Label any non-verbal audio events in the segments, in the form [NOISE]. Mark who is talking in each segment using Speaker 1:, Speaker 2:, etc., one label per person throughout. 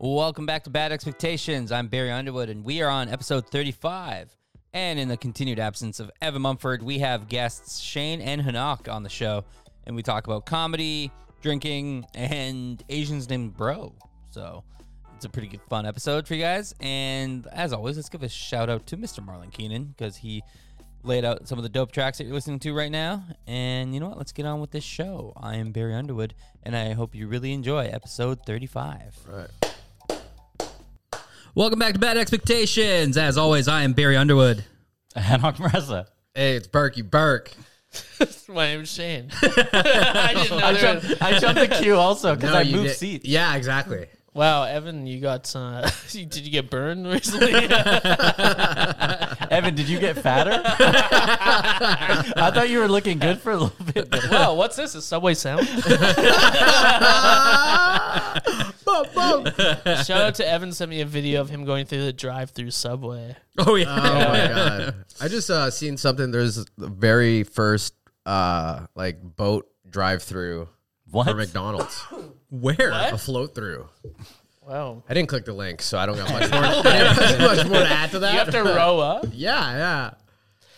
Speaker 1: Welcome back to Bad Expectations. I'm Barry Underwood, and we are on episode 35. And in the continued absence of Evan Mumford, we have guests Shane and Hanak on the show, and we talk about comedy, drinking, and Asians named Bro. So it's a pretty good, fun episode for you guys. And as always, let's give a shout out to Mr. Marlon Keenan because he laid out some of the dope tracks that you're listening to right now. And you know what? Let's get on with this show. I am Barry Underwood, and I hope you really enjoy episode 35.
Speaker 2: Right.
Speaker 1: Welcome back to Bad Expectations. As always, I am Barry Underwood.
Speaker 3: Hanok Maressa.
Speaker 2: Hey, it's Berkey Burke.
Speaker 4: My name's [LAUGHS] Shane. I didn't know.
Speaker 3: I
Speaker 4: There was-
Speaker 3: jumped, I jumped the queue also because I
Speaker 2: you
Speaker 3: moved
Speaker 2: did-
Speaker 3: seats.
Speaker 2: Yeah,
Speaker 4: [LAUGHS]
Speaker 2: exactly.
Speaker 4: wow, Evan, you got uh, did [LAUGHS] you get burned [LAUGHS] recently?
Speaker 3: Evan, did you get fatter? [LAUGHS] I thought you were looking good for a little bit. but-
Speaker 4: wow, what's this? A subway [LAUGHS] sandwich?
Speaker 2: Bump, [LAUGHS] bump.
Speaker 4: Shout out to Evan sent me a video of him going through the drive-through subway.
Speaker 1: Oh yeah.
Speaker 2: Oh my god! I just uh, seen something. There's the very first uh, like boat drive through for
Speaker 4: [LAUGHS]
Speaker 3: What?
Speaker 2: McDonald's,
Speaker 1: Where?
Speaker 2: a float through.
Speaker 4: Wow,
Speaker 2: I didn't click the link, so I don't got
Speaker 4: [LAUGHS]
Speaker 2: much more. I didn't have much more to add to that.
Speaker 4: you have to row up.
Speaker 2: Yeah, yeah.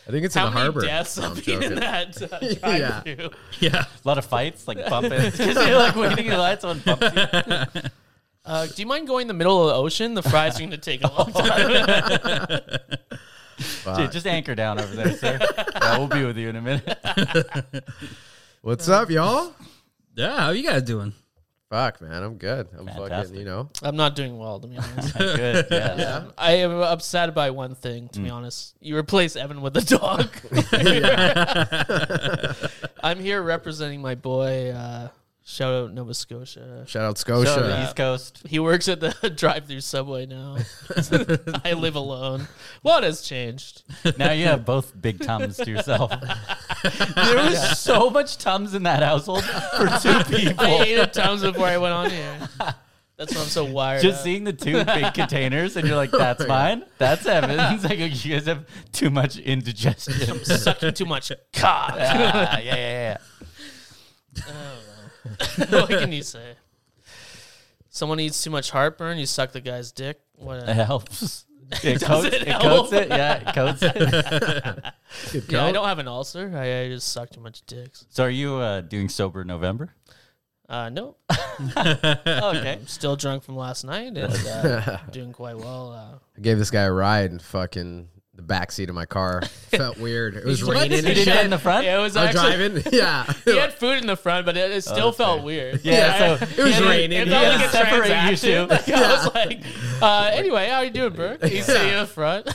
Speaker 2: I think it's
Speaker 4: How
Speaker 2: in the
Speaker 4: many
Speaker 2: harbor.
Speaker 4: deaths
Speaker 2: No,
Speaker 4: have
Speaker 2: I'm
Speaker 4: been in
Speaker 2: joking.
Speaker 4: that [LAUGHS] uh, drive-through?
Speaker 1: Yeah.
Speaker 3: A lot of fights, like bumping. [LAUGHS] Because you're like waiting in line, someone bumps you.
Speaker 4: Uh, do you mind going in the middle of the ocean? The fries are going to [LAUGHS] take a long time.
Speaker 3: Dude, just anchor down over there, sir. I will be with you in a minute.
Speaker 2: What's up, y'all?
Speaker 1: Yeah. How you guys doing?
Speaker 2: Fuck, man, I'm good. I'm
Speaker 3: Fantastic.
Speaker 2: fucking, you know.
Speaker 4: I'm not doing well, to be honest.
Speaker 3: Good, yeah.
Speaker 4: Um, I am upset by one thing, to
Speaker 3: Mm.
Speaker 4: be honest. You replace Evan with a dog. [LAUGHS] I'm here representing my boy. Uh, shout out Nova Scotia.
Speaker 2: Shout out
Speaker 3: So,
Speaker 2: Scotia.
Speaker 3: the East Coast.
Speaker 4: He works at the [LAUGHS] drive-through subway now. [LAUGHS] I live alone. What has changed?
Speaker 3: Now you have both big tums to [LAUGHS] yourself. there was so much tums in that household for two people.
Speaker 4: I ate it times before I went on here. That's why I'm so wired.
Speaker 3: just
Speaker 4: up.
Speaker 3: seeing the two big containers and you're [LAUGHS] like, that's mine, that's Evan's. [LAUGHS] Like you guys have too much indigestion.
Speaker 4: sucking too
Speaker 3: [LAUGHS]
Speaker 4: much cock.
Speaker 3: Ah, yeah, yeah, yeah.
Speaker 4: [LAUGHS] what can you say? Someone eats too much heartburn, you suck the guy's dick. What?
Speaker 3: [LAUGHS] It helps. It coats
Speaker 4: it
Speaker 3: it,
Speaker 4: help?
Speaker 3: coats it. Yeah, it coats it.
Speaker 4: yeah, I don't have an ulcer. I, I just suck too much dicks.
Speaker 3: So are you uh, doing sober November?
Speaker 4: Uh, no, [LAUGHS]
Speaker 2: [LAUGHS]
Speaker 3: Okay.
Speaker 4: I'm still drunk from last night
Speaker 2: [LAUGHS]
Speaker 4: and uh, doing quite well. Uh,
Speaker 2: I gave this guy a ride in fucking the back seat of my
Speaker 4: [LAUGHS]
Speaker 2: car. Felt weird. It was
Speaker 4: What?
Speaker 2: raining.
Speaker 3: You
Speaker 2: and
Speaker 3: did
Speaker 2: shit.
Speaker 3: that in the front?
Speaker 4: yeah, it was
Speaker 2: I'm
Speaker 4: actually.
Speaker 2: driving. [LAUGHS] Oh, Yeah.
Speaker 4: He had food in the front, but it, it still felt weird. [LAUGHS]
Speaker 3: Yeah, so
Speaker 2: It was
Speaker 4: It-
Speaker 2: raining.
Speaker 4: It
Speaker 3: Yeah.
Speaker 4: felt like a
Speaker 3: Separate you
Speaker 4: transaction.
Speaker 3: two.
Speaker 4: [LAUGHS] Like, I was like, uh, anyway, how you doing, Burke? He's sitting in the front. [LAUGHS]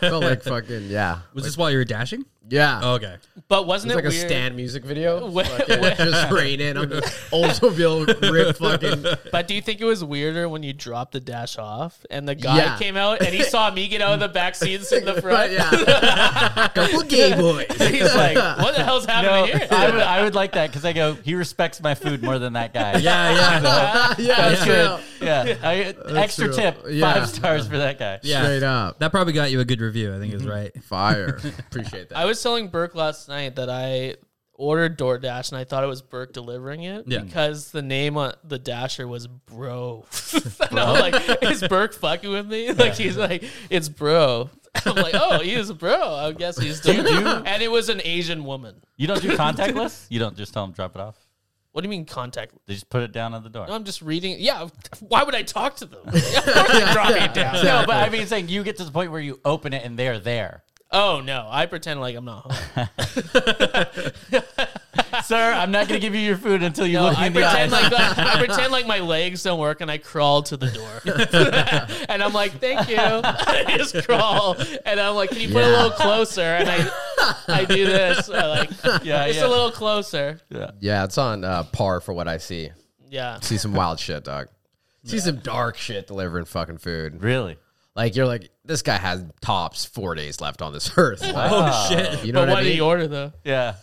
Speaker 2: felt like fucking yeah.
Speaker 1: Was this while you were dashing?
Speaker 2: Yeah.
Speaker 1: Okay.
Speaker 4: but wasn't
Speaker 2: it's
Speaker 4: it
Speaker 2: like a
Speaker 4: weird? [LAUGHS]
Speaker 2: stand music video.
Speaker 4: Wait,
Speaker 2: Fucking
Speaker 4: wait.
Speaker 2: just raining. I'm
Speaker 4: [LAUGHS]
Speaker 2: just Oldsmobile rip fucking.
Speaker 4: But do you think it was weirder when you dropped the dash off and the guy
Speaker 2: Yeah.
Speaker 4: came out and he saw me get out of the back seat and
Speaker 2: [LAUGHS]
Speaker 4: sit in the
Speaker 2: But
Speaker 4: front?
Speaker 2: yeah.
Speaker 4: [LAUGHS]
Speaker 2: Couple gay boys.
Speaker 4: He's like, what the hell's
Speaker 3: No,
Speaker 4: happening
Speaker 3: [LAUGHS]
Speaker 4: here?
Speaker 3: I would, I would like that because I go, he respects my food more than that [LAUGHS] guy.
Speaker 1: Yeah, yeah.
Speaker 2: [LAUGHS] [LAUGHS] yeah.
Speaker 3: That's
Speaker 2: straight
Speaker 3: good.
Speaker 2: up.
Speaker 3: Yeah. I, extra
Speaker 2: true.
Speaker 3: tip,
Speaker 2: Yeah.
Speaker 3: five stars for that guy.
Speaker 1: Yeah.
Speaker 2: Straight up.
Speaker 1: that probably got you a good review. I think
Speaker 3: Mm-hmm.
Speaker 1: is right.
Speaker 4: [LAUGHS]
Speaker 2: Fire. Appreciate that.
Speaker 4: I was telling Burke last night that I ordered DoorDash and I thought it was Burke delivering it
Speaker 1: Yeah.
Speaker 4: because the name on the dasher was Bro. [LAUGHS] and I'm like, is Burke fucking with me? Like he's like, it's Bro. [LAUGHS] I'm like, oh, he is Bro. I guess he's delivering. And it was an Asian woman.
Speaker 3: You don't do contactless? You don't just tell him drop it off?
Speaker 4: What do you mean contact?
Speaker 3: They just put it down on the door.
Speaker 4: No, I'm just reading. Yeah, why would I talk to them? [LAUGHS] Yeah, of course they're dropping it down.
Speaker 3: No, but I mean, saying you get to the point where you open it and they're there.
Speaker 4: Oh no, I pretend like I'm not home.
Speaker 3: Sir, I'm not going to give you your food until you look me
Speaker 4: I
Speaker 3: in the eyes.
Speaker 2: [LAUGHS]
Speaker 4: pretend like I pretend like my legs don't work, and I crawl to the door,
Speaker 2: [LAUGHS]
Speaker 4: and I'm like, "Thank you." I just crawl, and I'm like, "Can you put
Speaker 2: Yeah.
Speaker 4: a little closer?" And I, I do this, I like,
Speaker 3: yeah,
Speaker 4: just
Speaker 3: yeah.
Speaker 4: a little closer.
Speaker 2: Yeah, it's on uh, par for what I see.
Speaker 4: Yeah,
Speaker 2: See some wild shit, dog. See some dark shit delivering fucking food.
Speaker 3: Really?
Speaker 2: Like you're like this guy has tops four days left on this [LAUGHS] earth. Like,
Speaker 1: Oh shit.
Speaker 2: You know what
Speaker 4: but what
Speaker 2: I
Speaker 4: did
Speaker 2: mean?
Speaker 4: he order though?
Speaker 3: Yeah.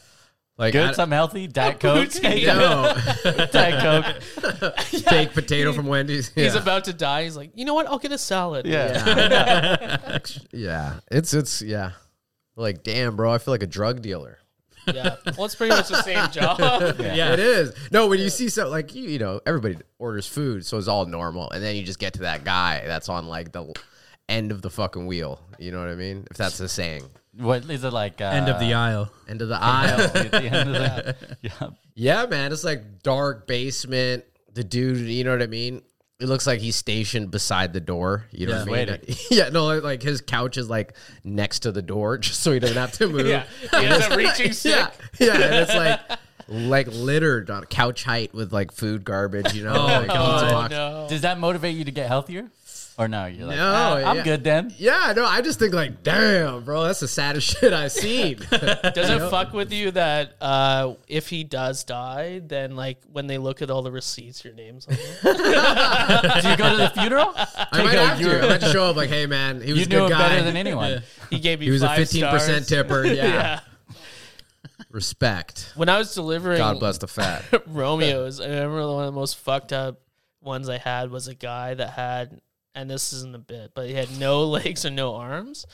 Speaker 2: like
Speaker 3: Good,
Speaker 2: I-
Speaker 3: something healthy, Diet Coke.
Speaker 4: poutine.
Speaker 2: no.
Speaker 3: Diet Coke.
Speaker 2: baked potato from Wendy's. Yeah.
Speaker 4: He's about to die. He's like, you know what? I'll get a salad.
Speaker 3: Yeah.
Speaker 2: yeah, it's it's yeah. Like damn, bro, I feel like a drug dealer.
Speaker 4: Yeah. Well, it's pretty much the
Speaker 2: [LAUGHS]
Speaker 4: same job. yeah.
Speaker 2: It is. No, when you see so like you, you know, everybody orders food, so it's all normal, and then you just get to that guy that's on like the end of the fucking wheel. You know what I mean? If that's the saying,
Speaker 3: What is it like? Uh,
Speaker 5: End of the aisle.
Speaker 2: end of the
Speaker 3: [LAUGHS]
Speaker 2: aisle.
Speaker 3: at [LAUGHS] the end of the, yeah.
Speaker 2: yeah, man, it's like dark basement. The dude, you know what I mean? It looks like he's stationed beside the door. You know what I mean? [LAUGHS] yeah, no, like, like his couch is like next to the door, [LAUGHS] just so he doesn't
Speaker 3: [LAUGHS]
Speaker 2: have to move.
Speaker 4: He has a reaching stick.
Speaker 2: Yeah, yeah, and it's like [LAUGHS] like littered on couch height with like food garbage, you know, like pizza
Speaker 4: Oh,
Speaker 2: box.
Speaker 4: no.
Speaker 3: Does that motivate you to get healthier? Or no, you're like,
Speaker 2: No,
Speaker 3: "Ah, I'm
Speaker 2: yeah.
Speaker 3: good then.
Speaker 2: Yeah, no, I just think like, damn, bro, that's the saddest [LAUGHS] shit I've seen.
Speaker 3: [LAUGHS]
Speaker 4: Does it fuck with you that uh, if he does die, then like when they look at all the receipts, your name's on them?
Speaker 3: Do you go to the funeral?
Speaker 2: I might have to. I might just show up like, hey man, he was
Speaker 3: oh, You
Speaker 2: a
Speaker 3: knew
Speaker 2: good
Speaker 3: it
Speaker 2: guy.
Speaker 3: better
Speaker 2: [LAUGHS]
Speaker 3: than anyone.
Speaker 4: He gave me
Speaker 2: he was a
Speaker 4: five
Speaker 2: fifteen percent
Speaker 4: stars.
Speaker 2: tipper. Yeah.
Speaker 4: Yeah.
Speaker 2: respect.
Speaker 4: When I was delivering
Speaker 2: God bless the fat. Oh
Speaker 4: Romeo's. I remember one of the most fucked up ones I had was a guy that had, and this isn't a bit, but he had no [LAUGHS] legs and no arms,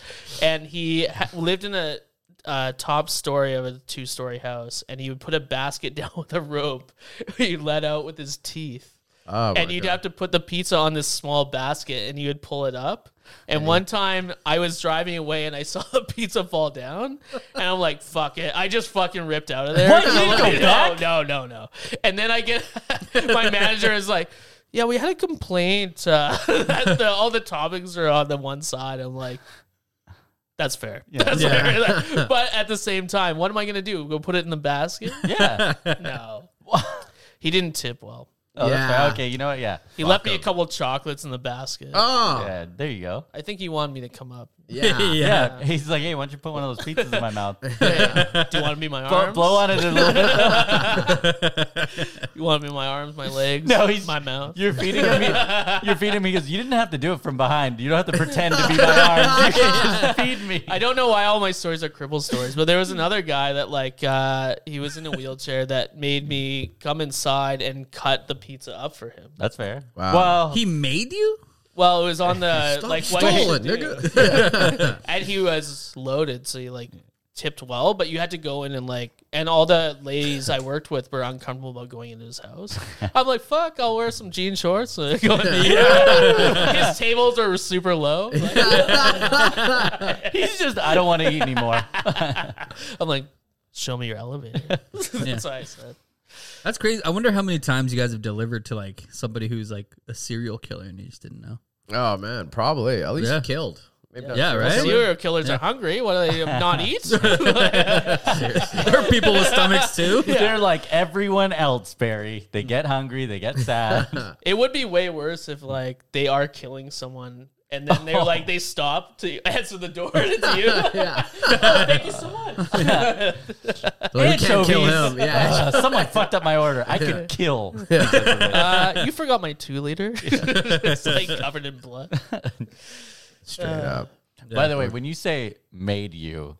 Speaker 4: and he ha- lived in a uh, top story of a two story house, and he would put a basket [LAUGHS] down with a rope he let out with his teeth.
Speaker 2: Oh, my
Speaker 4: and you'd
Speaker 2: God.
Speaker 4: have to put the pizza on this small basket and you would pull it up. And one time I was driving away and I [LAUGHS] saw the pizza fall down and I'm like, fuck it. I just fucking ripped out of there.
Speaker 3: What?
Speaker 4: I'm
Speaker 3: You didn't
Speaker 4: like,
Speaker 3: go
Speaker 4: no,
Speaker 3: back?
Speaker 4: no, no, no. And then I get [LAUGHS] my manager is like, yeah, we had a complaint. Uh, [LAUGHS] that the, all the toppings are on the one side. I'm like, that's fair. That's
Speaker 3: [LAUGHS]
Speaker 4: fair. but at the same time, what am I going to do? Go put it in the basket?
Speaker 3: Yeah.
Speaker 4: No. he didn't tip well.
Speaker 3: [LAUGHS] Oh, that's
Speaker 2: Yeah.
Speaker 3: fair. Okay, you know what? Yeah.
Speaker 4: He left me a couple of chocolates in the basket.
Speaker 2: Oh,
Speaker 3: Yeah, there you go.
Speaker 4: I think he wanted me to come
Speaker 3: [LAUGHS]
Speaker 4: up.
Speaker 2: [LAUGHS] yeah.
Speaker 3: Yeah. [LAUGHS] He's like, hey, why don't you put one of those pizzas in my mouth?
Speaker 4: Do you want to be my
Speaker 3: Blow,
Speaker 4: arms?
Speaker 3: blow on it a little bit.
Speaker 4: You want to be my arms,
Speaker 3: [LAUGHS]
Speaker 4: my legs?
Speaker 3: No, he's-
Speaker 4: my mouth.
Speaker 3: You're feeding him. You're feeding him. He goes, you didn't have to do it from behind. You don't have to pretend to be my arms. You can just feed me.
Speaker 4: [LAUGHS] I don't know why all my stories are cripple stories, but there was another guy that like uh, he was in a wheelchair that made me come inside and cut the pizza up for him.
Speaker 3: That's fair.
Speaker 2: Wow.
Speaker 3: Well,
Speaker 5: He made you?
Speaker 4: Well, it was on the like what you
Speaker 2: Stolen,
Speaker 4: should do.
Speaker 2: nigga.
Speaker 4: and he was loaded, so he like tipped well, but you had to go in and like, and all the ladies I worked with were uncomfortable about going into his house. I'm like, fuck, I'll wear some jean shorts. and go in the- [LAUGHS] his tables are super low.
Speaker 3: he's just. I don't want to eat anymore.
Speaker 4: I'm like, show me your elevator. [LAUGHS] That's what I said.
Speaker 5: That's crazy. I wonder how many times you guys have delivered to like somebody who's like a serial killer and you just didn't know.
Speaker 2: [LAUGHS]
Speaker 5: [LAUGHS]
Speaker 2: Oh man, probably at least
Speaker 5: Yeah.
Speaker 2: killed. Maybe not
Speaker 4: [LAUGHS]
Speaker 5: Yeah, right?
Speaker 4: Serial killers are hungry. What do they not eat?
Speaker 5: There are people with
Speaker 3: [LAUGHS]
Speaker 5: stomachs too.
Speaker 3: They're like everyone else, Barry. They get hungry. They get sad.
Speaker 4: [LAUGHS] It would be way worse if like they are killing someone and then they're like they stop to answer the door and it's you.
Speaker 2: [LAUGHS]
Speaker 4: [LAUGHS] Oh, thank you so much.
Speaker 2: Like, we can't kill
Speaker 3: Anchovies.
Speaker 2: him. Yeah. [LAUGHS]
Speaker 3: Uh, someone fucked up my order. I could kill.
Speaker 4: Uh, you forgot my two liter. it's like covered in blood.
Speaker 2: Straight up.
Speaker 3: By the way, when you say made you,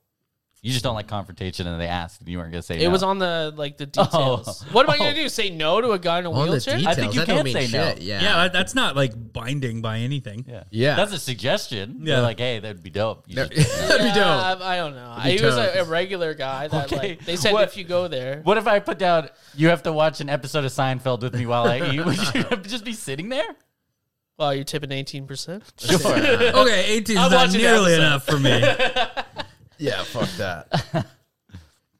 Speaker 3: you just don't like confrontation, and they asked, and you weren't gonna say.
Speaker 4: It was on the like the details.
Speaker 3: Oh.
Speaker 4: What am I gonna do? Say no to a guy in a
Speaker 2: On the
Speaker 4: wheelchair?
Speaker 2: details,
Speaker 4: I-
Speaker 3: think you
Speaker 2: that don't
Speaker 3: can
Speaker 2: mean
Speaker 3: say no.
Speaker 2: shit. Yeah.
Speaker 5: Yeah, that- that's not like binding by anything.
Speaker 3: Yeah.
Speaker 2: Yeah.
Speaker 3: That's a suggestion. Yeah.
Speaker 5: Yeah.
Speaker 3: They're like, hey, that'd be dope. You
Speaker 2: [LAUGHS]
Speaker 3: should-
Speaker 2: That'd be dope.
Speaker 4: I, I don't know. he was a, a
Speaker 2: tough.
Speaker 4: regular guy that
Speaker 3: Okay,
Speaker 4: like they said
Speaker 3: what-
Speaker 4: if you go there.
Speaker 3: What if I put down? You have to watch an episode of Seinfeld with me while I eat. Would you
Speaker 2: [LAUGHS]
Speaker 3: [LAUGHS] just be sitting there?
Speaker 4: Well, you're tipping eighteen percent.
Speaker 3: Sure.
Speaker 1: [LAUGHS]
Speaker 5: [LAUGHS] Okay, 18 is
Speaker 4: I'm
Speaker 5: not
Speaker 4: watching the
Speaker 5: nearly
Speaker 4: episode.
Speaker 5: enough for me.
Speaker 2: Yeah, fuck that.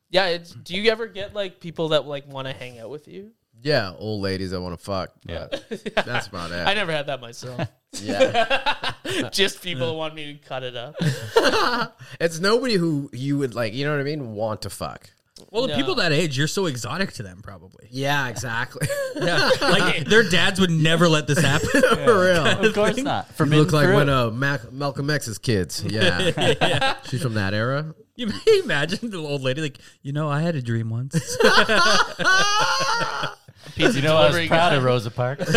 Speaker 4: Yeah. It's, do you ever get like people that like want to hang out with you?
Speaker 2: Yeah, old ladies I want to fuck.
Speaker 3: Yeah.
Speaker 2: but That's about it.
Speaker 4: I never had that myself.
Speaker 2: Yeah.
Speaker 4: Just people that want me to cut it up.
Speaker 2: it's nobody who you would like, you know what I mean, want to fuck.
Speaker 5: Well, the
Speaker 4: No.
Speaker 5: people that age, you're so exotic to them, probably.
Speaker 2: Yeah,
Speaker 3: [LAUGHS]
Speaker 2: exactly.
Speaker 5: [LAUGHS] Yeah, like their dads would never let this [LAUGHS]
Speaker 2: [LAUGHS]
Speaker 5: happen.
Speaker 2: For real.
Speaker 3: Of course not.
Speaker 2: You
Speaker 3: Forbidden
Speaker 2: look like
Speaker 3: fruit.
Speaker 2: one of Mac- Malcolm X's kids. Yeah. She's from that era.
Speaker 5: You may imagine the old lady, like, you know, I had a dream once. [LAUGHS]
Speaker 3: you know, I was
Speaker 4: delivery
Speaker 3: proud
Speaker 4: guy.
Speaker 3: of Rosa
Speaker 2: [LAUGHS]
Speaker 3: Parks.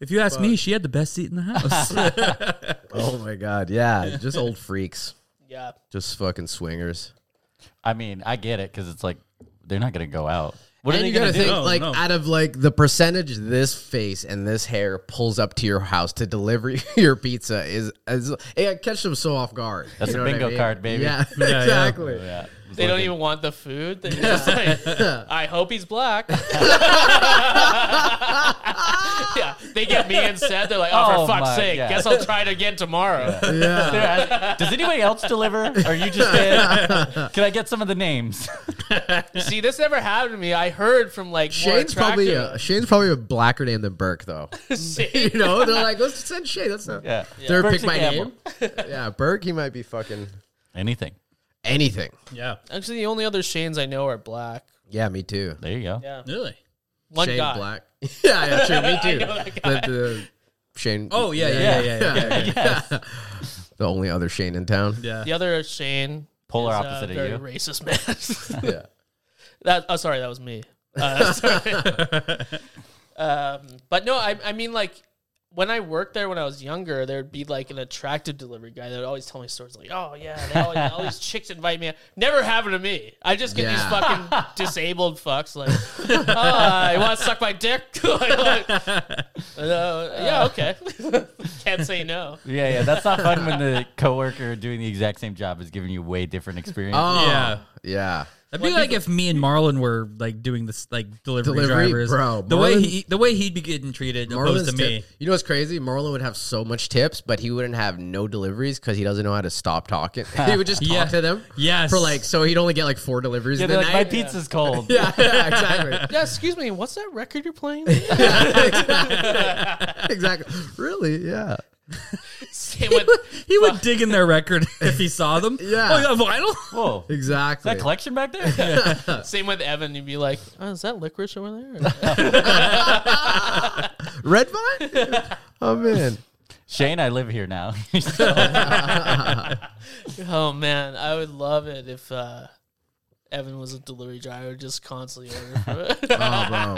Speaker 5: If you ask me, she had the best seat in the [LAUGHS] house.
Speaker 2: Oh my god. Yeah. Just old freaks.
Speaker 4: Yeah.
Speaker 2: Just fucking swingers.
Speaker 3: I mean, I get it because it's like they're not gonna go out.
Speaker 2: [LAUGHS]
Speaker 3: What
Speaker 2: and
Speaker 3: are they
Speaker 2: you gotta
Speaker 3: gonna
Speaker 2: think
Speaker 3: do? Oh,
Speaker 5: No,
Speaker 2: like
Speaker 5: no.
Speaker 2: out of like the percentage this face and this hair pulls up to your house to deliver [LAUGHS] your pizza is, is it catch them so off guard.
Speaker 3: That's
Speaker 2: You
Speaker 3: a
Speaker 2: know what I
Speaker 3: bingo
Speaker 2: mean?
Speaker 3: card, baby.
Speaker 2: Yeah, [LAUGHS]
Speaker 5: yeah.
Speaker 2: exactly.
Speaker 3: Yeah.
Speaker 4: They don't even want the food.
Speaker 3: [LAUGHS]
Speaker 4: They're just like, I hope he's black. [LAUGHS] yeah, they get me instead. They're like, oh,
Speaker 3: Oh
Speaker 4: for fuck's
Speaker 3: my
Speaker 4: sake,
Speaker 3: God.
Speaker 4: guess I'll try it again tomorrow.
Speaker 3: [LAUGHS]
Speaker 2: Yeah.
Speaker 3: Does anybody else deliver? Are you
Speaker 2: [LAUGHS]
Speaker 3: just in? Can I get some of the names?
Speaker 4: See, this never happened to me. I heard from like more
Speaker 2: Shane's probably a,
Speaker 4: attractive-
Speaker 2: Shane's probably a blacker name than Burke though.
Speaker 4: Shane.
Speaker 2: [LAUGHS] you know, they're like, let's send Shane. That's not.
Speaker 3: Yeah.
Speaker 2: They're pick
Speaker 3: Burke's a
Speaker 2: my
Speaker 3: gamble.
Speaker 2: name. yeah, Burke. He might be fucking
Speaker 3: Anything.
Speaker 2: anything.
Speaker 5: Yeah.
Speaker 4: Actually, the only other Shanes I know are black.
Speaker 2: Yeah, me too.
Speaker 3: There you go.
Speaker 4: Yeah,
Speaker 5: Really?
Speaker 4: one
Speaker 2: Shane
Speaker 4: guy.
Speaker 2: Black. [LAUGHS] yeah, yeah, true. Me too.
Speaker 4: know that
Speaker 2: The- the Shane.
Speaker 5: Oh yeah, yeah, yeah, yeah. yeah, yeah,
Speaker 2: [LAUGHS] the only other Shane in town.
Speaker 5: yeah.
Speaker 4: The other Shane.
Speaker 3: Polar
Speaker 4: is, uh,
Speaker 3: opposite
Speaker 4: very
Speaker 3: of you.
Speaker 4: Racist man. [LAUGHS]
Speaker 2: Yeah.
Speaker 4: that. Oh, sorry, that was me. Uh, [LAUGHS] sorry. um, but no, I, I mean like. When I worked there when I was younger, there'd be like an attractive delivery guy that would always tell me stories like, "Oh yeah, they always, all these chicks invite me." out." Never happened to me. I just get
Speaker 2: Yeah.
Speaker 4: these fucking disabled fucks like, "Oh, you want to suck my dick?" [LAUGHS] Like, uh, yeah, okay. [LAUGHS] Can't say no.
Speaker 3: Yeah, yeah. That's not fun
Speaker 2: [LAUGHS]
Speaker 3: when the coworker doing the exact same job is giving you way different experience.
Speaker 2: Oh.
Speaker 5: Yeah.
Speaker 2: Yeah. Yeah.
Speaker 5: It'd be like if me and Marlon were like doing this, like delivery,
Speaker 2: Delivery,
Speaker 5: drivers,
Speaker 2: bro.
Speaker 5: The way
Speaker 2: Marlon-
Speaker 5: he, the way he'd be getting treated opposed
Speaker 2: Marlon's
Speaker 5: to me.
Speaker 2: tip- you know what's crazy? Marlon would have so much tips, but he wouldn't have no deliveries because he doesn't know how to stop talking. [LAUGHS] he would just talk
Speaker 5: Yeah.
Speaker 2: to them.
Speaker 5: Yes.
Speaker 2: For
Speaker 5: [LAUGHS]
Speaker 2: like, so he'd only get like four deliveries
Speaker 3: yeah,
Speaker 2: in
Speaker 3: they're
Speaker 2: the
Speaker 3: like, my
Speaker 2: night.
Speaker 3: pizza's cold.
Speaker 2: [LAUGHS] yeah, yeah, exactly.
Speaker 4: Yeah, excuse me. What's that record you're playing?
Speaker 5: [LAUGHS]
Speaker 2: exactly. Really? Yeah.
Speaker 4: [LAUGHS] Same with
Speaker 5: He would dig in their record [LAUGHS] if he saw them.
Speaker 2: Yeah.
Speaker 5: Oh, you got vinyl?
Speaker 2: [LAUGHS]
Speaker 5: [LAUGHS]
Speaker 3: Whoa. Is
Speaker 2: Exactly.
Speaker 3: that collection
Speaker 2: [LAUGHS]
Speaker 3: back there?
Speaker 4: same with Evan. You'd be like, oh, "Is that licorice over there?"
Speaker 2: Red vine?
Speaker 3: [LAUGHS]
Speaker 2: oh man.
Speaker 3: Shane, I live here now. [LAUGHS]
Speaker 4: oh man, I would love it if uh, Evan was a delivery driver, just constantly
Speaker 2: [LAUGHS]
Speaker 4: ordering. For it. [LAUGHS]
Speaker 2: Oh bro.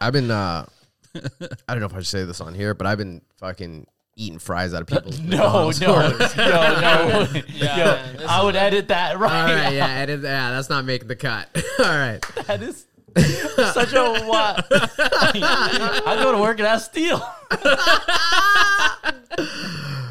Speaker 2: I've been uh I don't know if I should say this on here, but I've been fucking eating fries out of people's
Speaker 3: [LAUGHS] no,
Speaker 2: McDonald's
Speaker 3: no,
Speaker 2: orders.
Speaker 3: no, no.
Speaker 4: Yeah,
Speaker 3: Yo,
Speaker 4: this
Speaker 3: I would edit that
Speaker 2: [LAUGHS] All
Speaker 3: right.
Speaker 2: right, yeah, edit yeah, that's not making the cut. [LAUGHS] All right.
Speaker 3: That is such a what? I go to work and I steal.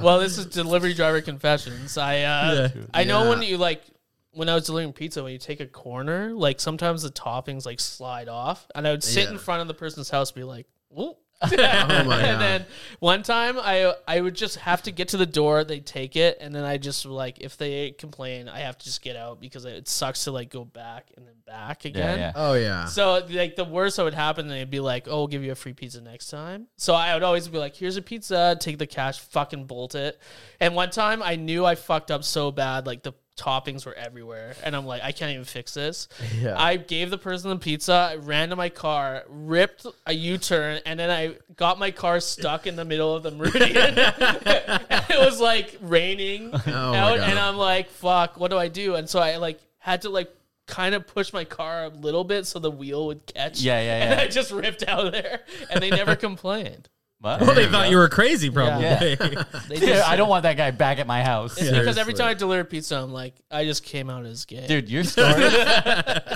Speaker 4: well, this is delivery driver confessions. I uh, I know when you like when I was delivering pizza, when you take a corner, like sometimes the toppings like slide off, and I would sit
Speaker 2: Yeah.
Speaker 4: in front of the person's house, and be like, "Whoop."
Speaker 2: [LAUGHS] Oh my
Speaker 4: [LAUGHS] and
Speaker 2: god.
Speaker 4: then one time I I would just have to get to the door, they take it, and then I just like if they complain, I have to just get out because it sucks to like go back and then back again.
Speaker 3: yeah.
Speaker 2: oh yeah.
Speaker 4: So like the worst that would happen, they'd be like, "Oh, we'll give you a free pizza next time." So I would always be like, "Here's a pizza, take the cash, fucking bolt it." And one time, I knew I fucked up so bad, like the toppings were everywhere, and I'm like, "I can't even fix this."
Speaker 2: Yeah.
Speaker 4: I gave the person the pizza, I ran to my car, ripped a U-turn, and then I got my car stuck in the middle of the
Speaker 2: [LAUGHS]
Speaker 4: meridian. [LAUGHS] and it was like raining
Speaker 2: Oh my
Speaker 4: out,
Speaker 2: God.
Speaker 4: and I'm like, "Fuck, what do I do?" And so I like had to like kind of push my car a little bit so the wheel would catch.
Speaker 3: Yeah, yeah,
Speaker 4: And [LAUGHS]
Speaker 3: yeah.
Speaker 4: I just ripped out of there, and they
Speaker 3: [LAUGHS]
Speaker 4: never complained.
Speaker 3: What?
Speaker 5: Well, they thought you were crazy, probably.
Speaker 3: [LAUGHS]
Speaker 4: They
Speaker 3: Dude,
Speaker 4: just,
Speaker 3: I don't want that guy back at my house.
Speaker 4: it's because every
Speaker 2: Seriously.
Speaker 4: time I deliver pizza, I'm like, I just came out as gay.
Speaker 3: Dude, your stories,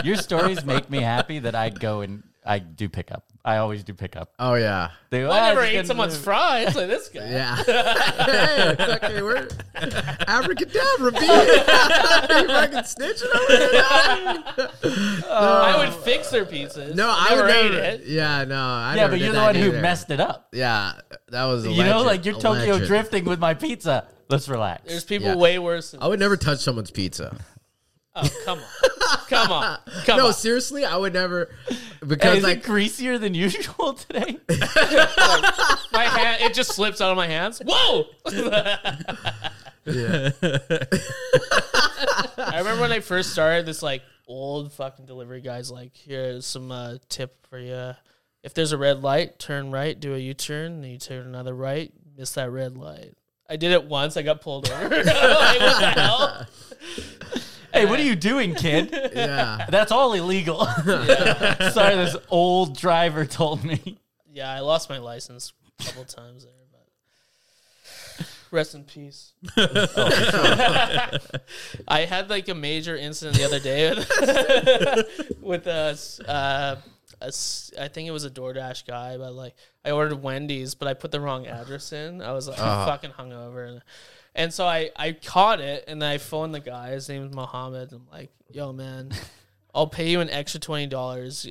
Speaker 3: your stories make me happy that I go and I do pickup. I always do pickup.
Speaker 2: Oh
Speaker 3: [LAUGHS]
Speaker 2: yeah.
Speaker 3: They,
Speaker 4: I never
Speaker 3: "Ah, it's
Speaker 4: ate
Speaker 3: good-
Speaker 4: someone's fries like this guy.
Speaker 2: Yeah. hey, fucking we're abracadabra, beat it. [LAUGHS] you fucking snitching over here?
Speaker 4: I would fix their pizzas.
Speaker 2: No, I
Speaker 4: never
Speaker 2: would
Speaker 4: ate
Speaker 2: never.
Speaker 4: it.
Speaker 2: Yeah, no, I
Speaker 3: Yeah,
Speaker 2: never
Speaker 3: but
Speaker 2: did
Speaker 3: you're the
Speaker 2: that
Speaker 3: one who
Speaker 2: either.
Speaker 3: messed it up.
Speaker 2: Yeah, that was. A
Speaker 3: You know,
Speaker 2: legend,
Speaker 3: like you're
Speaker 2: a
Speaker 3: Tokyo
Speaker 2: legend.
Speaker 3: drifting with my pizza. Let's relax.
Speaker 4: There's people
Speaker 2: Yeah.
Speaker 4: way worse. Than
Speaker 2: I would never touch someone's pizza.
Speaker 4: Oh,
Speaker 2: [LAUGHS]
Speaker 4: come on, come on, come
Speaker 2: No,
Speaker 4: on.
Speaker 2: seriously, I would never
Speaker 3: [LAUGHS] Hey,
Speaker 2: because
Speaker 3: is it
Speaker 2: like
Speaker 3: greasier than usual today?
Speaker 4: My hand, it just slips out of my hands. Whoa!
Speaker 2: yeah,
Speaker 4: I remember when I first started, this like old fucking delivery guy's like, "Here's some uh, tip for you. If there's a red light, turn right, do a U-turn, then you turn another right, miss that red light." I did it once. I got pulled over. [LAUGHS] Like, what the hell?
Speaker 3: hey, what are you doing, kid?
Speaker 2: yeah.
Speaker 3: That's all illegal. Sorry, this old driver told me.
Speaker 4: Yeah, I lost my license a couple times there, but rest in
Speaker 3: [LAUGHS]
Speaker 4: peace. [LAUGHS] I had like a major incident the other day with us. Uh, a s- I think it was a DoorDash guy, but like I ordered Wendy's, but I put the wrong address in. I was like
Speaker 3: Ah.
Speaker 4: I'm fucking hungover, and, and so I I caught it, and then I phoned the guy. His name is Mohammed. I'm like, yo, man, I'll pay you an extra twenty dollars.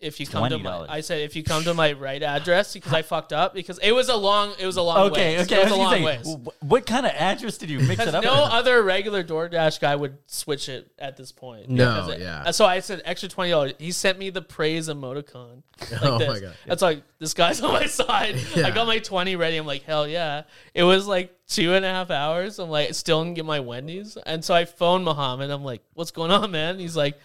Speaker 4: If you come to my,
Speaker 3: $20.
Speaker 4: I said if you come to my right address because I fucked up because it was a long, it was a long,
Speaker 3: okay,
Speaker 4: ways.
Speaker 3: okay.
Speaker 4: it
Speaker 3: I
Speaker 4: was
Speaker 3: was
Speaker 4: a
Speaker 3: gonna
Speaker 4: long
Speaker 3: say,
Speaker 4: ways.
Speaker 3: wh- what kind of address did you mix it
Speaker 4: Because
Speaker 3: up?
Speaker 4: no
Speaker 3: with?
Speaker 4: other regular DoorDash guy would switch it at this point.
Speaker 2: No,
Speaker 4: Because it- uh,
Speaker 2: yeah.
Speaker 4: So I said extra twenty dollars. He sent me the praise
Speaker 2: [LAUGHS]
Speaker 4: emoticon. Like
Speaker 2: Oh
Speaker 4: this.
Speaker 2: my God.
Speaker 4: That's like this guy's [LAUGHS] on
Speaker 2: [LAUGHS]
Speaker 4: my side. I got my twenty ready. I'm like hell yeah. It was like two and a half hours. I'm like still didn't get my Wendy's, and so I phoned Mohammed. I'm like, what's going on, man? He's like.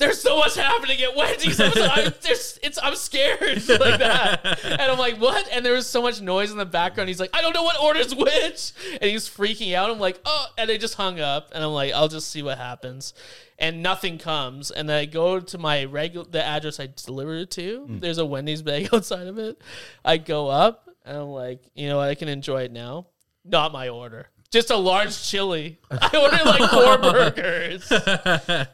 Speaker 4: There's so much happening at Wendy's. I'm, I'm, there's, it's, I'm scared [LAUGHS] like that. And I'm like, what? And there was so much noise in the background. He's like, I don't know what order's which. And he's freaking out. I'm like, oh. And I just hung up. And I'm like, I'll just see what happens. And nothing comes. And then I go to my regular, the address I delivered it to. There's a Wendy's bag [LAUGHS] outside of it. I go up and I'm like, you know what? I can enjoy it now. Not my order. Just a large chili. I ordered like four burgers.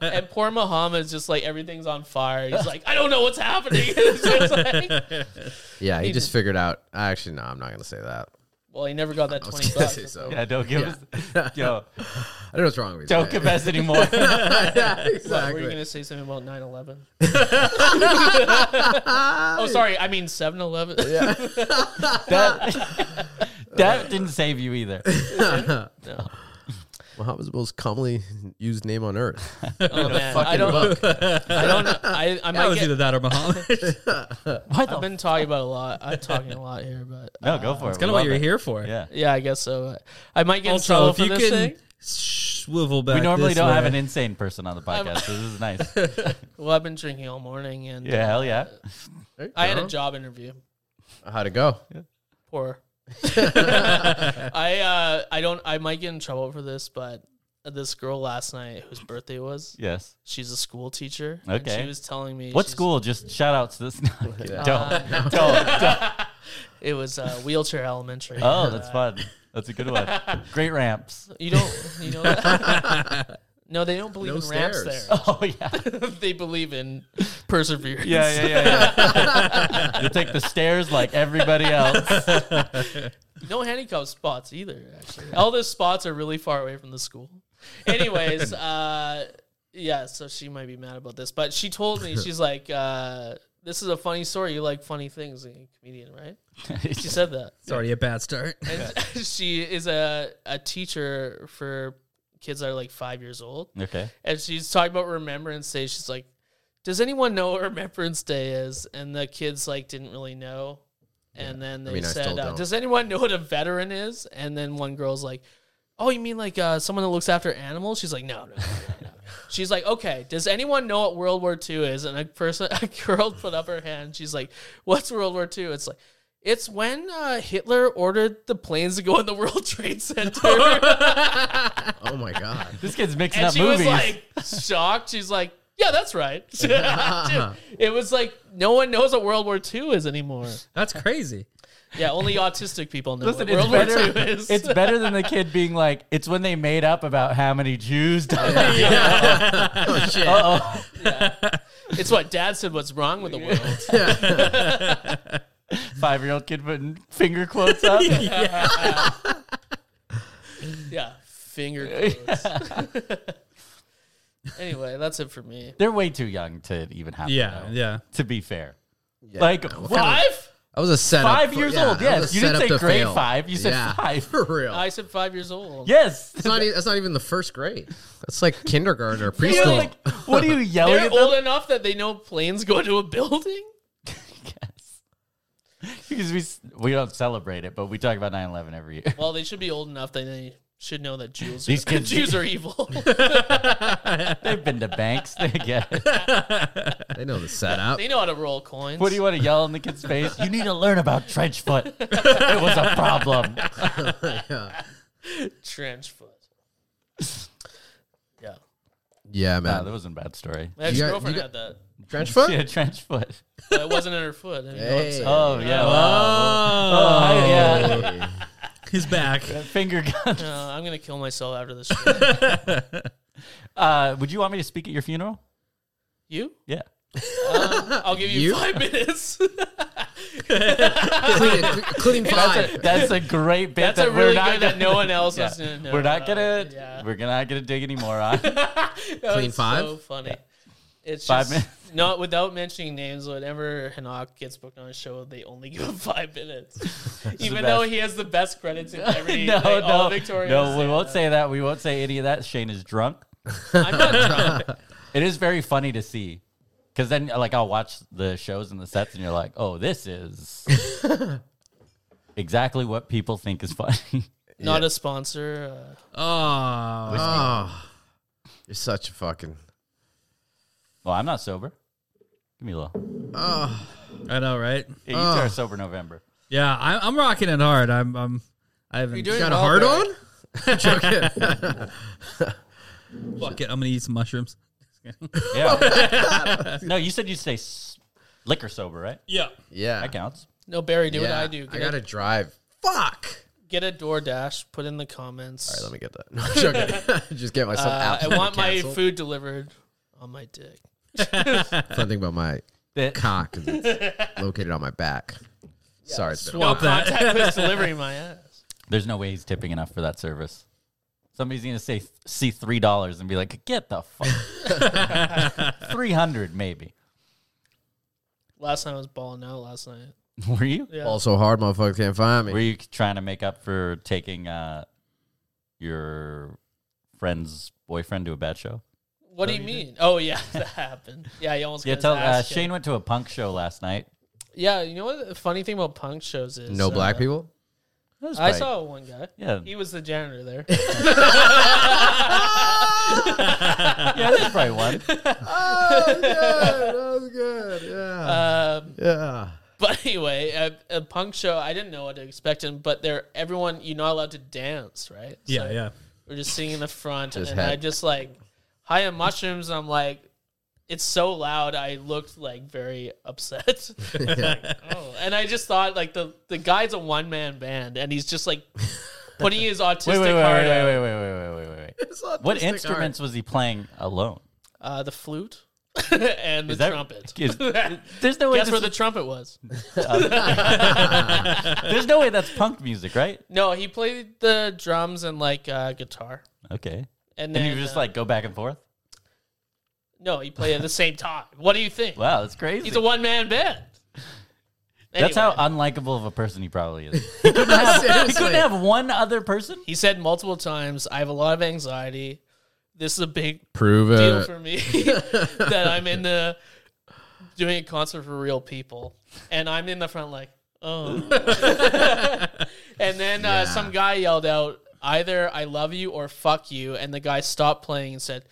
Speaker 4: And poor Muhammad's just like everything's on fire. He's like, I don't know what's
Speaker 5: [LAUGHS]
Speaker 4: happening. [LAUGHS] It's just like-
Speaker 2: Yeah, he
Speaker 3: [LAUGHS]
Speaker 2: just figured out. Actually, no, I'm not gonna say that. [LAUGHS]
Speaker 4: well, he never got that
Speaker 2: I was
Speaker 4: twenty
Speaker 2: gonna
Speaker 4: bucks.
Speaker 2: say so.
Speaker 3: Yeah, don't give us. Yo,
Speaker 2: I don't know what's wrong with you. [LAUGHS]
Speaker 3: don't give us anymore.
Speaker 2: yeah,
Speaker 4: What, Were you
Speaker 2: exactly.
Speaker 4: gonna say something about 9-11?
Speaker 5: [LAUGHS]
Speaker 4: oh, sorry. I mean 7-Eleven.
Speaker 3: that, that didn't save you either.
Speaker 2: Muhammad's the most commonly used name on earth.
Speaker 3: [LAUGHS]
Speaker 4: Oh man, I don't. I don't. I, I
Speaker 5: That
Speaker 4: might
Speaker 5: was
Speaker 4: get,
Speaker 5: either that or Muhammad. It's
Speaker 3: What
Speaker 4: [LAUGHS] I've
Speaker 3: the?
Speaker 4: been talking about a lot. I'm talking a lot here, but
Speaker 3: no, go for it.
Speaker 5: kind of
Speaker 3: We
Speaker 5: what
Speaker 3: love
Speaker 5: you're
Speaker 3: it.
Speaker 5: here for.
Speaker 3: Yeah.
Speaker 4: yeah, I guess so. I might get in
Speaker 5: Also,
Speaker 4: trouble
Speaker 5: if
Speaker 4: for
Speaker 5: you
Speaker 4: this
Speaker 5: can
Speaker 4: thing.
Speaker 5: swivel back,
Speaker 3: We normally
Speaker 5: this
Speaker 3: don't
Speaker 5: way.
Speaker 3: have an insane person on the podcast, so this is nice.
Speaker 4: Well, I've been drinking all morning, and uh,
Speaker 3: Yeah, hell yeah.
Speaker 4: I had a job interview.
Speaker 2: How'd it go?
Speaker 3: [LAUGHS]
Speaker 4: Poor. I uh, I don't. I might get in trouble for this, but this girl last night, whose birthday it was,
Speaker 3: Yes.
Speaker 4: she's a school teacher. and
Speaker 3: Okay.
Speaker 4: she was telling me
Speaker 3: What
Speaker 4: she's-
Speaker 3: school? Just shout outs to this. [LAUGHS] No, I'm kidding. don't.
Speaker 4: Uh,
Speaker 3: don't.
Speaker 4: [LAUGHS] It was uh, wheelchair elementary.
Speaker 3: Oh, that's
Speaker 4: Uh,
Speaker 3: fun. That's a good one. Great ramps.
Speaker 4: You don't, you
Speaker 2: [LAUGHS]
Speaker 4: know. that? no, they don't believe
Speaker 2: No
Speaker 4: in ramps
Speaker 2: stairs.
Speaker 4: there. [LAUGHS]
Speaker 3: Oh yeah.
Speaker 4: they believe in perseverance.
Speaker 3: Yeah, yeah, yeah, yeah. you take the stairs like everybody else. [LAUGHS]
Speaker 4: No handicap spots either. Actually, all those spots are really far away from the school. Anyways, uh, yeah. So she might be mad about this, but she told me she's like, uh, "This is a funny story. You like funny things, you're a comedian, right?" She said that.
Speaker 5: It's already a bad start.
Speaker 4: And [LAUGHS] she is a a teacher for kids that are like five years old.
Speaker 3: okay.
Speaker 4: and she's talking about Remembrance Day. She's like, "Does anyone know what Remembrance Day is?" And the kids like didn't really know. And then they
Speaker 2: mean, I
Speaker 4: said,
Speaker 2: still
Speaker 4: uh,
Speaker 2: don't.
Speaker 4: "Does anyone know what a veteran is?" And then one girl's like, "Oh, you mean like uh, someone that looks after animals?" She's like, "No, no."
Speaker 2: [LAUGHS]
Speaker 4: no, no, no." She's like, "Okay, does anyone know what World War II is?" And a person, a girl, put up her hand. She's like, "What's World War II?" It's like. It's when uh, Hitler ordered the planes to go in the World Trade
Speaker 2: [LAUGHS]
Speaker 4: Center.
Speaker 2: [LAUGHS] Oh my god. [LAUGHS]
Speaker 3: This kid's mixing
Speaker 4: and
Speaker 3: up
Speaker 4: she
Speaker 3: movies.
Speaker 4: was like shocked. She's like, "Yeah, that's right." [LAUGHS]
Speaker 3: [LAUGHS]
Speaker 4: Dude, it was like no one knows what World War II is anymore.
Speaker 5: That's crazy.
Speaker 4: Yeah, only autistic people know
Speaker 3: Listen,
Speaker 4: what
Speaker 3: it's
Speaker 4: World
Speaker 3: better,
Speaker 4: War II is.
Speaker 3: it's better than the kid being like, it's when they made up about how many Jews died. [LAUGHS]
Speaker 2: Oh shit.
Speaker 3: Uh-oh.
Speaker 4: [LAUGHS] It's what Dad said. What's wrong with the world?
Speaker 3: Five year old kid putting finger quotes up.
Speaker 4: Yeah,
Speaker 3: [LAUGHS]
Speaker 4: finger quotes. [LAUGHS] anyway, that's it for me.
Speaker 3: They're way too young to even have
Speaker 5: Yeah,
Speaker 3: to know,
Speaker 5: yeah.
Speaker 3: to be fair. like
Speaker 4: Five?
Speaker 2: That was a setup.
Speaker 3: five
Speaker 2: for-
Speaker 3: years
Speaker 2: yeah,
Speaker 3: old,
Speaker 2: that was
Speaker 3: yes.
Speaker 2: a
Speaker 3: You didn't
Speaker 2: setup
Speaker 3: say
Speaker 2: to
Speaker 3: grade
Speaker 2: fail.
Speaker 3: five, you said
Speaker 2: [LAUGHS]
Speaker 3: five.
Speaker 2: For real.
Speaker 4: I said five years old.
Speaker 3: Yes.
Speaker 2: It's not, e- that's not even the first grade. That's like kindergarten or
Speaker 3: You're
Speaker 2: preschool.
Speaker 3: like, what are you yelling
Speaker 4: They're
Speaker 3: at them?
Speaker 4: old enough that they know planes go into a building.
Speaker 3: Because we, s- we don't celebrate it, but we talk about 9 11 every year. [LAUGHS]
Speaker 4: Well, they should be old enough that they should know that Jews
Speaker 3: These
Speaker 4: are, [LAUGHS]
Speaker 3: kids-
Speaker 4: Jews are
Speaker 3: [LAUGHS]
Speaker 4: evil.
Speaker 3: They've been to banks. They get it.
Speaker 2: they know the setup.
Speaker 4: they know how to roll coins.
Speaker 3: What do you want to yell in the kid's face? You need to learn about trench foot.
Speaker 4: [LAUGHS]
Speaker 3: it was a problem.
Speaker 4: trench foot. Yeah.
Speaker 2: Yeah,
Speaker 3: Nah,
Speaker 2: man.
Speaker 3: that was not a bad story.
Speaker 4: My ex
Speaker 2: got-
Speaker 4: girlfriend
Speaker 2: you
Speaker 4: had that.
Speaker 2: [LAUGHS] Trench foot?
Speaker 3: Yeah, trench foot.
Speaker 4: But it wasn't in her foot. I mean, no one
Speaker 2: Hey.
Speaker 4: said-
Speaker 3: Oh yeah. wow.
Speaker 4: [LAUGHS]
Speaker 5: Oh,
Speaker 3: Oh, [LAUGHS] yeah.
Speaker 2: [LAUGHS]
Speaker 5: he's back.
Speaker 3: Finger gun.
Speaker 4: No, I'm going to kill myself after this. shit.
Speaker 3: Uh, would you want me to speak at your funeral?
Speaker 4: [LAUGHS] you?
Speaker 3: Yeah.
Speaker 4: Um, I'll give you,
Speaker 2: You?
Speaker 4: five minutes.
Speaker 2: Including- including
Speaker 3: That's
Speaker 2: five.
Speaker 3: a, that's a great bit.
Speaker 4: [LAUGHS] That's a
Speaker 3: that we're
Speaker 4: really
Speaker 3: not
Speaker 4: good that
Speaker 3: gonna-
Speaker 4: no [LAUGHS] one else
Speaker 3: [LAUGHS] Yeah.
Speaker 4: is gonna know.
Speaker 3: We're not gonna.
Speaker 4: Yeah.
Speaker 3: We're not gonna dig any more
Speaker 4: [LAUGHS]
Speaker 3: on.
Speaker 4: That
Speaker 2: Clean
Speaker 4: was
Speaker 2: five?
Speaker 4: So funny. It's
Speaker 3: Five
Speaker 4: just
Speaker 3: minutes.
Speaker 4: [LAUGHS] not without mentioning names. Whenever Hanak gets booked on a show, they only give him five [LAUGHS] minutes, even though
Speaker 3: best.
Speaker 4: he has the best credits [LAUGHS] in every.
Speaker 3: no,
Speaker 4: like, all
Speaker 3: no,
Speaker 4: Victorian
Speaker 3: no. We
Speaker 4: stand-up.
Speaker 3: won't say that. We won't say any of that. Shane is drunk.
Speaker 4: I'm not
Speaker 2: [LAUGHS]
Speaker 4: [LAUGHS] drunk.
Speaker 3: It is very funny to see. Cause then, like, I'll watch the shows and the sets, and you're like, "Oh, this is exactly what people think is funny." [LAUGHS]
Speaker 4: Not a sponsor. Uh,
Speaker 5: Oh,
Speaker 2: Oh, you're such a fucking.
Speaker 3: well, I'm not sober. Give me a little.
Speaker 2: ah.
Speaker 5: I know, right?
Speaker 3: Yeah, you two are sober November.
Speaker 5: Yeah, I, I'm rocking it hard. I'm, I'm, I haven't.
Speaker 4: doing-
Speaker 2: Got a
Speaker 4: well,
Speaker 2: hard on?
Speaker 4: Barry. [LAUGHS]
Speaker 2: Joking. [LAUGHS]
Speaker 5: Fuck it, I'm gonna eat some mushrooms.
Speaker 3: Yeah. no, you said you stay s- liquor sober, right?
Speaker 5: Yeah.
Speaker 2: yeah.
Speaker 3: That counts.
Speaker 4: no, Barry, do
Speaker 2: yeah.
Speaker 4: what I do.
Speaker 2: I
Speaker 4: Get,
Speaker 2: gotta
Speaker 4: a,
Speaker 2: drive. Fuck.
Speaker 4: get a DoorDash. Put in the comments.
Speaker 2: All right, let me get that. [LAUGHS] No, I'm
Speaker 4: [LAUGHS]
Speaker 2: joking. [LAUGHS] Just get myself
Speaker 4: Uh,
Speaker 2: out.
Speaker 4: I want my
Speaker 2: Cancel.
Speaker 4: food delivered on my dick.
Speaker 2: Something about my
Speaker 3: That-
Speaker 2: cock 'cause
Speaker 4: [LAUGHS]
Speaker 2: it's located on my back. Sorry, it's been a
Speaker 5: Swap that.
Speaker 4: Contactless delivery
Speaker 2: [LAUGHS]
Speaker 4: my ass.
Speaker 3: There's no way he's tipping enough for that service. Somebody's gonna say see three dollars and be like, "Get the fuck." [LAUGHS] Three hundred maybe.
Speaker 4: Last night I was balling out. Last night.
Speaker 3: Were you?
Speaker 4: Yeah.
Speaker 2: Also hard, motherfuckers can't find
Speaker 3: Were
Speaker 2: me.
Speaker 3: you trying to make up for taking uh, your friend's boyfriend to a bad show?
Speaker 4: What do you mean? Oh yeah, [LAUGHS] that happened. Yeah, he almost
Speaker 3: Yeah,
Speaker 4: got
Speaker 3: tell
Speaker 4: his
Speaker 3: uh,
Speaker 4: ass kicked.
Speaker 3: Shane went to a punk show last night.
Speaker 4: Yeah, you know what? The funny thing about punk shows is
Speaker 2: No
Speaker 4: uh,
Speaker 2: black people.
Speaker 3: That was
Speaker 4: I
Speaker 3: probably-
Speaker 4: saw one guy.
Speaker 3: Yeah,
Speaker 4: He was the janitor there. [LAUGHS]
Speaker 3: yeah, that's probably
Speaker 4: [LAUGHS]
Speaker 3: one.
Speaker 2: Oh,
Speaker 3: [LAUGHS]
Speaker 2: good. That was good. Yeah.
Speaker 3: Uh,
Speaker 4: um,
Speaker 2: yeah.
Speaker 4: but anyway, at a punk show, I didn't know what to expect, and but they're everyone. You're not allowed to dance, right?
Speaker 5: Yeah,
Speaker 4: So
Speaker 5: yeah.
Speaker 4: We're just sitting in the front,
Speaker 2: Just
Speaker 4: and
Speaker 2: had-
Speaker 4: I just like high on mushrooms. And I'm like, it's so loud. I looked like very
Speaker 3: [LAUGHS]
Speaker 4: upset. [LAUGHS] oh, and I just thought like the the guy's a one man band, and he's just like putting his autistic
Speaker 3: Wait, wait, wait, wait,
Speaker 4: heart
Speaker 3: wait,
Speaker 4: out.
Speaker 3: wait, wait, wait, wait,
Speaker 4: [LAUGHS]
Speaker 3: wait, wait. What [LAUGHS] instruments was he playing alone?
Speaker 4: Uh, the flute [LAUGHS] and the
Speaker 3: Is that-
Speaker 4: trumpet. [LAUGHS]
Speaker 3: [LAUGHS] is- there's no way
Speaker 4: Guess
Speaker 3: this
Speaker 4: where the
Speaker 3: is-
Speaker 4: trumpet was?
Speaker 3: [LAUGHS] There's no way that's punk music, right?
Speaker 4: No, he played the drums and like uh, guitar.
Speaker 3: Okay.
Speaker 4: And
Speaker 3: And
Speaker 4: then
Speaker 3: you just
Speaker 4: uh,
Speaker 3: like go back and forth.
Speaker 4: no, he played at the same time. What do you think?
Speaker 3: Wow, that's crazy.
Speaker 4: He's a one man band.
Speaker 3: that's how
Speaker 4: Anyway,
Speaker 3: unlikable of a person he
Speaker 4: [LAUGHS]
Speaker 3: probably is. [LAUGHS] He couldn't have, he couldn't have one other person.
Speaker 4: he said multiple times. I have a lot of anxiety. This is a big
Speaker 2: Prove
Speaker 4: deal
Speaker 2: it.
Speaker 4: for me that I'm in the doing a concert for real people, and I'm in the front like, oh. and then uh, some guy yelled out either "I love you" or "fuck you," and the guy stopped playing and said,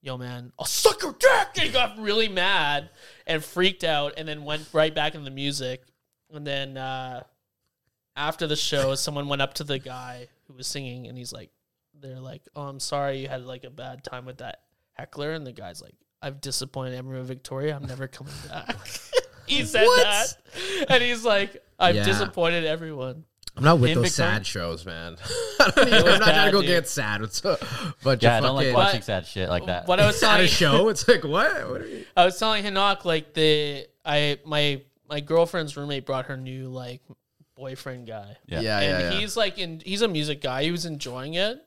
Speaker 4: "Yo, man, I'll suck your dick." And he got really mad and freaked out, and then went right back into the music, and then. Uh, after the show, someone went up to the guy who was singing, and he's like, "They're like, oh, I'm sorry, you had like a bad time with that heckler," and the guy's like, "I've disappointed everyone in Victoria. I'm never coming back." [LAUGHS] he said that, and he's like, "I've
Speaker 2: Yeah.
Speaker 4: disappointed everyone."
Speaker 2: I'm not with
Speaker 3: In
Speaker 2: those
Speaker 3: Victoria?
Speaker 2: sad shows,
Speaker 3: [LAUGHS]
Speaker 2: man. [LAUGHS] I don't even, I'm not
Speaker 4: bad,
Speaker 2: trying to go
Speaker 4: dude.
Speaker 2: get sad. It's a bunch
Speaker 3: Yeah, I
Speaker 2: of
Speaker 3: don't like
Speaker 2: fucking
Speaker 3: watching sad shit like [LAUGHS] that.
Speaker 4: What
Speaker 2: [LAUGHS]
Speaker 4: I was
Speaker 2: at a
Speaker 4: telling,
Speaker 2: show. It's like what? what are you-
Speaker 4: I was telling Hinak like the I my my girlfriend's roommate brought her new like boyfriend guy.
Speaker 3: Yeah.
Speaker 2: yeah, yeah,
Speaker 4: and
Speaker 2: yeah.
Speaker 4: he's like in he's a music guy he was enjoying it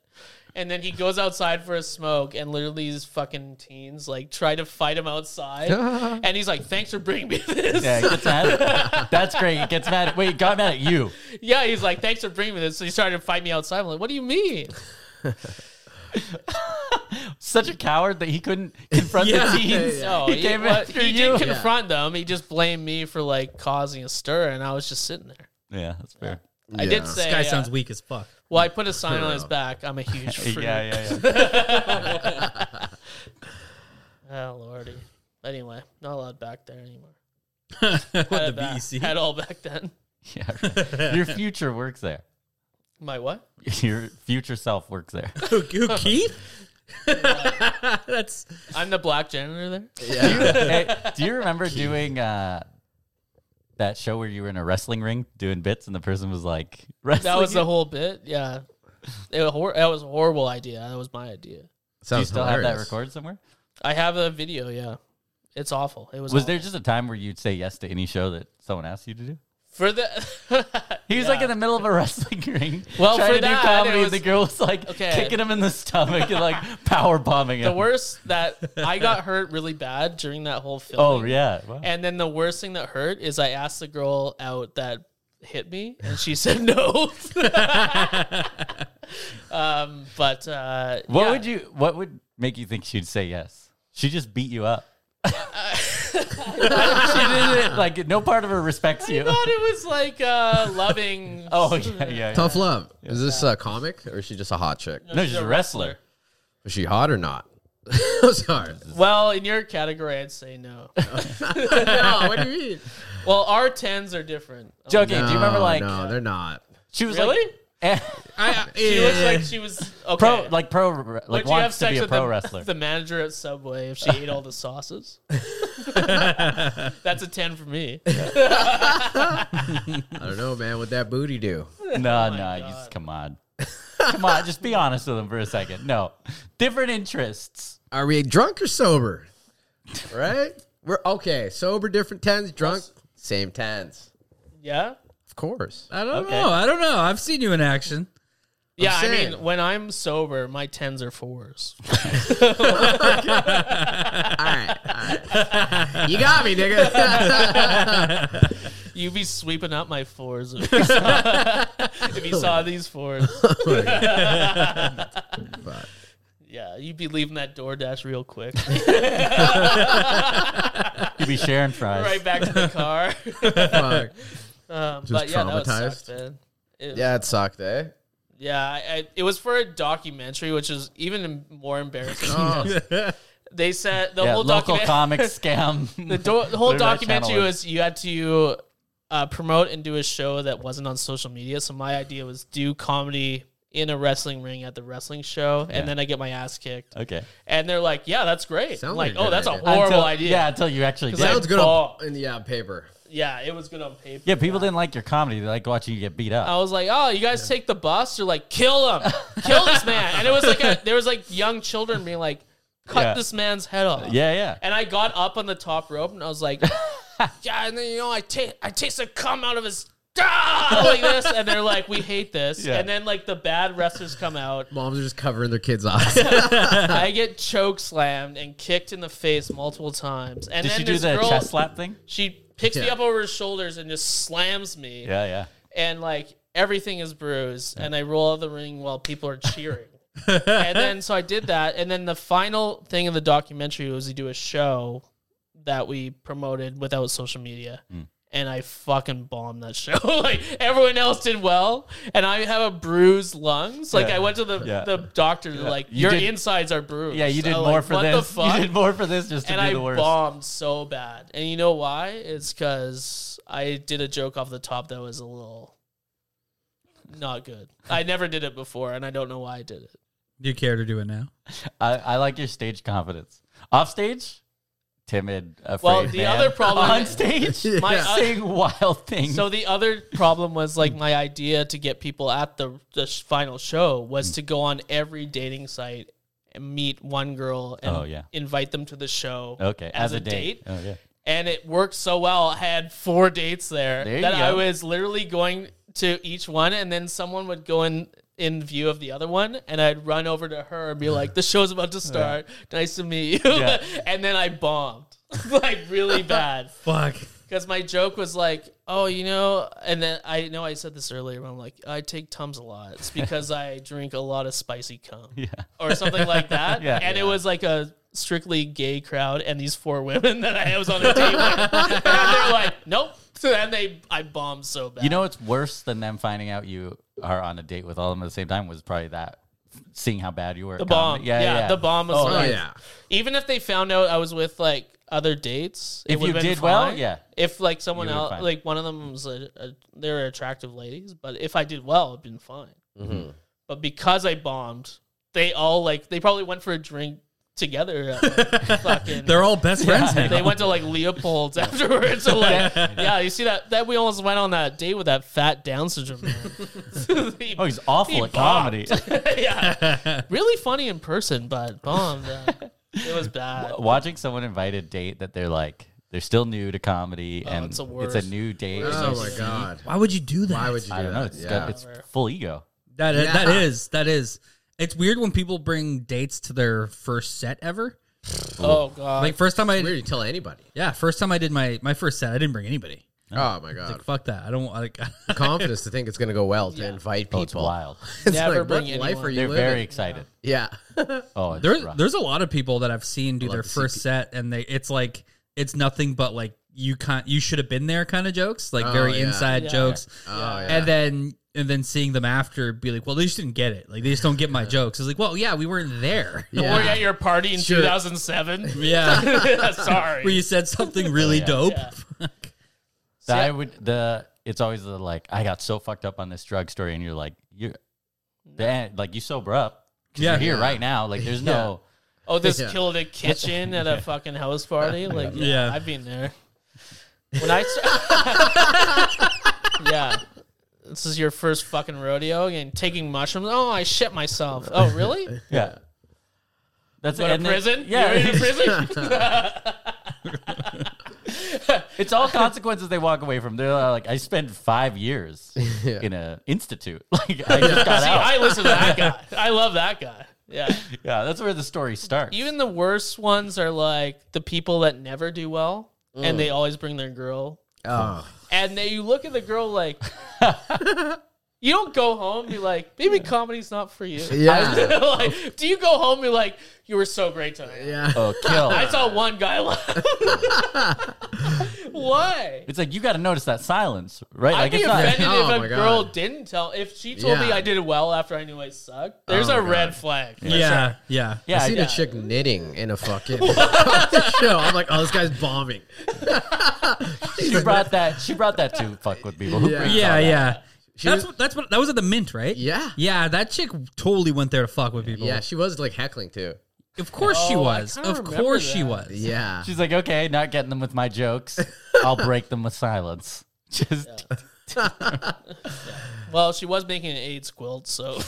Speaker 4: and then he goes outside for a smoke and literally these fucking teens like try to fight him outside and he's like thanks for bringing me this
Speaker 3: yeah,
Speaker 4: yeah, [LAUGHS]
Speaker 3: he gets mad. That's great. He gets mad. Wait, he got mad at you.
Speaker 4: he's like thanks for bringing me this so he started to fight me outside i'm like what do you mean
Speaker 3: Such a coward that he couldn't confront
Speaker 2: Yeah.
Speaker 3: the teens.
Speaker 4: no
Speaker 3: he,
Speaker 4: he,
Speaker 3: came
Speaker 4: what-
Speaker 3: after
Speaker 4: he
Speaker 3: you.
Speaker 4: didn't confront them he just blamed me for like causing a stir and i was just sitting there
Speaker 3: Yeah, that's fair.
Speaker 4: i
Speaker 2: Yeah.
Speaker 4: did say
Speaker 5: This guy
Speaker 4: uh,
Speaker 5: sounds weak as fuck.
Speaker 4: well i put a sign on his back i'm a huge freak
Speaker 3: [LAUGHS] Yeah, yeah, yeah.
Speaker 4: oh lordy anyway not allowed back there anymore
Speaker 5: [LAUGHS] what
Speaker 4: Had
Speaker 5: the E
Speaker 4: it back-
Speaker 5: BEC?
Speaker 4: had all back then
Speaker 3: yeah. Your future works there.
Speaker 4: my what
Speaker 3: Your future self works there.
Speaker 5: Who,
Speaker 4: [LAUGHS]
Speaker 5: who Keith? That's
Speaker 4: I'm the black janitor there.
Speaker 3: Hey, do you remember doing uh, that show where you were in a wrestling ring doing bits and the person was like, wrestling?
Speaker 4: That was
Speaker 3: you?
Speaker 4: the whole bit. Yeah, it was hor- that was a horrible idea. That was my idea.
Speaker 3: Do you
Speaker 2: Sounds
Speaker 3: still have
Speaker 2: hilarious.
Speaker 3: that recorded somewhere?
Speaker 4: I have a video. Yeah, It's awful. It was.
Speaker 3: Was
Speaker 4: awful.
Speaker 3: there just a time where you'd say yes to any show that someone asked you to do?
Speaker 4: for the? [LAUGHS]
Speaker 3: He was like in the middle of a [LAUGHS] wrestling ring.
Speaker 4: Well,
Speaker 3: trying
Speaker 4: for
Speaker 3: to do
Speaker 4: that,
Speaker 3: comedy,
Speaker 4: it
Speaker 3: and the
Speaker 4: was-
Speaker 3: girl was like
Speaker 4: Okay.
Speaker 3: kicking him in the stomach and like [LAUGHS] power bombing him.
Speaker 4: the worst that I got hurt really bad during that whole film.
Speaker 3: Oh yeah, wow.
Speaker 4: And then the worst thing that hurt is I asked the girl out that hit me, and she [LAUGHS] said
Speaker 3: [LAUGHS]
Speaker 4: no. um, but uh,
Speaker 3: what
Speaker 4: yeah.
Speaker 3: would you? What would make you think she'd say yes? She just beat you
Speaker 4: [LAUGHS]
Speaker 3: up.
Speaker 2: [LAUGHS]
Speaker 3: she didn't like no part of her respects you.
Speaker 4: I thought it was like uh, loving.
Speaker 3: [LAUGHS] Oh yeah, yeah.
Speaker 2: [LAUGHS]
Speaker 3: yeah.
Speaker 2: Tough love. Is this a comic or is she just a hot chick?
Speaker 3: No, she's a wrestler.
Speaker 2: Is she hot or not? [LAUGHS] I'm sorry.
Speaker 4: Well, in your category, I'd say no.
Speaker 2: [LAUGHS] no, what do you mean?
Speaker 4: well, our tens are different.
Speaker 3: Joking. do you remember
Speaker 2: No,
Speaker 3: like
Speaker 2: Oh, No, they're not.
Speaker 3: she was
Speaker 4: Really?
Speaker 3: like [LAUGHS] eh,
Speaker 5: I,
Speaker 4: She looks
Speaker 5: yeah.
Speaker 4: like she was okay.
Speaker 3: pro like pro like
Speaker 4: Would you have
Speaker 3: wants to
Speaker 4: sex
Speaker 3: be a
Speaker 4: with
Speaker 3: pro
Speaker 4: the, [LAUGHS]
Speaker 3: wrestler?
Speaker 4: the manager at Subway if she ate all the
Speaker 3: [LAUGHS]
Speaker 4: sauces? [LAUGHS] That's a ten for me.
Speaker 2: I don't know, man. What that booty do?
Speaker 4: Oh
Speaker 3: No, no, you just come on. Come on, just be honest with him for a second. No. Different interests.
Speaker 2: Are we drunk or sober? Right? We're okay. Sober, different tens. Drunk, same tens.
Speaker 4: Yeah.
Speaker 2: Of course.
Speaker 5: I don't
Speaker 3: Okay.
Speaker 5: know. I don't know. I've seen you in action.
Speaker 4: Yeah, I
Speaker 2: saying.
Speaker 4: mean, when I'm sober, my tens are fours.
Speaker 2: All right, all right. You got me, nigga. [LAUGHS]
Speaker 4: You be sweeping up my fours if you saw,
Speaker 3: [LAUGHS]
Speaker 4: if you saw these fours. [LAUGHS]
Speaker 2: Fuck.
Speaker 4: Yeah, you'd be leaving that DoorDash real quick,
Speaker 3: You'd be
Speaker 4: [LAUGHS]
Speaker 3: sharing fries.
Speaker 4: right back to
Speaker 2: [LAUGHS]
Speaker 4: the car. [LAUGHS]
Speaker 2: Fuck.
Speaker 4: Um,
Speaker 2: Just
Speaker 4: but yeah, that was
Speaker 2: traumatized.
Speaker 4: sucked, man. It, yeah,
Speaker 2: Yeah, it sucked, eh?
Speaker 4: yeah. I, I, it was for a documentary, which is even em- more embarrassing.
Speaker 2: [LAUGHS] Oh.
Speaker 4: They said the
Speaker 3: Yeah,
Speaker 4: whole
Speaker 3: local
Speaker 4: document-
Speaker 3: comic scam.
Speaker 4: [LAUGHS]
Speaker 3: [LAUGHS]
Speaker 4: the, do- the whole
Speaker 3: Whatever that
Speaker 4: documentary
Speaker 3: channel
Speaker 4: was you had to uh, promote and do a show that wasn't on social media. So my idea was do comedy in a wrestling ring at the wrestling show, and then I get my ass kicked.
Speaker 3: okay.
Speaker 4: And they're like, "Yeah, that's great."
Speaker 2: Sounds
Speaker 4: like,
Speaker 2: like a
Speaker 4: "Oh,
Speaker 2: good
Speaker 4: that's a
Speaker 2: idea.
Speaker 4: horrible
Speaker 3: Until-
Speaker 4: idea."
Speaker 3: Yeah, until you actually did.
Speaker 2: Sounds good
Speaker 4: Ball.
Speaker 2: on in the uh, paper.
Speaker 4: Yeah, it was good on paper.
Speaker 3: yeah, people didn't like your comedy. They liked watching you get beat up.
Speaker 4: I was like, "Oh, you guys take the bus?" They're like, "Kill him, kill this man!" And it was like a, there was like young children being like, "Cut
Speaker 3: Yeah.
Speaker 4: this man's head off."
Speaker 3: yeah, yeah.
Speaker 4: And I got up on the top rope and I was
Speaker 3: [LAUGHS]
Speaker 4: like, yeah, and then you know I take I taste the cum out of his ah! like this, and they're like, we hate this.
Speaker 3: Yeah.
Speaker 4: And then like the bad wrestlers come out.
Speaker 2: Moms are just covering their kids' eyes.
Speaker 4: I get choke slammed and kicked in the face multiple times. And
Speaker 3: Did
Speaker 4: then
Speaker 3: she do
Speaker 4: this
Speaker 3: the
Speaker 4: girl,
Speaker 3: chest slap thing?
Speaker 4: She picks me
Speaker 2: Yeah.
Speaker 4: up over her shoulders and just slams me,
Speaker 3: Yeah, yeah.
Speaker 4: and like everything is bruised. And I roll out of the ring while people are
Speaker 3: [LAUGHS]
Speaker 4: cheering. and then so I did that, and then the final thing in the documentary was to do a show that we promoted without social media.
Speaker 3: Hmm.
Speaker 4: And I fucking bombed that show. [LAUGHS] like everyone else did well, and I have a bruised lungs. Like
Speaker 3: Yeah.
Speaker 4: I went to the,
Speaker 3: Yeah.
Speaker 4: the doctor, like
Speaker 3: You
Speaker 4: your
Speaker 3: did-
Speaker 4: insides are bruised.
Speaker 3: Yeah, you did
Speaker 4: I'm
Speaker 3: more
Speaker 4: like,
Speaker 3: for
Speaker 4: what
Speaker 3: this. [LAUGHS]
Speaker 4: The fuck?
Speaker 3: You did more for this just to
Speaker 4: and
Speaker 3: do
Speaker 4: I
Speaker 3: the worst.
Speaker 4: bombed so bad. And you know why? It's because I did a joke off the top that was a little not good. I never did it before, and I don't know why I did it.
Speaker 5: Do you care to do it now?
Speaker 3: I, I like your stage confidence. Off stage, timid, afraid.
Speaker 4: Well, the
Speaker 3: man.
Speaker 4: other problem-
Speaker 3: [LAUGHS] on stage,
Speaker 4: My-
Speaker 3: [LAUGHS] saying
Speaker 4: [LAUGHS]
Speaker 3: wild things.
Speaker 4: So the other problem was like my idea to get people at the the sh- final show was to go on every dating site and meet one girl and
Speaker 3: Oh, yeah.
Speaker 4: invite them to the show.
Speaker 3: okay,
Speaker 4: as, a, date.
Speaker 3: Oh yeah.
Speaker 4: And it worked so well. I had four dates there,
Speaker 3: There you
Speaker 4: that I
Speaker 3: go.
Speaker 4: was literally going to each one, and then someone would go in in view of the other one, and I'd run over to her and be like, "The show's about
Speaker 3: [LAUGHS]
Speaker 4: to start. Nice to meet you."
Speaker 3: Yeah.
Speaker 4: [LAUGHS] and then I bombed [LAUGHS] like
Speaker 3: [LAUGHS]
Speaker 4: really bad.
Speaker 5: Fuck.
Speaker 4: Because my joke was like, oh, you know, and then I know I said this earlier, but I'm like, I take Tums a lot. It's because
Speaker 3: [LAUGHS]
Speaker 4: I drink a lot of spicy cum
Speaker 3: Yeah.
Speaker 4: or something like that.
Speaker 3: [LAUGHS] Yeah.
Speaker 4: and it was like a strictly gay crowd and these four women that I was on a date
Speaker 3: [LAUGHS]
Speaker 4: with. and they're like, nope. [LAUGHS] So then they, I bombed so bad.
Speaker 3: You know what's worse than them finding out you are on a date with all of them at the same time was probably that seeing how bad you were.
Speaker 4: the bomb. Yeah, the bomb was
Speaker 3: Oh,
Speaker 2: oh
Speaker 4: like,
Speaker 2: yeah.
Speaker 4: even if they found out I was with like other dates, it
Speaker 3: If you
Speaker 4: would've been
Speaker 3: did well,
Speaker 4: fine.
Speaker 3: yeah.
Speaker 4: If like someone
Speaker 3: You would've
Speaker 4: else,
Speaker 3: fine.
Speaker 4: like one of them was a, a, they were attractive ladies, but if I did well, it'd been fine. But because I bombed, they all like they probably went for a drink together. at,
Speaker 3: [LAUGHS]
Speaker 4: like, fucking.
Speaker 5: They're all best friends now.
Speaker 4: [LAUGHS] They went to like Leopold's afterwards. So like, yeah, you see that that we almost went on that date with that fat Down syndrome man.
Speaker 3: [LAUGHS]
Speaker 4: [LAUGHS] He-
Speaker 3: Oh, he's awful
Speaker 4: he
Speaker 3: at comedy.
Speaker 4: bombed. yeah, really funny in person, but bombed. uh, It was bad.
Speaker 3: [LAUGHS] [LAUGHS] Watching someone invite a date that they're like they're still new to comedy
Speaker 4: Oh,
Speaker 3: and
Speaker 4: it's
Speaker 3: it's
Speaker 4: the
Speaker 3: a,
Speaker 4: worst.
Speaker 3: new date.
Speaker 2: Oh my god.
Speaker 5: Why would you do that?
Speaker 2: Why would you do
Speaker 3: I don't
Speaker 2: that?
Speaker 3: know. It's
Speaker 2: yeah.
Speaker 3: got, it's full ego.
Speaker 5: That
Speaker 2: Yeah.
Speaker 5: that is that is. It's weird when people bring dates to their first set ever.
Speaker 4: Oh god.
Speaker 5: Like first time I
Speaker 2: weird to tell anybody.
Speaker 5: yeah, first time I did my my first set, I didn't bring anybody.
Speaker 2: Oh my god.
Speaker 5: Fuck that. I don't want- like. [LAUGHS]
Speaker 2: Confidence to think it's gonna go well to invite people.
Speaker 3: Oh,
Speaker 4: [LAUGHS]
Speaker 3: it's wild.
Speaker 2: [LAUGHS] It's
Speaker 4: Never
Speaker 2: like,
Speaker 4: bring
Speaker 2: what life
Speaker 4: anyone.
Speaker 2: are you
Speaker 3: They're
Speaker 2: living?
Speaker 3: very excited.
Speaker 2: yeah.
Speaker 3: Oh, it's
Speaker 5: There,
Speaker 3: rough.
Speaker 5: there's a lot of people that I've seen do their
Speaker 2: to see
Speaker 5: first set, and they it's like it's nothing but like you can't you should have been there kind of jokes, like
Speaker 2: Oh,
Speaker 5: very
Speaker 2: yeah.
Speaker 5: inside
Speaker 4: Yeah.
Speaker 5: jokes,
Speaker 2: Oh yeah.
Speaker 5: and then and then seeing them after be like, well, they just didn't get it, like they just don't get
Speaker 2: [LAUGHS]
Speaker 5: my jokes. It's like, well, yeah, we weren't there.
Speaker 4: [LAUGHS] We're at your party in
Speaker 2: Sure.
Speaker 4: 2007.
Speaker 5: [LAUGHS]
Speaker 4: [LAUGHS]
Speaker 5: yeah,
Speaker 4: Sorry.
Speaker 5: where you said something really dope.
Speaker 3: The- I would the it's always the like I got so fucked up on this drug story, and you're like you, the like you sober up. 'cause
Speaker 5: Yeah.
Speaker 3: you're here right now. Like
Speaker 4: [LAUGHS]
Speaker 3: there's no.
Speaker 4: oh, this
Speaker 2: Yeah.
Speaker 4: killed a kitchen at a fucking house party. Like, yeah,
Speaker 5: Yeah.
Speaker 4: I've been there. When I start- [LAUGHS] yeah, this is your first fucking rodeo and taking mushrooms. Oh, I shit myself. Oh, really?
Speaker 3: Yeah. That's
Speaker 4: Go to
Speaker 3: and then-
Speaker 4: prison?
Speaker 3: yeah, [LAUGHS]
Speaker 4: You're in
Speaker 2: [LAUGHS]
Speaker 4: prison.
Speaker 3: it's all consequences they walk away from. They're like, I spent
Speaker 4: [LAUGHS]
Speaker 3: five years in a institute. [LAUGHS] Like I just got
Speaker 4: See,
Speaker 3: out.
Speaker 4: I listen to that guy. I love that guy. Yeah.
Speaker 3: yeah, that's where the story starts.
Speaker 4: Even the worst ones are like the people that never do well and they always bring their girl.
Speaker 2: oh.
Speaker 4: And then you look at the girl like, [LAUGHS] you don't go home and be like, maybe comedy's not for you.
Speaker 2: Yeah.
Speaker 4: [LAUGHS] like, do you go home and be like, you were so great tonight?
Speaker 2: Yeah.
Speaker 3: oh, kill.
Speaker 4: I saw one
Speaker 2: [LAUGHS]
Speaker 4: guy laugh. Why?
Speaker 3: It's like you got to notice that silence, right?
Speaker 4: I'd
Speaker 3: Like
Speaker 4: be
Speaker 3: it's not-
Speaker 4: offended
Speaker 2: Oh
Speaker 4: if
Speaker 2: my
Speaker 4: a
Speaker 2: God.
Speaker 4: girl didn't tell. If she told me
Speaker 2: Yeah.
Speaker 4: I did well after I knew I sucked, there's
Speaker 2: Oh
Speaker 4: a
Speaker 2: my
Speaker 4: red
Speaker 2: God.
Speaker 4: flag. for
Speaker 5: Yeah,
Speaker 4: sure.
Speaker 5: yeah.
Speaker 3: yeah,
Speaker 2: I seen
Speaker 3: yeah.
Speaker 2: a chick knitting in a [LAUGHS] fucking show. I'm like, oh, this guy's bombing.
Speaker 3: she brought that. She brought
Speaker 4: [LAUGHS]
Speaker 3: that to fuck with people. Who
Speaker 2: Yeah.
Speaker 3: brings
Speaker 5: Yeah,
Speaker 3: all that?
Speaker 5: yeah. that's
Speaker 2: was-
Speaker 5: what, that's what that was at the mint, right?
Speaker 2: Yeah.
Speaker 5: yeah. That chick totally went there to fuck with people.
Speaker 2: Yeah, she was like heckling too.
Speaker 5: of course she
Speaker 4: Oh, I
Speaker 5: was.
Speaker 4: kinda
Speaker 5: Of
Speaker 4: remember
Speaker 5: course she
Speaker 4: that.
Speaker 5: was.
Speaker 2: Yeah.
Speaker 3: She's like, okay, not getting them with my jokes. I'll break them with silence. [LAUGHS] Just
Speaker 4: Well, she was making an AIDS quilt,
Speaker 3: [LAUGHS]
Speaker 4: so.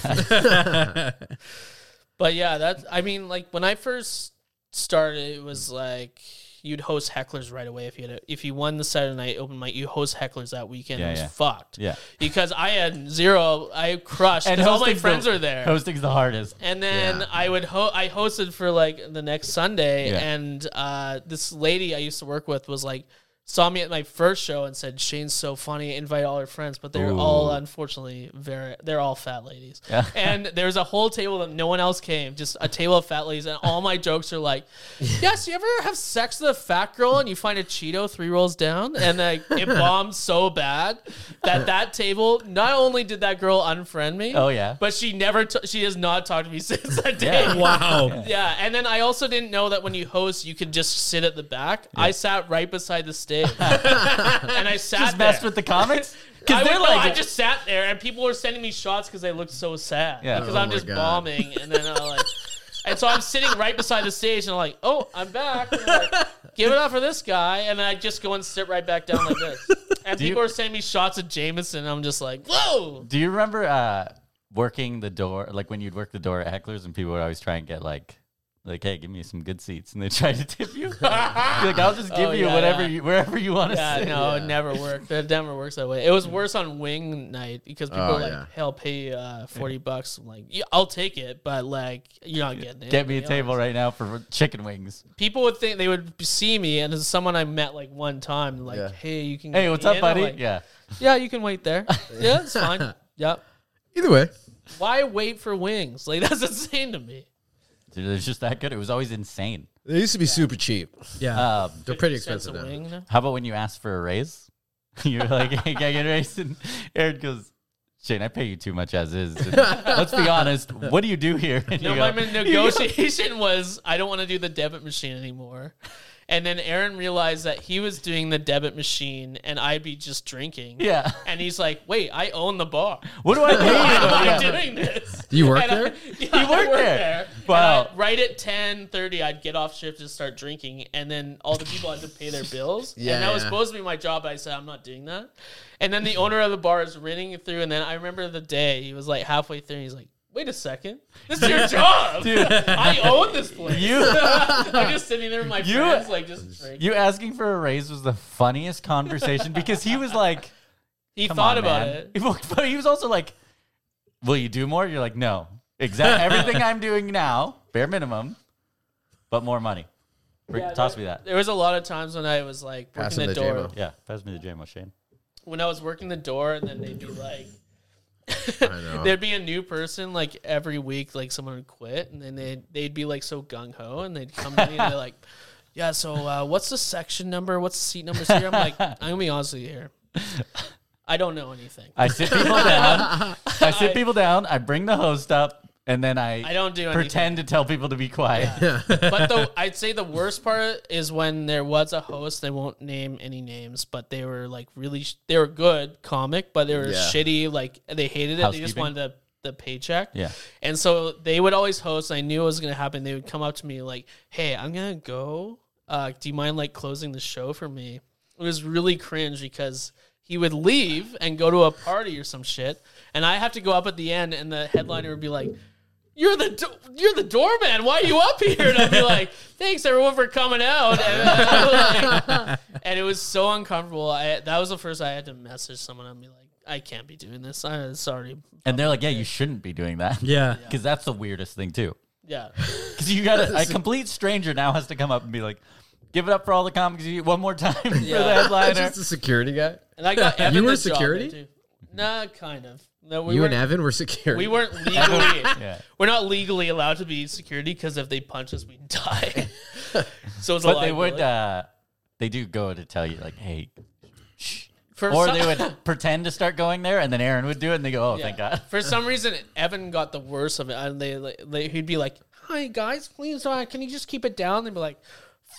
Speaker 4: but yeah, that's. I mean, like when I first started, it was like you'd host hecklers right away if you had a, if you won the Saturday night open mic. You host hecklers that weekend.
Speaker 3: Yeah,
Speaker 4: it was
Speaker 3: yeah.
Speaker 4: fucked.
Speaker 3: Yeah.
Speaker 4: Because I had zero. I crushed. And all my
Speaker 3: hosting's
Speaker 4: friends
Speaker 3: the,
Speaker 4: are there.
Speaker 3: Hosting's the hardest.
Speaker 4: And then
Speaker 2: Yeah.
Speaker 4: I would ho- I hosted for like the next Sunday,
Speaker 3: Yeah.
Speaker 4: and uh, this lady I used to work with was like saw me at my first show and said Shane's so funny, invite all her friends, but they're all unfortunately very they're all fat ladies.
Speaker 3: Yeah.
Speaker 4: And there's a whole table that no one else came, just a table of fat ladies, and all my jokes are like, [LAUGHS] yes, you ever have sex with a fat girl and you find a Cheeto three rolls down, and like it
Speaker 3: [LAUGHS]
Speaker 4: bombed so bad that that table not only did that girl unfriend me,
Speaker 3: Oh, yeah.
Speaker 4: but she never t- she has not talked to me [LAUGHS] since that day. Yeah.
Speaker 3: Yeah. [LAUGHS]
Speaker 5: Wow.
Speaker 4: and then I also didn't know that when you host, you could just sit at the back. I sat right beside the stage,
Speaker 3: [LAUGHS]
Speaker 4: and I sat
Speaker 3: Just
Speaker 4: there.
Speaker 3: mess with the comics
Speaker 4: [LAUGHS] I,
Speaker 3: because
Speaker 4: would-
Speaker 3: they're
Speaker 4: no,
Speaker 3: like,
Speaker 4: I just sat there, and people were sending me shots because they looked so sad.
Speaker 3: Yeah.
Speaker 4: because
Speaker 2: Oh
Speaker 4: I'm
Speaker 2: my
Speaker 4: just
Speaker 2: God.
Speaker 4: bombing, and then I like, and so I'm sitting right beside the stage, and I'm like, oh, I'm back. And I'm like, Give it up for this guy, and then I just go and sit right back down like this. And people
Speaker 3: you-
Speaker 4: are sending me shots of Jameson. And I'm just like,
Speaker 3: [LAUGHS]
Speaker 4: whoa.
Speaker 3: do you remember uh, working the door? Like when you'd work the door at Heckler's, and people would always try and get like. Like, hey, give me some good seats, and they [LAUGHS] try to
Speaker 4: [LAUGHS]
Speaker 3: tip you. You're like, I'll just give
Speaker 4: Oh,
Speaker 3: you
Speaker 4: yeah,
Speaker 3: whatever
Speaker 4: yeah.
Speaker 3: you wherever you want to
Speaker 4: Yeah,
Speaker 3: sit.
Speaker 4: no, it never worked. That never works that way. It was worse on wing night because people
Speaker 2: Oh,
Speaker 4: are like,
Speaker 2: yeah.
Speaker 4: "Hell, pay uh, forty bucks." I'm like, yeah, I'll take it, but like, you're not getting it.
Speaker 3: [LAUGHS] Get me a table right now for chicken wings.
Speaker 4: People would think they would see me, and it's someone I met like one time. Like,
Speaker 2: Yeah.
Speaker 4: hey, you can.
Speaker 3: Hey,
Speaker 4: get
Speaker 3: what's
Speaker 4: me
Speaker 3: up,
Speaker 4: in?" I'm
Speaker 3: buddy?
Speaker 4: like,
Speaker 3: yeah,
Speaker 4: yeah, you can
Speaker 2: [LAUGHS]
Speaker 4: wait there. yeah, it's fine. Yep.
Speaker 2: Either way.
Speaker 4: Why wait for wings? Like [LAUGHS] that's insane to me.
Speaker 3: Dude, it was just that good. It was always insane.
Speaker 2: They used to be super cheap.
Speaker 5: Yeah.
Speaker 3: Um,
Speaker 2: They're pretty
Speaker 4: Cents a
Speaker 2: expensive now.
Speaker 4: wing now?
Speaker 3: How about when you ask for a raise? [LAUGHS] You're like, hey, can I get a raise? And Aaron goes, Shane, I pay you too much as is.
Speaker 4: [LAUGHS]
Speaker 3: And let's be honest. What do you do here? And
Speaker 4: No,
Speaker 3: [LAUGHS] you
Speaker 4: my
Speaker 3: go,
Speaker 4: negotiation was I don't want to do the debit machine anymore. And then Aaron realized that he was doing the debit machine and I'd be just drinking.
Speaker 3: Yeah.
Speaker 4: And he's like, wait, I own the bar.
Speaker 3: What do I pay
Speaker 4: [LAUGHS]
Speaker 3: you?
Speaker 4: Why am I
Speaker 3: Yeah.
Speaker 4: doing this?
Speaker 2: Do you work
Speaker 4: And I-
Speaker 2: there?
Speaker 4: [LAUGHS] yeah, I
Speaker 3: work
Speaker 4: work
Speaker 3: there.
Speaker 4: there.
Speaker 3: Wow.
Speaker 4: And I- right at ten I'd get off shift and start drinking. And then all the people had to pay their bills.
Speaker 2: Yeah,
Speaker 4: And that was
Speaker 2: yeah.
Speaker 4: supposed to be my job, but I said, I'm not doing that. And then the owner of the bar is running through. And then I remember the day he was like halfway through. And he's like, wait a second, this is your job. I own
Speaker 3: [LAUGHS]
Speaker 4: this place.
Speaker 3: You-
Speaker 4: [LAUGHS] I'm just sitting there with my
Speaker 3: You-
Speaker 4: friends, like just drinking.
Speaker 3: You asking for a raise was the
Speaker 4: [LAUGHS]
Speaker 3: funniest conversation because he was like,
Speaker 4: he
Speaker 3: Come
Speaker 4: thought
Speaker 3: on,
Speaker 4: about
Speaker 3: man. [LAUGHS]
Speaker 4: it.
Speaker 3: But he was also like, "Will you do more?" You're like, "No,
Speaker 4: [LAUGHS]
Speaker 3: exactly everything I'm doing now, bare minimum, but more money." Br-
Speaker 4: Yeah,
Speaker 3: toss
Speaker 4: that-
Speaker 3: me
Speaker 4: [LAUGHS]
Speaker 3: that.
Speaker 4: There was a lot of times when I was like working
Speaker 2: Passing the
Speaker 4: the, door.
Speaker 2: J-Mo.
Speaker 3: Yeah, pass me the jam, Shane.
Speaker 4: When I was working the door, and then they'd be like,
Speaker 2: I know.
Speaker 4: there'd be a new person like every week, like someone would quit, and then they'd, they'd be like so gung ho, and they'd come to me and they're like, "Yeah, so uh, what's the section number? What's the seat numbers here?" I'm like, "I'm gonna be honest with you here, I don't know anything.
Speaker 3: I sit people
Speaker 4: [LAUGHS]
Speaker 3: down. I sit people down. I bring the host up, and then I,
Speaker 4: I don't do anything."
Speaker 3: pretend to tell people to be quiet.
Speaker 4: but the, I'd say the worst part is when there was a host. They won't name any names, but they were like really, sh- they were good comic, but they were
Speaker 2: Yeah.
Speaker 4: shitty. Like they hated it. They just
Speaker 3: Housekeeping?
Speaker 4: wanted the, the paycheck.
Speaker 3: Yeah.
Speaker 4: And so they would always host. And I knew it was going to happen. They would come up to me like, "Hey, I'm gonna go. Uh, do you mind like closing the show for me?" It was really cringe because he would leave and go to a party or some shit, and I have to go up at the end, and the headliner would be like. You're the do- you're the doorman. Why are you up here? And I'd be like, "Thanks everyone for coming out." And, uh, like- and [LAUGHS] it was so uncomfortable. I, that was the first I had to message someone and be like, "I can't be doing this. I'm sorry."
Speaker 3: And they're like, "Yeah, you shouldn't be doing that."
Speaker 5: Yeah.
Speaker 3: [LAUGHS] because that's the weirdest thing too.
Speaker 4: Yeah.
Speaker 3: Because [LAUGHS] you got a complete stranger now has to come up and be like, "Give it up for all the comics you one more time
Speaker 4: [LAUGHS]
Speaker 3: for the headliner."
Speaker 2: Just a security guy.
Speaker 4: And
Speaker 2: [LAUGHS]
Speaker 4: I got Evan
Speaker 2: You were
Speaker 4: the job
Speaker 2: security?
Speaker 4: there, too. Nah, kind of. No, we
Speaker 2: you
Speaker 4: weren't.
Speaker 2: and Evan were security.
Speaker 4: we
Speaker 3: [LAUGHS]
Speaker 4: weren't legally.
Speaker 3: Yeah.
Speaker 4: We're not legally allowed to be security because if they punch us, we
Speaker 2: [LAUGHS]
Speaker 4: die. so it's a
Speaker 3: But they
Speaker 4: liability.
Speaker 3: would, uh, they do go to tell you like, "Hey," shh.
Speaker 4: For
Speaker 3: or
Speaker 4: some- [LAUGHS]
Speaker 3: they would pretend to start going there, and then Aaron would do it, and they go, "Oh,
Speaker 4: Yeah. [LAUGHS]
Speaker 3: thank God."
Speaker 4: For
Speaker 3: [LAUGHS]
Speaker 4: some reason, Evan got the worst of it, and they, like, they he'd be like, "Hi guys, please, uh, can you just keep it down?" They'd be like.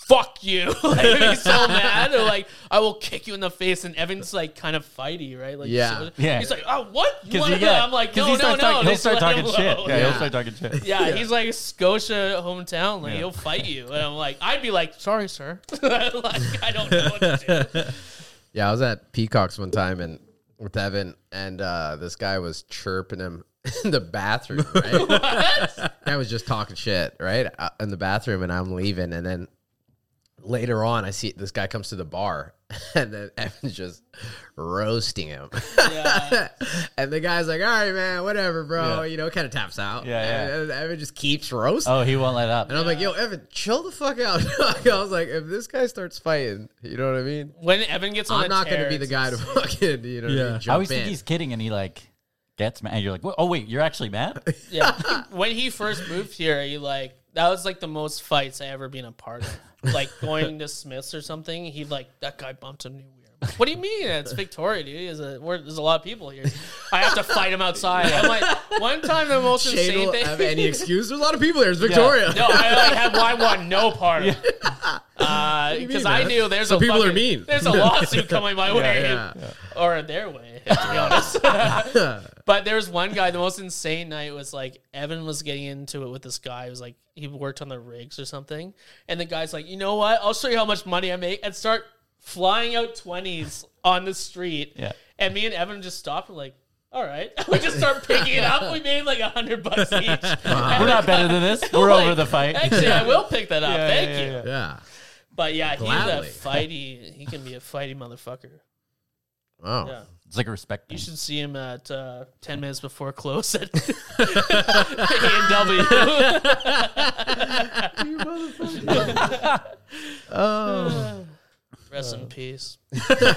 Speaker 4: Fuck you! [LAUGHS] like, he'd be so
Speaker 3: [LAUGHS]
Speaker 4: mad, or like I will kick you in the face. And Evan's like kind of fighty, right? Like
Speaker 2: Yeah.
Speaker 4: so-
Speaker 3: Yeah.
Speaker 4: He's like, oh, what? You
Speaker 3: 'Cause
Speaker 4: wanna
Speaker 3: he
Speaker 4: go?"
Speaker 3: got-
Speaker 4: I'm like,
Speaker 3: 'cause
Speaker 4: no,
Speaker 3: he
Speaker 4: no,
Speaker 3: starts
Speaker 4: no.
Speaker 3: talking- He'll
Speaker 4: just
Speaker 3: start
Speaker 4: let him
Speaker 3: talking shit.
Speaker 4: alone."
Speaker 3: Yeah, he'll
Speaker 2: Yeah.
Speaker 3: start talking shit.
Speaker 4: Yeah, he's like a Scotia hometown. Like he'll fight you, and I'm like, I'd be like, sorry, sir. [LAUGHS] like I don't know what to do.
Speaker 2: Yeah, I was at Peacocks one time and with Evan, and uh, this guy was chirping him [LAUGHS] in the
Speaker 3: [LAUGHS]
Speaker 2: bathroom. Right, I was just talking shit right uh, in the bathroom, and I'm leaving, and then later on, I see this guy comes to the bar, [LAUGHS] and then Evan's just roasting him, [LAUGHS] and the guy's like, "All right, man, whatever, bro,"
Speaker 3: Yeah.
Speaker 2: you know, kind of taps out.
Speaker 3: Yeah, yeah.
Speaker 2: And Evan just keeps roasting.
Speaker 3: Oh, he won't let up.
Speaker 2: And I'm like, yo, Evan, chill the fuck out. [LAUGHS] I was like, if this guy starts fighting, you know what I mean?
Speaker 4: When Evan gets on,
Speaker 2: I'm not going to be the guy to [LAUGHS] fucking, you know, what I mean,
Speaker 5: Yeah. I
Speaker 2: jump
Speaker 3: I always
Speaker 2: in.
Speaker 3: think he's kidding, and he like gets mad. You're like, "What? "Oh, wait, you're
Speaker 4: [LAUGHS]
Speaker 3: actually mad?"
Speaker 4: Yeah, when he first moved here, he like that was like the most fights I ever been a part of. Like going to Smiths or something, he like that guy bumped him. weird. I'm like, What do you mean? It's Victoria, dude. There's a, we're, there's a lot of people here. I have to fight him outside. I'm like, one time the most
Speaker 2: Shane
Speaker 4: insane
Speaker 2: will
Speaker 4: thing.
Speaker 2: have
Speaker 4: [LAUGHS]
Speaker 2: any excuse. There's a lot of people here. It's Victoria.
Speaker 4: No, I like had I want no part of it.
Speaker 2: you
Speaker 4: Because
Speaker 2: mean,
Speaker 4: I
Speaker 2: man?
Speaker 4: knew there's
Speaker 2: Some
Speaker 4: a
Speaker 2: people are
Speaker 4: fucking-
Speaker 2: mean.
Speaker 4: There's a lawsuit coming my
Speaker 2: [LAUGHS] [LAUGHS]
Speaker 4: way,
Speaker 2: yeah.
Speaker 4: or their way, to be
Speaker 2: [LAUGHS]
Speaker 4: honest. but there was one guy. The most insane night was like Evan was getting into it with this guy. It was like he worked on the rigs or something, and the guy's like, you know what? I'll show you how much money I make, and start flying out twenties on the street.
Speaker 3: Yeah.
Speaker 4: And me and Evan just stopped. We're like. All right, [LAUGHS] we just start picking it up. We made like a hundred bucks each. And the
Speaker 3: We're not better than this. We're
Speaker 4: like,
Speaker 3: over the fight.
Speaker 4: [LAUGHS] Actually, I will pick that up.
Speaker 3: [LAUGHS] Yeah,
Speaker 4: Thank
Speaker 3: yeah,
Speaker 4: you.
Speaker 3: yeah,
Speaker 2: Yeah.
Speaker 4: But yeah, he's
Speaker 2: Gladly.
Speaker 4: a fighty. He can be a fighty motherfucker.
Speaker 2: Oh.
Speaker 4: Yeah,
Speaker 3: It's like a respect.
Speaker 4: you
Speaker 3: thing.
Speaker 4: should see him at uh, ten minutes before
Speaker 2: [LAUGHS]
Speaker 4: close at A and W.
Speaker 2: Oh.
Speaker 4: [SIGHS] Rest
Speaker 2: Uh,
Speaker 4: in peace.
Speaker 2: RP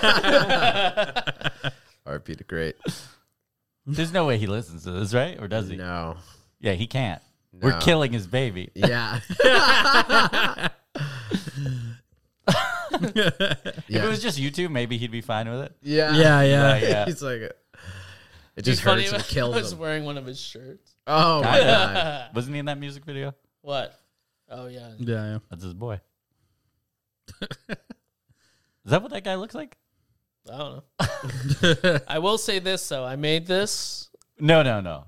Speaker 2: the Great.
Speaker 3: There's no way he listens to this, right? Or does he?
Speaker 2: No.
Speaker 3: Yeah, he can't. We're
Speaker 2: No.
Speaker 3: killing his baby.
Speaker 2: Yeah.
Speaker 3: If
Speaker 2: Yeah. [LAUGHS]
Speaker 3: it was just you two, maybe he'd be fine with it.
Speaker 2: Yeah. [LAUGHS]
Speaker 5: Yeah, yeah.
Speaker 3: Like, yeah.
Speaker 2: He's like, it just
Speaker 4: Funny,
Speaker 2: hurts and
Speaker 4: [LAUGHS] I
Speaker 2: kills
Speaker 4: was
Speaker 2: him.
Speaker 4: wearing one of his shirts.
Speaker 2: Oh, my God.
Speaker 3: Wasn't he in that music video?
Speaker 4: What? Oh yeah.
Speaker 5: Yeah, yeah.
Speaker 3: That's
Speaker 4: [LAUGHS]
Speaker 3: his boy. Is that what that guy looks like?
Speaker 4: I
Speaker 2: [LAUGHS]
Speaker 4: don't know. I will say this though. I made this.
Speaker 3: No, no, no.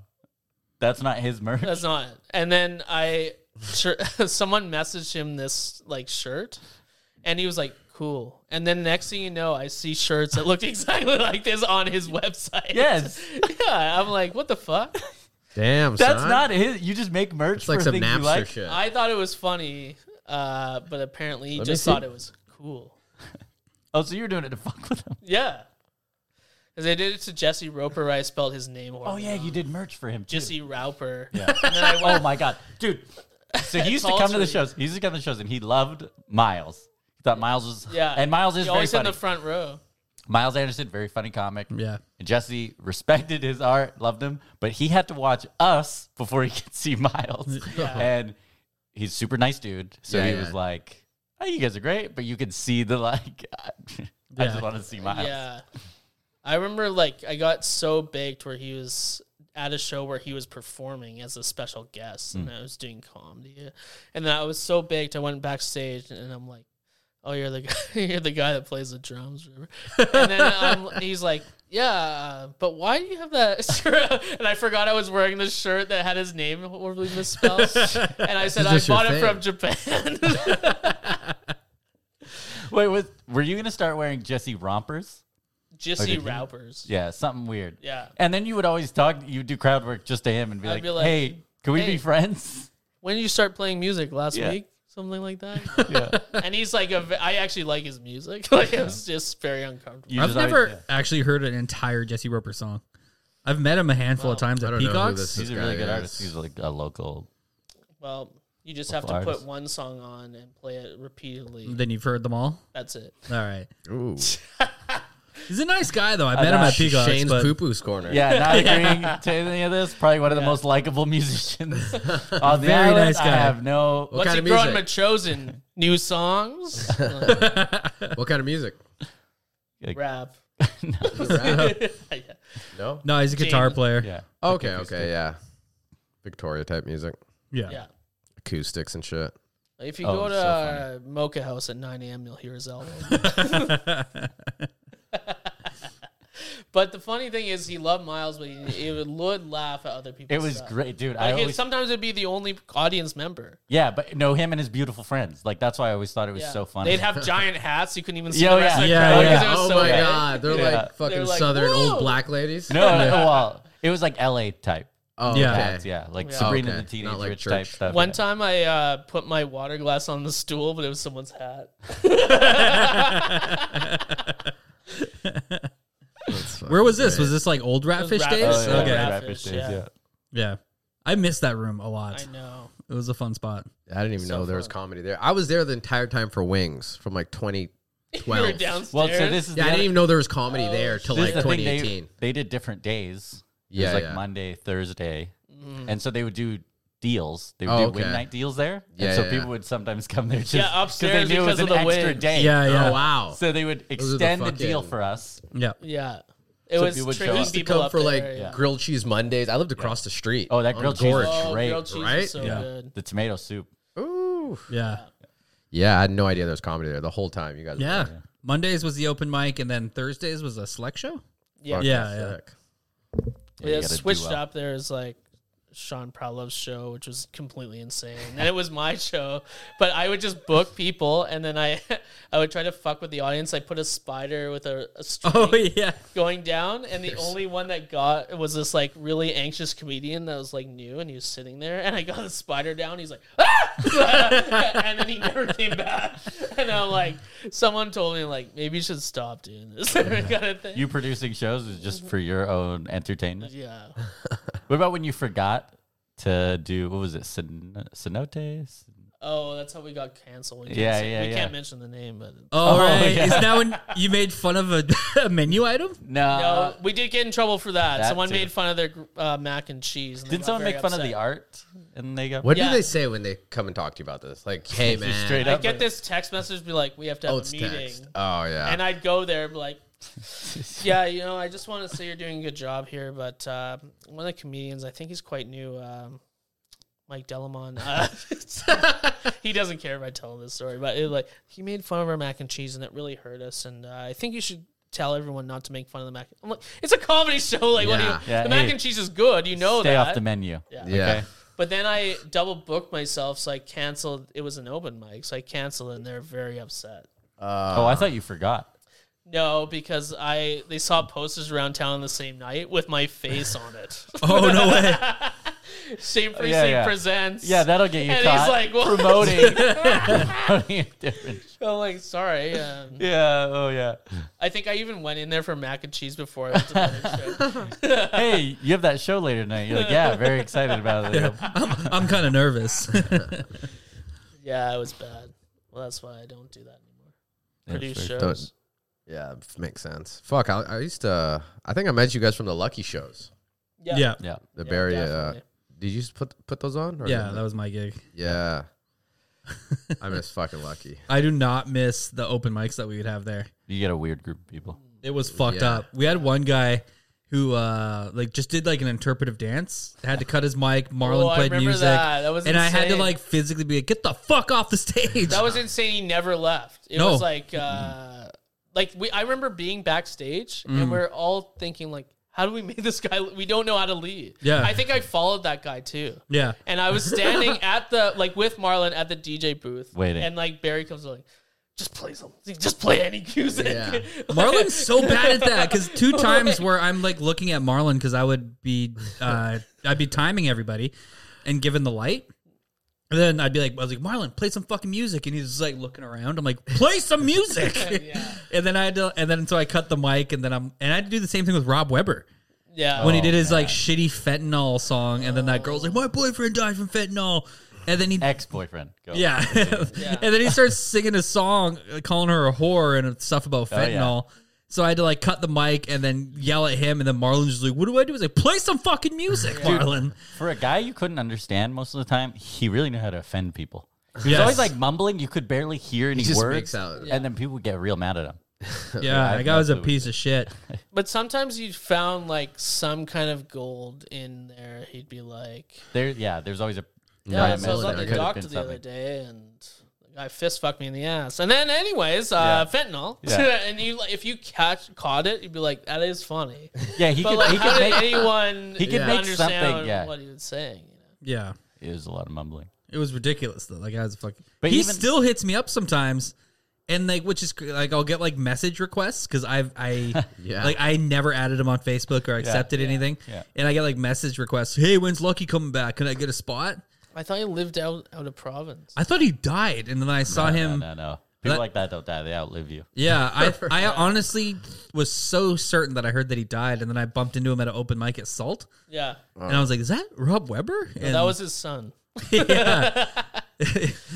Speaker 3: That's not his merch.
Speaker 4: That's not. it. And then I, sure, [LAUGHS] someone messaged him this like shirt, and he was like, "Cool." And then next thing you know, I see shirts [LAUGHS] that look exactly like this on his website.
Speaker 3: [LAUGHS] yes.
Speaker 4: yeah. I'm like, what the fuck?
Speaker 2: Damn,
Speaker 3: That's
Speaker 2: son.
Speaker 3: not his. You just make merch
Speaker 2: It's
Speaker 3: for
Speaker 2: like some
Speaker 3: things you
Speaker 2: Napster
Speaker 3: like.
Speaker 2: shit.
Speaker 4: I thought it was funny, uh, but apparently he
Speaker 2: Let me
Speaker 4: just
Speaker 2: see.
Speaker 4: thought it was cool.
Speaker 3: Oh, so you're doing it to fuck with him?
Speaker 4: Yeah. Because they did it to Jesse Roper. where I spelled his name.
Speaker 3: Oh yeah, you did merch for him. Too.
Speaker 4: Jesse Roper.
Speaker 3: Yeah.
Speaker 4: [LAUGHS] And then I went,
Speaker 3: oh my god, dude.
Speaker 4: [LAUGHS]
Speaker 3: So he used to
Speaker 4: It's
Speaker 3: come to the
Speaker 4: also-
Speaker 3: shows. He used to come to the shows, and he loved Miles. He thought Miles was
Speaker 4: yeah.
Speaker 3: and Miles is
Speaker 4: You're
Speaker 3: very
Speaker 4: always
Speaker 3: funny.
Speaker 4: in the front row.
Speaker 3: Miles Anderson, very funny comic.
Speaker 5: Yeah.
Speaker 3: And Jesse respected his art, loved him, but he had to watch us before he [LAUGHS] could see Miles.
Speaker 4: Yeah.
Speaker 3: And he's a super nice dude, so
Speaker 2: Yeah,
Speaker 3: he
Speaker 2: yeah.
Speaker 3: was like, "Oh, you guys are great," but you could see the like. [LAUGHS] I
Speaker 5: Yeah.
Speaker 3: just want to see Miles.
Speaker 4: Yeah. I remember like I got so baked where he was at a show where he was performing as a special guest
Speaker 2: Hmm.
Speaker 4: and I was doing comedy. And then I was so baked I went backstage and I'm like, Oh, you're the guy [LAUGHS] you're the guy that plays the drums, remember? And then
Speaker 2: [LAUGHS]
Speaker 4: i he's like, Yeah, uh, but why do you have that [LAUGHS] shirt? And I forgot I was wearing this shirt that had his name horribly
Speaker 2: [LAUGHS]
Speaker 4: misspelled. And I said I
Speaker 2: just your
Speaker 4: bought it
Speaker 2: thing.
Speaker 4: from Japan. [LAUGHS]
Speaker 3: Wait, was, were you gonna start wearing Jesse rompers?
Speaker 4: Jesse
Speaker 3: did he?
Speaker 4: Roupers.
Speaker 3: Yeah, something weird.
Speaker 4: Yeah.
Speaker 3: And then you would always talk. You would do crowd work just to him and be,
Speaker 4: I'd
Speaker 3: like,
Speaker 4: be like,
Speaker 3: "Hey, can we
Speaker 4: hey."
Speaker 3: be friends?" [LAUGHS]
Speaker 4: When did you start playing music last
Speaker 3: Yeah.
Speaker 4: week? Something like that.
Speaker 3: [LAUGHS] Yeah.
Speaker 4: and he's like, a v- I actually like his music. [LAUGHS] Like, it was just very uncomfortable.
Speaker 3: You
Speaker 5: I've
Speaker 3: just
Speaker 5: never
Speaker 3: always- yeah.
Speaker 5: actually heard an entire Jesse Roper song. I've met him a handful of times
Speaker 2: I
Speaker 5: at
Speaker 2: don't know who
Speaker 5: Peacocks.
Speaker 2: this
Speaker 3: He's a
Speaker 2: guy
Speaker 3: really good
Speaker 2: is.
Speaker 3: artist. He's like a local.
Speaker 4: Well, you just have to
Speaker 3: Local
Speaker 4: put
Speaker 3: artist.
Speaker 4: one song on and play it repeatedly.
Speaker 5: Then you've heard them all.
Speaker 4: That's it.
Speaker 5: All right.
Speaker 2: Ooh,
Speaker 5: He's a nice guy though. I met him
Speaker 3: know.
Speaker 5: at Peacocks.
Speaker 2: Shane's
Speaker 5: but
Speaker 2: poo poo's corner.
Speaker 3: [LAUGHS] Yeah, not agreeing to any of this. Probably one of the most likable musicians on the
Speaker 5: Very
Speaker 3: island.
Speaker 5: nice guy.
Speaker 3: I have no.
Speaker 2: What
Speaker 4: What's
Speaker 2: kind
Speaker 4: he
Speaker 2: of
Speaker 4: growing
Speaker 2: music?
Speaker 4: Machosen? New
Speaker 3: [LAUGHS]
Speaker 4: songs?
Speaker 2: What kind of music?
Speaker 3: [LAUGHS]
Speaker 4: Rap. [LAUGHS] Yeah.
Speaker 2: No.
Speaker 5: No, he's a guitar
Speaker 4: Jane.
Speaker 5: player.
Speaker 3: Yeah.
Speaker 2: Okay. Okay. Yeah. Victoria type music,
Speaker 5: Yeah.
Speaker 4: Yeah.
Speaker 2: acoustics and shit.
Speaker 4: If you
Speaker 3: Oh,
Speaker 4: go to
Speaker 3: so
Speaker 4: uh, Mocha House at 9 a.m., you'll hear his
Speaker 3: [LAUGHS]
Speaker 4: album. [LAUGHS] but the funny thing is, he loved Miles, but he, he would would laugh at other people.
Speaker 3: It was great, dude. I
Speaker 4: Like, it-
Speaker 3: always,
Speaker 4: sometimes it'd be the only audience member.
Speaker 3: yeah, but no, him and his beautiful friends. Like that's why I always thought it was
Speaker 4: Yeah.
Speaker 3: so funny.
Speaker 4: They'd have
Speaker 2: [LAUGHS]
Speaker 4: giant hats. You couldn't even see
Speaker 3: Yeah,
Speaker 4: the rest
Speaker 3: yeah.
Speaker 4: of the
Speaker 5: Yeah,
Speaker 4: crowd
Speaker 5: yeah.
Speaker 4: 'cause it was
Speaker 2: Oh
Speaker 4: so
Speaker 2: my
Speaker 4: big.
Speaker 2: god, they're
Speaker 3: Yeah.
Speaker 2: like fucking
Speaker 4: They're like,
Speaker 2: southern
Speaker 4: "Whoa!"
Speaker 2: old black ladies.
Speaker 3: no, no, well, it was like L.A. type.
Speaker 2: Oh,
Speaker 5: Yeah.
Speaker 2: okay.
Speaker 3: hats, Yeah, like
Speaker 4: Yeah.
Speaker 3: Sabrina
Speaker 2: Okay,
Speaker 3: the Teenage
Speaker 2: not like
Speaker 3: Witch
Speaker 2: church.
Speaker 3: type stuff.
Speaker 4: One
Speaker 3: yeah.
Speaker 4: time I uh, put my water glass on the stool, but it was someone's
Speaker 3: [LAUGHS]
Speaker 4: hat. [LAUGHS]
Speaker 5: Where was this? Was this like old Ratfish
Speaker 4: Ratfish.
Speaker 5: days?
Speaker 4: Oh, yeah.
Speaker 5: Okay.
Speaker 4: Ratfish,
Speaker 3: Rapid days,
Speaker 4: yeah.
Speaker 3: yeah.
Speaker 5: Yeah. I missed that room a
Speaker 4: I
Speaker 5: lot.
Speaker 4: know.
Speaker 5: It was a fun spot.
Speaker 2: I didn't even
Speaker 4: So
Speaker 2: know there was
Speaker 4: fun.
Speaker 2: comedy there. I was there the entire time for Wings from like 2012.
Speaker 4: You were downstairs.
Speaker 3: Well, so this is
Speaker 2: Yeah,
Speaker 3: the
Speaker 2: I
Speaker 3: other-
Speaker 2: didn't even know there was comedy
Speaker 4: Oh,
Speaker 2: there till
Speaker 3: This
Speaker 2: like
Speaker 3: is the thing, they-
Speaker 2: 2018.
Speaker 3: They, did different days. it
Speaker 2: Yeah,
Speaker 3: was like
Speaker 2: yeah.
Speaker 3: Monday, Thursday,
Speaker 4: Mm.
Speaker 3: and so they would do deals. They would
Speaker 2: Oh,
Speaker 3: do win
Speaker 2: okay.
Speaker 3: night deals there, and
Speaker 2: Yeah,
Speaker 3: so
Speaker 2: yeah,
Speaker 3: people
Speaker 2: yeah.
Speaker 3: would sometimes come there just
Speaker 4: Yeah,
Speaker 3: 'cause
Speaker 4: upstairs
Speaker 3: they knew
Speaker 4: because
Speaker 3: it was
Speaker 4: of
Speaker 3: an
Speaker 4: the
Speaker 3: extra
Speaker 4: wind.
Speaker 3: day.
Speaker 5: Yeah, yeah.
Speaker 2: Oh wow!
Speaker 3: So they would
Speaker 2: are the
Speaker 3: extend the, deal
Speaker 2: fucking-
Speaker 3: for us.
Speaker 5: Yeah.
Speaker 4: Yeah. It
Speaker 3: So
Speaker 4: was
Speaker 3: people would show
Speaker 4: tricky.
Speaker 3: up.
Speaker 2: to
Speaker 4: people
Speaker 2: come
Speaker 4: up
Speaker 2: for
Speaker 4: there,
Speaker 2: like
Speaker 4: yeah.
Speaker 2: grilled cheese Mondays. I lived across the street.
Speaker 3: Oh, that
Speaker 2: on
Speaker 3: grilled cheese
Speaker 2: Gorge.
Speaker 3: is
Speaker 4: oh,
Speaker 3: great,
Speaker 4: grilled cheese
Speaker 2: right?
Speaker 4: is so
Speaker 5: Yeah.
Speaker 4: good.
Speaker 3: The tomato soup.
Speaker 2: Ooh.
Speaker 5: Yeah.
Speaker 2: Yeah, I had no idea there was comedy there the whole time. You guys. were
Speaker 5: Yeah. Mondays was the open mic, and then Thursdays was a select show.
Speaker 4: Yeah.
Speaker 2: fucking
Speaker 5: Yeah, yeah.
Speaker 2: sick.
Speaker 3: you
Speaker 4: Yeah,
Speaker 3: gotta do
Speaker 4: switched
Speaker 3: well.
Speaker 4: up. There was like Sean Prowlov's show, which was completely insane. And it was my [LAUGHS] show, but I would just book people, and then I, [LAUGHS] I would try to fuck with the audience. I put a spider with a, a
Speaker 3: [LAUGHS]
Speaker 4: string
Speaker 5: Oh [LAUGHS] yeah.
Speaker 4: going down, and the only one that got was this like really anxious comedian that was like new, and he was sitting there, and I got the spider down. He's like, ah! [LAUGHS] and then he never came back. [LAUGHS] And I'm like, someone told me like maybe you should stop doing this [LAUGHS] kind of thing.
Speaker 3: You producing shows is just for your own entertainment.
Speaker 4: yeah.
Speaker 3: What about when you forgot to do what was it, Cen- cenotes?
Speaker 4: Oh, that's how we got canceled. We can't
Speaker 3: Yeah,
Speaker 4: say-
Speaker 3: yeah,
Speaker 4: We
Speaker 3: yeah.
Speaker 4: can't mention the name, but
Speaker 5: Oh,
Speaker 3: Oh,
Speaker 5: right.
Speaker 3: yeah.
Speaker 5: Is that when you made fun of a, a [LAUGHS] menu item?
Speaker 3: No.
Speaker 2: Uh,
Speaker 4: no, uh, we did get in trouble for that.
Speaker 3: That
Speaker 4: someone
Speaker 3: too.
Speaker 4: made fun of their uh, mac and cheese. And they
Speaker 3: Didn't
Speaker 4: got
Speaker 3: someone
Speaker 4: very
Speaker 3: make fun of
Speaker 4: upset.
Speaker 3: the art? And they got
Speaker 2: What
Speaker 4: Yeah.
Speaker 2: do they say when they come and talk to you about this?
Speaker 4: [LAUGHS]
Speaker 2: Like, hey man,
Speaker 3: straight
Speaker 4: I
Speaker 3: up.
Speaker 4: get this text message, be like, we have to have
Speaker 2: Oh,
Speaker 4: a
Speaker 2: it's
Speaker 4: meeting,
Speaker 2: text. Oh yeah.
Speaker 4: and I'd go there, and be like, yeah, you know, I just want to say you're doing a good job here, but uh, one of the comedians, I think he's quite new. Um, Mike Delamon, uh, [LAUGHS] he doesn't care if I tell him this story, but it, like he made fun of our mac and cheese, and it really hurt us. And uh, I think you should tell everyone not to make fun of the mac. I'm like, it's a comedy show. Like, what do you?
Speaker 2: Yeah.
Speaker 3: Yeah,
Speaker 4: the mac
Speaker 3: hey,
Speaker 4: and cheese is good. You know
Speaker 3: Stay
Speaker 4: that.
Speaker 3: off the menu.
Speaker 2: yeah.
Speaker 3: Okay.
Speaker 4: But then I double booked myself, so I canceled. It was an open mic, so I canceled, and they're very upset.
Speaker 3: oh,
Speaker 2: Uh.
Speaker 3: I thought you forgot.
Speaker 4: No, because
Speaker 5: [LAUGHS]
Speaker 4: I they saw posters around town the same night with my face on it.
Speaker 5: Oh no way.
Speaker 4: [LAUGHS] Shane Priestley
Speaker 3: yeah, yeah.
Speaker 4: presents.
Speaker 3: Yeah, that'll get you
Speaker 4: And he's
Speaker 3: caught.
Speaker 4: like, what? [LAUGHS]
Speaker 3: promoting. promoting a different-
Speaker 4: I'm like, sorry. Um,
Speaker 3: yeah. Oh yeah.
Speaker 4: I think I even went in there for mac and cheese before I went to the other
Speaker 5: [LAUGHS]
Speaker 4: show.
Speaker 3: Hey, you have that show later tonight. You're like, yeah, very excited about it.
Speaker 5: I'm, I'm kind of nervous.
Speaker 4: Yeah, it was bad. Well, that's why I don't do that anymore. Produce shows.
Speaker 3: fair.
Speaker 2: Don't- Yeah, f- makes sense. Fuck, I, I used to. I think I met you guys from the Lucky shows.
Speaker 5: yeah.
Speaker 3: Yeah.
Speaker 2: The
Speaker 4: Yeah,
Speaker 2: Barry. Uh,
Speaker 4: definitely.
Speaker 2: did you just put put those on? Or
Speaker 5: Yeah, that was my gig. [LAUGHS]
Speaker 2: yeah. I miss fucking Lucky.
Speaker 5: I do not miss the open mics that we would have there.
Speaker 3: You get a weird group of people.
Speaker 5: It was fucked
Speaker 2: Yeah.
Speaker 5: up. We had one guy who uh like just did like an interpretive dance. Had to cut his mic. Marlon
Speaker 4: Oh, I
Speaker 5: played
Speaker 4: remember
Speaker 5: music.
Speaker 4: that. That was
Speaker 5: and I had to
Speaker 4: insane.
Speaker 5: like physically be like, get the fuck off the stage.
Speaker 4: That was insane. He never left. It
Speaker 5: No.
Speaker 4: was like, uh, like we. I remember being backstage,
Speaker 5: Mm.
Speaker 4: and we're all thinking like, how do we make this guy? We don't know how to leave.
Speaker 5: Yeah.
Speaker 4: I think I followed that guy too.
Speaker 5: yeah.
Speaker 4: And I was
Speaker 5: [LAUGHS]
Speaker 4: standing at the like with Marlon at the DJ booth,
Speaker 3: Waiting.
Speaker 4: And like Barry comes like, just play something. Just play any music.
Speaker 2: Yeah.
Speaker 5: Marlon's so bad at that because two times where I'm like looking at Marlon because I would be uh, I'd be timing everybody and giving the light. And then I'd be like, I was like, Marlon, play some fucking music, and he's just like looking around. I'm like, play some music. [LAUGHS] And then I had to, and then so I cut the mic, and then I'm and I had to do the same thing with Rob Weber
Speaker 4: [LAUGHS] yeah.
Speaker 5: when he did his like shitty fentanyl song, and then that girl's like, my boyfriend died from fentanyl, and then he
Speaker 3: Ex boyfriend. Go.
Speaker 5: yeah. [LAUGHS] and then he starts singing a song uh, calling her a whore and stuff about
Speaker 3: Oh, yeah.
Speaker 5: fentanyl. So I had to like cut the mic and then yell at him, and then Marlon's just like, "What do I do?" He's like, "Play some fucking music, Marlon."
Speaker 3: For a guy you couldn't understand most of the time, he really knew how to offend people. He
Speaker 5: Yes.
Speaker 3: was always like mumbling. You could barely hear any
Speaker 2: just
Speaker 3: words.
Speaker 2: makes out.
Speaker 3: And then people would get real mad at him.
Speaker 5: Yeah,
Speaker 3: I
Speaker 5: that guy was a
Speaker 3: thought that
Speaker 5: piece
Speaker 3: [LAUGHS]
Speaker 5: of shit.
Speaker 4: But sometimes you found like some kind of gold in there. He'd be like,
Speaker 3: There, yeah, there's always a.
Speaker 4: Yeah,
Speaker 3: Yeah,
Speaker 4: so I was
Speaker 2: absolutely.
Speaker 4: at
Speaker 2: It
Speaker 4: the
Speaker 2: could've
Speaker 4: doctor
Speaker 3: been
Speaker 4: the other
Speaker 3: something.
Speaker 4: day, and the guy fist fucked me in the ass. And then, anyways, uh, fentanyl.
Speaker 3: Yeah.
Speaker 4: [LAUGHS] and you, like, if you catch caught it, you'd be like, "That is funny."
Speaker 3: Yeah, [LAUGHS] he
Speaker 4: But
Speaker 3: could,
Speaker 4: like,
Speaker 3: he
Speaker 4: how
Speaker 3: could
Speaker 4: did
Speaker 3: make.
Speaker 4: anyone
Speaker 3: he could
Speaker 4: even
Speaker 3: make
Speaker 4: understand
Speaker 3: something, yeah.
Speaker 4: what he was saying? You know?
Speaker 5: Yeah,
Speaker 3: It was a lot of mumbling.
Speaker 5: it was ridiculous though. That guy was a fucking.
Speaker 3: But
Speaker 5: he
Speaker 3: even-
Speaker 5: still hits me up sometimes, and like, which is cr- like, I'll get like message requests because I've
Speaker 3: [LAUGHS]
Speaker 5: I
Speaker 2: Yeah.
Speaker 5: like I never added him on Facebook or accepted anything,
Speaker 3: yeah.
Speaker 5: and I get like message requests. Hey, when's Lucky coming back? Can I get a spot?
Speaker 4: I thought he lived out out of province.
Speaker 5: I thought he died, and then I saw him.
Speaker 3: No, no, no. People
Speaker 5: That-
Speaker 3: like that don't die. They outlive you.
Speaker 5: Yeah, I I honestly was so certain that I heard that he died, and then I bumped into him at an open mic at Salt,
Speaker 4: yeah,
Speaker 5: and I was like, "Is that Rob Weber?" And
Speaker 4: that
Speaker 5: [LAUGHS]
Speaker 4: was his son.
Speaker 5: yeah,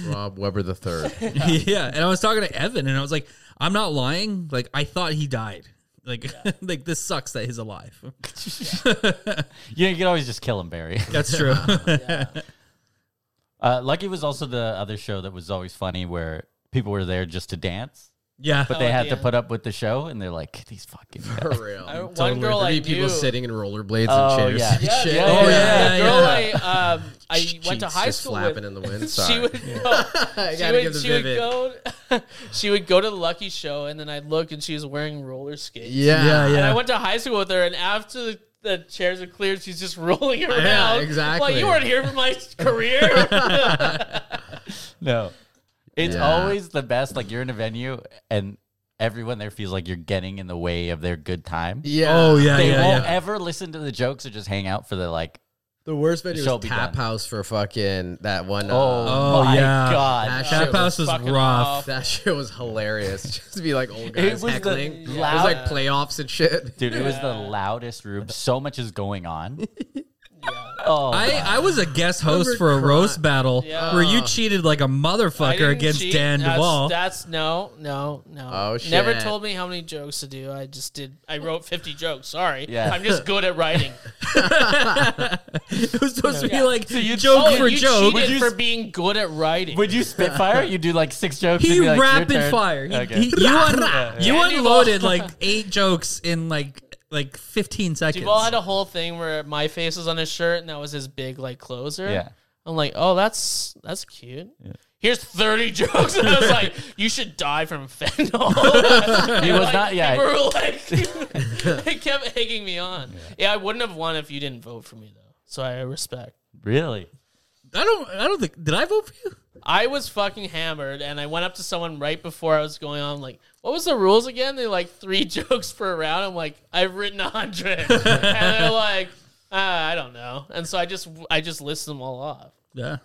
Speaker 2: Rob Weber the
Speaker 4: [LAUGHS]
Speaker 2: third.
Speaker 5: yeah. And I was talking to Evan, and I was like, "I'm not lying. Like I thought he died. Like [LAUGHS] like this sucks that he's alive.
Speaker 3: You know, you could always just kill him, Barry.
Speaker 5: That's true.
Speaker 3: Uh, Lucky was also the other show that was always funny where people were there just to dance,
Speaker 5: yeah,
Speaker 3: but
Speaker 4: Oh,
Speaker 3: they
Speaker 4: at
Speaker 3: had
Speaker 4: the
Speaker 3: to
Speaker 4: end.
Speaker 3: put up with the show, and they're like, these fucking.
Speaker 2: For
Speaker 3: Guys.
Speaker 2: real.
Speaker 4: I,
Speaker 2: There'd
Speaker 4: one girl I
Speaker 2: be
Speaker 4: knew.
Speaker 2: people sitting in rollerblades
Speaker 3: Oh,
Speaker 2: and chairs. [LAUGHS]
Speaker 3: yeah.
Speaker 2: and
Speaker 4: Yeah,
Speaker 2: shit.
Speaker 4: yeah,
Speaker 5: Oh, yeah,
Speaker 4: yeah, The girl
Speaker 5: yeah.
Speaker 4: I um, I went to
Speaker 2: Cheeks
Speaker 4: high
Speaker 2: just
Speaker 4: school
Speaker 2: flapping
Speaker 4: with.
Speaker 2: in the wind.
Speaker 4: [LAUGHS] She
Speaker 2: Sorry.
Speaker 4: would go.
Speaker 2: [LAUGHS] I
Speaker 4: she
Speaker 2: gotta
Speaker 4: would,
Speaker 2: give the
Speaker 4: she would
Speaker 2: vivid.
Speaker 4: go. [LAUGHS] she would go to the Lucky Show, and then I'd look, and she was wearing roller skates.
Speaker 2: Yeah.
Speaker 5: yeah,
Speaker 4: And I
Speaker 5: yeah.
Speaker 4: went to high school with her, and after the, the chairs are cleared, she's just [LAUGHS] rolling around.
Speaker 2: exactly.
Speaker 4: Like you weren't here for
Speaker 5: [LAUGHS]
Speaker 4: my career.
Speaker 3: No. It's
Speaker 2: Yeah.
Speaker 3: always the best. Like, you're in a venue, and everyone there feels like you're getting in the way of their good time.
Speaker 2: Yeah.
Speaker 5: Oh yeah,
Speaker 3: They
Speaker 5: yeah,
Speaker 3: won't
Speaker 5: yeah.
Speaker 3: ever listen to the jokes or just hang out for the like.
Speaker 2: The worst video
Speaker 3: Shall
Speaker 2: was
Speaker 3: be
Speaker 2: Tap
Speaker 3: done.
Speaker 2: House for fucking that one. uh,
Speaker 3: Oh, my
Speaker 5: yeah.
Speaker 3: god!
Speaker 2: that, shit
Speaker 5: Tap
Speaker 2: was-
Speaker 5: house was rough.
Speaker 4: fucking off.
Speaker 2: That shit was hilarious. [LAUGHS] Just to be like old
Speaker 3: It
Speaker 2: guys
Speaker 3: was the
Speaker 2: heckling.
Speaker 3: loud-
Speaker 2: It was like playoffs and shit.
Speaker 3: Dude, it was the loudest room. So much is going on. Oh,
Speaker 5: I, I was a guest host for a roast battle
Speaker 4: Yeah.
Speaker 5: where you cheated like a
Speaker 4: I
Speaker 5: motherfucker
Speaker 4: didn't
Speaker 5: against
Speaker 4: cheat.
Speaker 5: Dan
Speaker 4: that's,
Speaker 5: Duvall.
Speaker 4: That's no, no, no.
Speaker 2: Oh, shit.
Speaker 4: Never told me how many jokes to do. I just did. I wrote fifty jokes. Sorry.
Speaker 3: Yeah.
Speaker 4: I'm just good at
Speaker 5: [LAUGHS]
Speaker 4: writing.
Speaker 5: it was supposed to be
Speaker 4: Yeah.
Speaker 5: like joke
Speaker 4: oh,
Speaker 5: for
Speaker 4: you
Speaker 5: joke.
Speaker 4: cheated
Speaker 3: you
Speaker 4: for
Speaker 3: s-
Speaker 4: being good at writing.
Speaker 3: Would you spitfire? You do like six jokes.
Speaker 5: He
Speaker 3: and be like, "Your
Speaker 5: rapid
Speaker 3: turn."
Speaker 5: fire. He,
Speaker 3: Okay.
Speaker 5: he- you, un-
Speaker 4: [LAUGHS]
Speaker 5: you
Speaker 4: Yeah,
Speaker 5: unloaded
Speaker 4: Duval.
Speaker 5: like eight jokes in like like fifteen seconds.
Speaker 4: Duvall had a whole thing where my face was on his shirt, and that was his big like closer.
Speaker 3: Yeah.
Speaker 4: I'm like, oh, that's that's cute. Here's 30 [LAUGHS] jokes. And I was like, you should die from fentanyl.
Speaker 3: [LAUGHS] he was not.
Speaker 4: People
Speaker 3: Yeah,
Speaker 4: were like, [LAUGHS] they kept egging me on. Yeah. I wouldn't have won if you didn't vote for me though. So I respect.
Speaker 3: really.
Speaker 5: I don't. I don't think. Did I vote for you?
Speaker 4: I was fucking hammered, and I went up to someone right before I was going on. Like, what was the rules [LAUGHS]
Speaker 3: [LAUGHS]
Speaker 4: again? They're like three jokes per round. I'm like, I've written a hundred, and they're like, Uh, I don't know. And so I just I just list them all off.
Speaker 5: Yeah.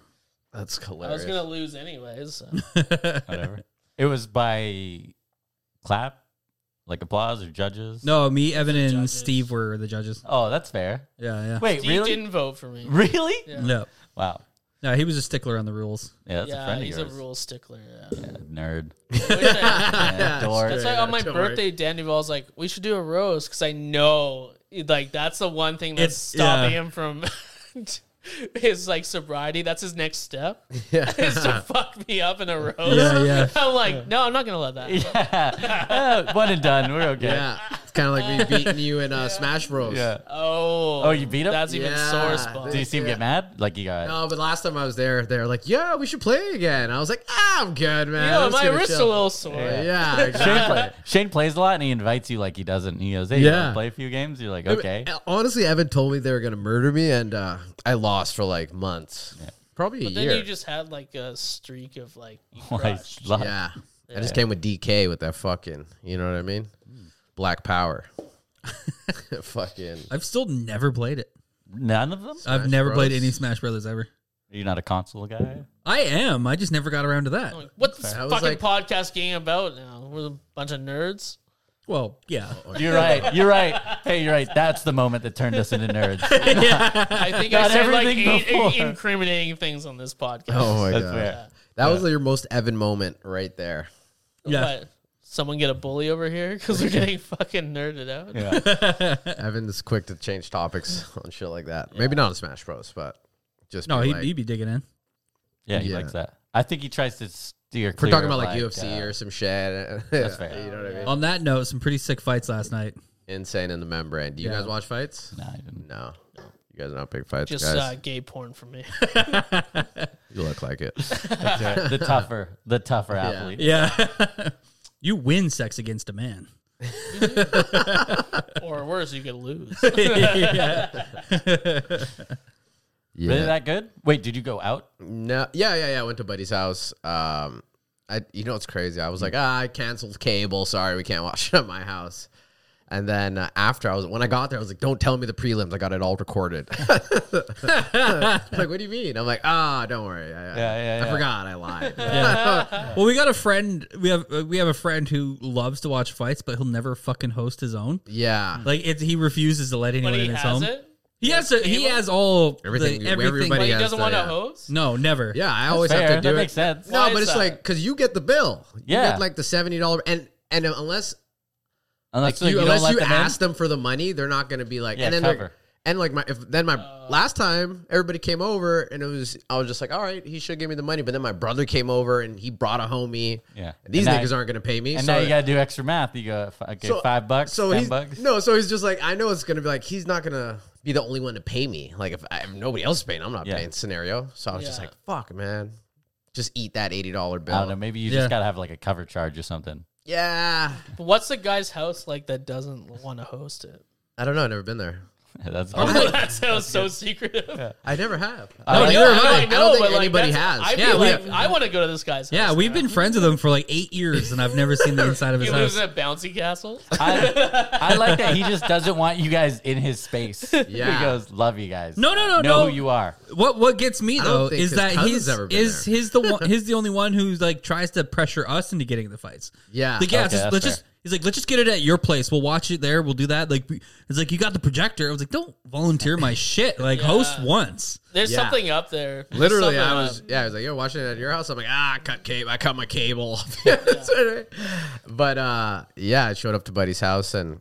Speaker 2: That's
Speaker 4: I was
Speaker 2: hilarious.
Speaker 4: gonna lose anyways. so.
Speaker 3: Whatever. [LAUGHS] It was by clap, like applause or judges.
Speaker 5: No, me, Evan, and
Speaker 4: judges.
Speaker 5: Steve were the judges.
Speaker 3: Oh, that's fair.
Speaker 5: Yeah, yeah.
Speaker 3: Wait,
Speaker 4: Steve
Speaker 3: really?
Speaker 4: didn't vote for me.
Speaker 3: Really? [LAUGHS]
Speaker 4: Yeah.
Speaker 5: No,
Speaker 3: Wow.
Speaker 5: no, he was a stickler on the rules.
Speaker 3: Yeah, that's a
Speaker 4: yeah,
Speaker 3: friend of
Speaker 4: he's
Speaker 3: yours.
Speaker 4: a rule stickler. Yeah.
Speaker 3: [LAUGHS] Yeah, nerd.
Speaker 4: I wish I-
Speaker 3: Yeah, [LAUGHS] dork.
Speaker 4: That's why on my
Speaker 2: Don't worry.
Speaker 4: birthday, Dan Duval's like, we should do a rose because I know, like, that's the one thing that's
Speaker 5: It's-
Speaker 4: stopping
Speaker 5: yeah.
Speaker 4: him from [LAUGHS] his like sobriety. That's his next step
Speaker 2: Yeah.
Speaker 4: [LAUGHS]
Speaker 2: [LAUGHS]
Speaker 4: is to fuck me up in a rose.
Speaker 5: Yeah, yeah.
Speaker 4: [LAUGHS] I'm like, no, I'm not gonna let that. happen."
Speaker 3: Yeah. [LAUGHS] Uh, one and done. We're okay.
Speaker 2: yeah. It's kind of like me beating you in uh, Smash Bros.
Speaker 3: Yeah.
Speaker 4: Oh,
Speaker 3: Oh, you beat him?
Speaker 4: That's even
Speaker 2: Yeah.
Speaker 4: sore spot.
Speaker 3: Do you see him get mad? Like you got
Speaker 2: No, but last time I was there, they were like, "Yeah, we should play again." I was like, "Ah, "I'm good, man."
Speaker 4: Yo,
Speaker 2: I'm just
Speaker 4: my
Speaker 2: gonna
Speaker 4: wrist a
Speaker 2: chill."
Speaker 4: little sore. [LAUGHS]
Speaker 2: Yeah,
Speaker 3: [LAUGHS] Shane,
Speaker 2: exactly.
Speaker 3: play- Shane plays a lot and he invites you like he doesn't. He goes, "Hey, you
Speaker 2: Yeah.
Speaker 3: wanna play a few games." You're like, "Okay."
Speaker 2: Honestly, Evan told me they were gonna murder me, and uh, I lost for like months, probably a
Speaker 4: But then
Speaker 2: year.
Speaker 4: you
Speaker 3: [LAUGHS]
Speaker 4: just had like a streak of like you
Speaker 3: Why
Speaker 4: crushed.
Speaker 3: is lot-
Speaker 2: yeah. I just came with DK with that fucking, you know what I mean?
Speaker 4: Hmm.
Speaker 2: Black Power. [LAUGHS] fucking.
Speaker 5: I've still never played it.
Speaker 3: None of them.
Speaker 5: I've never
Speaker 2: Bros.
Speaker 5: played any Smash Brothers ever.
Speaker 3: You're not a console guy.
Speaker 5: I am. I just never got around to that.
Speaker 4: I'm like, what's this
Speaker 2: I
Speaker 4: fucking
Speaker 2: was like-
Speaker 4: podcast game about now? We're a bunch of nerds.
Speaker 5: Well, yeah.
Speaker 3: You're right. You're right. Hey, you're right. That's the moment that turned us into nerds. That's
Speaker 4: I think I
Speaker 3: Not
Speaker 4: said like
Speaker 3: everything
Speaker 4: eight,
Speaker 3: before.
Speaker 4: eight incriminating things on this podcast.
Speaker 2: Oh my god.
Speaker 3: fair.
Speaker 2: That was your most Evan moment right there.
Speaker 5: Yeah.
Speaker 4: But someone get a bully over here because we're getting fucking nerded out.
Speaker 3: Yeah.
Speaker 2: Evan's quick to change topics [LAUGHS] on shit like that. Maybe not on Smash Bros, but just
Speaker 5: No,
Speaker 2: be
Speaker 5: he'd,
Speaker 2: like-
Speaker 5: he'd be digging in.
Speaker 3: Yeah, he
Speaker 2: Yeah.
Speaker 3: likes that. I think he tries to steer.
Speaker 2: if we're
Speaker 3: clear
Speaker 2: talking
Speaker 3: of,
Speaker 2: about like UFC
Speaker 3: uh,
Speaker 2: or some shit. [LAUGHS]
Speaker 3: That's fair.
Speaker 2: You know what I mean?
Speaker 5: On that note, some pretty sick fights last night.
Speaker 2: Insane in the membrane. Do you
Speaker 5: Yeah.
Speaker 2: guys watch fights?
Speaker 3: Nah, [LAUGHS] I
Speaker 2: [LAUGHS]
Speaker 3: didn't.
Speaker 2: No. You guys are not big fights.
Speaker 4: Just
Speaker 2: guys.
Speaker 4: uh, gay porn for me.
Speaker 2: you look like it.
Speaker 3: the tougher, the tougher athlete.
Speaker 5: Yeah. [LAUGHS] you win sex against a man.
Speaker 4: or worse, you could lose.
Speaker 2: Yeah.
Speaker 3: Really that good? Wait, did you go out?
Speaker 2: No, yeah, yeah, yeah. I went to buddy's house. Um, I, you know, it's crazy. I was like, ah, I canceled cable. Sorry, we can't watch it [LAUGHS] at my house. And then uh, after I was, when I got there, I was like, don't tell me the prelims. I got it all recorded. [LAUGHS] like, what do you mean? I'm like, ah, don't worry. I, I-
Speaker 3: Yeah,
Speaker 2: I
Speaker 3: yeah, yeah.
Speaker 2: forgot. I lied.
Speaker 5: Well, we got a friend. We have uh, we have a friend who loves to watch fights, but he'll never fucking host his own.
Speaker 2: [LAUGHS] yeah.
Speaker 5: Like it, he refuses to let anyone
Speaker 4: but he
Speaker 5: in his
Speaker 4: has
Speaker 5: home.
Speaker 4: it.
Speaker 5: He has a, he
Speaker 4: Cable?
Speaker 5: has all
Speaker 2: Everything-
Speaker 5: The, everything
Speaker 2: everybody
Speaker 4: But
Speaker 2: Yeah,
Speaker 4: he doesn't
Speaker 2: so,
Speaker 4: want to
Speaker 2: yeah.
Speaker 4: host.
Speaker 5: No, never.
Speaker 2: Yeah, I always
Speaker 3: Fair.
Speaker 2: have to
Speaker 3: that
Speaker 2: do it.
Speaker 3: makes sense.
Speaker 2: No,
Speaker 4: Why
Speaker 2: but
Speaker 4: is
Speaker 2: it's
Speaker 4: that?
Speaker 2: like, because you get the bill. You
Speaker 3: Yeah.
Speaker 2: get like the $70. And, and unless
Speaker 3: Unless
Speaker 2: you,
Speaker 3: you, don't
Speaker 2: unless
Speaker 3: let
Speaker 2: you
Speaker 3: them in?
Speaker 2: ask them for the money, they're not going to be like.
Speaker 3: Yeah,
Speaker 2: and then they're-
Speaker 3: cover. Oh.
Speaker 2: And like my, if then my last time everybody came over and it was I was just like, all right, he should give me the money. But then my brother came over and he brought a homie.
Speaker 3: Yeah.
Speaker 2: And these
Speaker 3: And now-
Speaker 2: niggas aren't going to pay me.
Speaker 3: and
Speaker 2: so
Speaker 3: now you gotta do extra math. You go, f- okay,
Speaker 2: so-
Speaker 3: five bucks,
Speaker 2: so
Speaker 3: ten
Speaker 2: he's,
Speaker 3: bucks.
Speaker 2: No, so he's just like, I know it's going to be like he's not going to be the only one to pay me. Like if, I, if nobody else is paying, I'm not
Speaker 3: Yeah.
Speaker 2: paying. Scenario. So I was just
Speaker 4: Yeah.
Speaker 2: like, fuck, man, just eat that eighty dollar
Speaker 3: I don't know.
Speaker 2: bill.
Speaker 3: Maybe you
Speaker 5: Yeah.
Speaker 3: just gotta have like a cover charge or something. [LAUGHS]
Speaker 2: Yeah,
Speaker 4: But what's the guy's house like that doesn't want to host it?
Speaker 2: I don't know. I've never been there.
Speaker 3: That's
Speaker 4: [LAUGHS]
Speaker 2: Oh.
Speaker 4: that sounds so secretive.
Speaker 2: I never have.
Speaker 3: No,
Speaker 2: I,
Speaker 3: neither
Speaker 2: don't-
Speaker 4: I
Speaker 2: I don't
Speaker 4: might know,
Speaker 2: think
Speaker 4: but, like,
Speaker 2: anybody
Speaker 4: that's-
Speaker 2: has.
Speaker 4: I'd be
Speaker 5: Yeah, we-
Speaker 4: like, I want to go to this guy's house.
Speaker 5: Yeah,
Speaker 4: now.
Speaker 5: we've been friends with him for like eight years, and I've never seen
Speaker 4: [LAUGHS]
Speaker 5: the inside of
Speaker 4: He
Speaker 5: his
Speaker 4: lives
Speaker 5: house.
Speaker 4: in a
Speaker 2: [LAUGHS]
Speaker 4: bouncy castle.
Speaker 3: I, I like that he just doesn't want you guys in his space.
Speaker 2: [LAUGHS] Yeah.
Speaker 3: he goes, "Love you guys.
Speaker 5: No, no, no,
Speaker 3: know
Speaker 5: no.
Speaker 3: who you are."
Speaker 5: What what gets me
Speaker 2: don't
Speaker 5: though
Speaker 2: think
Speaker 5: is
Speaker 2: his
Speaker 5: that
Speaker 2: cousin's
Speaker 5: he's
Speaker 2: ever been
Speaker 5: is
Speaker 2: there.
Speaker 5: he's
Speaker 2: [LAUGHS]
Speaker 5: the one he's the only one who's like tries to pressure us into getting the fights.
Speaker 2: Yeah.
Speaker 5: like yeah,
Speaker 3: Okay,
Speaker 5: it's just,
Speaker 3: that's
Speaker 5: let's
Speaker 3: fair.
Speaker 5: just he's like let's just get it at your place. We'll watch it there. We'll do that. Like we- it's like you got the projector. I was like, don't volunteer my shit. Like host once.
Speaker 4: There's
Speaker 2: Yeah.
Speaker 4: something up there. There's
Speaker 2: Literally,
Speaker 4: something
Speaker 2: I
Speaker 4: up.
Speaker 2: was yeah, I was like, "You're watching it at your house." I'm like, "Ah, I cut cable. I cut my cable." [LAUGHS] That's what I- but uh, yeah, I showed up to buddy's house and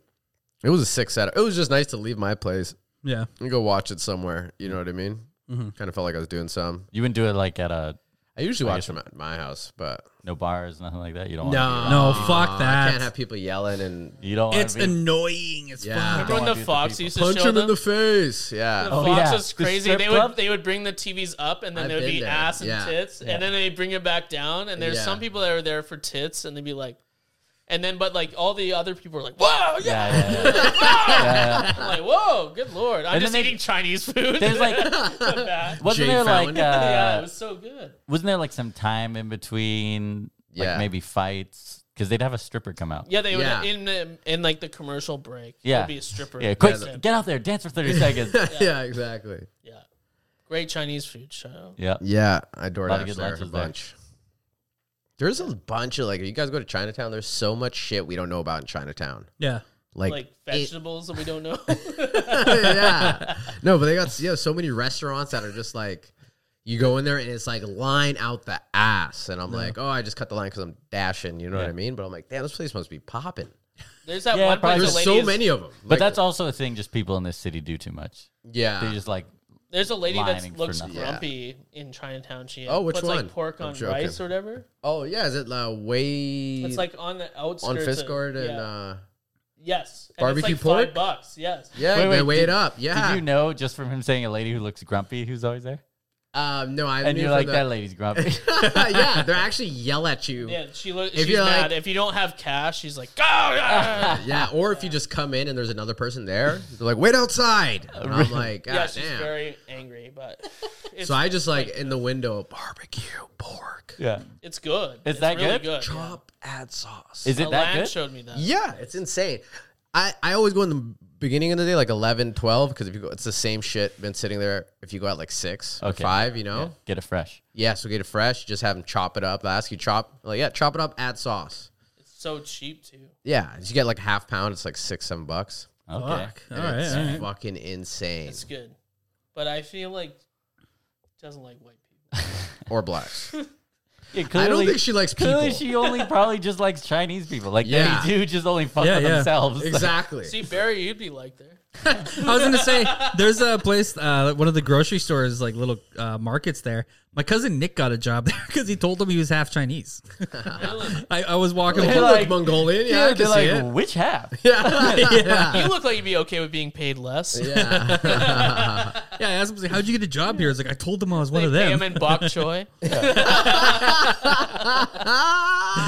Speaker 2: it was a sick setup. It was just nice to leave my place
Speaker 5: Yeah,
Speaker 2: and go watch it somewhere. You know what I mean? Kind of felt like I was doing some.
Speaker 3: You wouldn't do it like at a
Speaker 2: I usually watch them at my house, but
Speaker 3: no bars, nothing like that. You don't.
Speaker 2: no,
Speaker 5: no, fuck
Speaker 2: I
Speaker 5: that.
Speaker 2: can't have people yelling and
Speaker 3: you don't.
Speaker 5: it's
Speaker 3: wanna be,
Speaker 5: annoying as
Speaker 2: Yeah.
Speaker 5: fuck.
Speaker 4: Remember when
Speaker 3: wanna
Speaker 4: the
Speaker 3: be the
Speaker 4: Fox
Speaker 3: people.
Speaker 4: used to
Speaker 2: punch
Speaker 4: show
Speaker 2: him in
Speaker 4: them?
Speaker 2: the face. Yeah,
Speaker 4: The
Speaker 3: Oh,
Speaker 4: Fox
Speaker 3: yeah.
Speaker 4: was
Speaker 3: The
Speaker 4: crazy.
Speaker 3: strip
Speaker 4: they
Speaker 3: club?
Speaker 4: would they would bring the TVs up and then
Speaker 2: I've
Speaker 4: there would
Speaker 2: been
Speaker 4: be
Speaker 2: there.
Speaker 4: ass and
Speaker 2: Yeah.
Speaker 4: tits,
Speaker 3: Yeah.
Speaker 4: and then they bring it back down. And there's
Speaker 2: Yeah.
Speaker 4: some people that are there for tits, and they'd be like, and then but like all the other people are like, whoa, yeah,
Speaker 3: Yeah, yeah, yeah. Yeah, yeah.
Speaker 4: I'm like whoa, good lord, I'm
Speaker 3: And
Speaker 4: just
Speaker 3: then they-
Speaker 4: eating Chinese food. [LAUGHS]
Speaker 3: There's like,
Speaker 4: Back.
Speaker 3: wasn't
Speaker 2: Jay
Speaker 3: there
Speaker 2: Fallon. [LAUGHS]
Speaker 3: like, uh,
Speaker 4: yeah, it was so good.
Speaker 3: wasn't there like some time in between
Speaker 2: Yeah.
Speaker 3: Like maybe fights because they'd have a stripper come out.
Speaker 4: Yeah, they would
Speaker 2: Yeah.
Speaker 4: in the, in like the commercial break.
Speaker 3: Yeah.
Speaker 4: there'd be a stripper.
Speaker 3: Yeah, quick,
Speaker 4: Yeah.
Speaker 3: get out there, dance for
Speaker 2: [LAUGHS]
Speaker 3: thirty seconds.
Speaker 2: yeah. exactly.
Speaker 4: Yeah. great Chinese food show.
Speaker 3: Yeah,
Speaker 2: Yeah, I door
Speaker 3: Lot of
Speaker 2: dash
Speaker 3: good
Speaker 2: there a
Speaker 3: lunches there.
Speaker 2: bunch. There's a bunch of like, you guys go to Chinatown. There's so much shit we don't know about in Chinatown.
Speaker 5: Yeah.
Speaker 2: Like,
Speaker 4: Like
Speaker 2: it-
Speaker 4: vegetables that we don't know.
Speaker 2: [LAUGHS]
Speaker 4: [LAUGHS]
Speaker 2: yeah. No, but they got yeah, so many restaurants that are just like you go in there and it's like line out the ass, and I'm like, oh, I just cut the line because I'm dashing. You know what
Speaker 3: Yeah.
Speaker 2: I mean? But I'm like, damn, this place must be popping.
Speaker 4: There's that
Speaker 3: Yeah,
Speaker 4: one place
Speaker 3: probably-
Speaker 4: the
Speaker 2: There's
Speaker 4: lady
Speaker 2: so
Speaker 4: is-
Speaker 2: many of them.
Speaker 3: but that's also a thing. Just people in this city do too much. They
Speaker 2: yeah.
Speaker 3: just like
Speaker 4: There's a lady
Speaker 3: Lining
Speaker 4: that
Speaker 3: for
Speaker 4: looks
Speaker 3: nothing.
Speaker 2: Yeah.
Speaker 4: grumpy in Chinatown. She uh,
Speaker 2: Oh, which
Speaker 4: puts
Speaker 2: one?
Speaker 4: like pork
Speaker 2: I'm
Speaker 4: on
Speaker 2: joking.
Speaker 4: rice or whatever.
Speaker 2: Oh yeah, is it uh, way?
Speaker 4: It's like on the outskirts
Speaker 2: on
Speaker 4: of-
Speaker 2: Fiskard and
Speaker 4: yeah.
Speaker 2: uh,
Speaker 4: yes, and
Speaker 2: barbecue
Speaker 4: it's like
Speaker 2: pork?
Speaker 4: Five bucks. Yes.
Speaker 2: yeah,
Speaker 3: Wait,
Speaker 2: they
Speaker 3: wait,
Speaker 2: weigh
Speaker 3: did-
Speaker 2: it up. Yeah.
Speaker 3: Did you know just from him saying a lady who looks grumpy who's always there?
Speaker 2: um, no, I
Speaker 3: And
Speaker 2: knew
Speaker 3: you're
Speaker 2: from
Speaker 3: like,
Speaker 2: the-
Speaker 3: that lady's
Speaker 2: [LAUGHS]
Speaker 3: grumpy.
Speaker 2: yeah, they are actually yell at you. Yeah.
Speaker 4: Yeah, she looks.
Speaker 2: If
Speaker 4: She's
Speaker 2: you're
Speaker 4: mad.
Speaker 2: like-
Speaker 4: if you don't have cash, she's like, "Go, ah."
Speaker 2: [LAUGHS] or if you just come in and there's another person there, they're like, "Wait outside." And I'm like, "God
Speaker 4: yeah, she's
Speaker 2: damn!"
Speaker 4: very angry,
Speaker 2: [LAUGHS]
Speaker 4: but it's,
Speaker 2: so I just like in the window, barbecue pork,
Speaker 3: yeah.
Speaker 4: it's good.
Speaker 3: Is
Speaker 4: it's
Speaker 3: that
Speaker 4: really
Speaker 3: good?
Speaker 4: good? yeah.
Speaker 2: chop, add sauce.
Speaker 3: Is it that
Speaker 4: Alan
Speaker 3: good?
Speaker 4: showed me that.
Speaker 2: yeah, it's insane. I, I always go in the beginning of the day, like 11, 12, because if you go, it's the same shit. Been sitting there if you go at like six, or
Speaker 3: Okay.
Speaker 2: five, you know.
Speaker 3: Yeah, Get it fresh.
Speaker 2: Yeah, so get it fresh. Just have them chop it up. I ask you chop, like yeah, chop it up, add sauce.
Speaker 4: It's so cheap too.
Speaker 2: Yeah, you get like a half pound. It's like six, seven bucks.
Speaker 3: Okay.
Speaker 5: Fuck. All right.
Speaker 2: it's
Speaker 5: all right.
Speaker 2: fucking insane.
Speaker 4: It's good, but I feel like it doesn't like white people.
Speaker 2: or
Speaker 3: [LAUGHS]
Speaker 2: blacks. I
Speaker 3: Yeah, clearly-
Speaker 2: don't think she
Speaker 3: [LAUGHS]
Speaker 2: likes people.
Speaker 3: Clearly,
Speaker 2: [LAUGHS]
Speaker 3: she only probably just likes Chinese people. Like
Speaker 2: Yeah.
Speaker 3: they do, just only fuck
Speaker 5: Yeah,
Speaker 3: with
Speaker 5: yeah.
Speaker 3: themselves. [LAUGHS] Like,
Speaker 2: exactly.
Speaker 4: See, Barry, you'd be
Speaker 2: [LAUGHS]
Speaker 4: like there.
Speaker 5: I was gonna say there's a place, uh, one of the grocery stores, like little uh, markets there. My cousin Nick got a job [LAUGHS] there because he told him he was half Chinese.
Speaker 4: Really?
Speaker 5: I, I was walking.
Speaker 2: Like, [LAUGHS]
Speaker 3: They're
Speaker 2: you
Speaker 3: like-
Speaker 2: [LAUGHS] look Mongolian. Yeah,
Speaker 3: yeah,
Speaker 2: I can
Speaker 3: they're
Speaker 2: see
Speaker 3: like,
Speaker 2: it.
Speaker 3: which half?
Speaker 4: you look like you'd be okay with being paid less.
Speaker 2: Yeah.
Speaker 3: [LAUGHS]
Speaker 5: Yeah, I asked him, I was like, "How'd you get a job here?" I was like, "I told them I was one
Speaker 4: They
Speaker 5: of
Speaker 4: pay
Speaker 5: them."
Speaker 4: 'em in bok
Speaker 3: [LAUGHS]
Speaker 4: choy.
Speaker 3: [LAUGHS]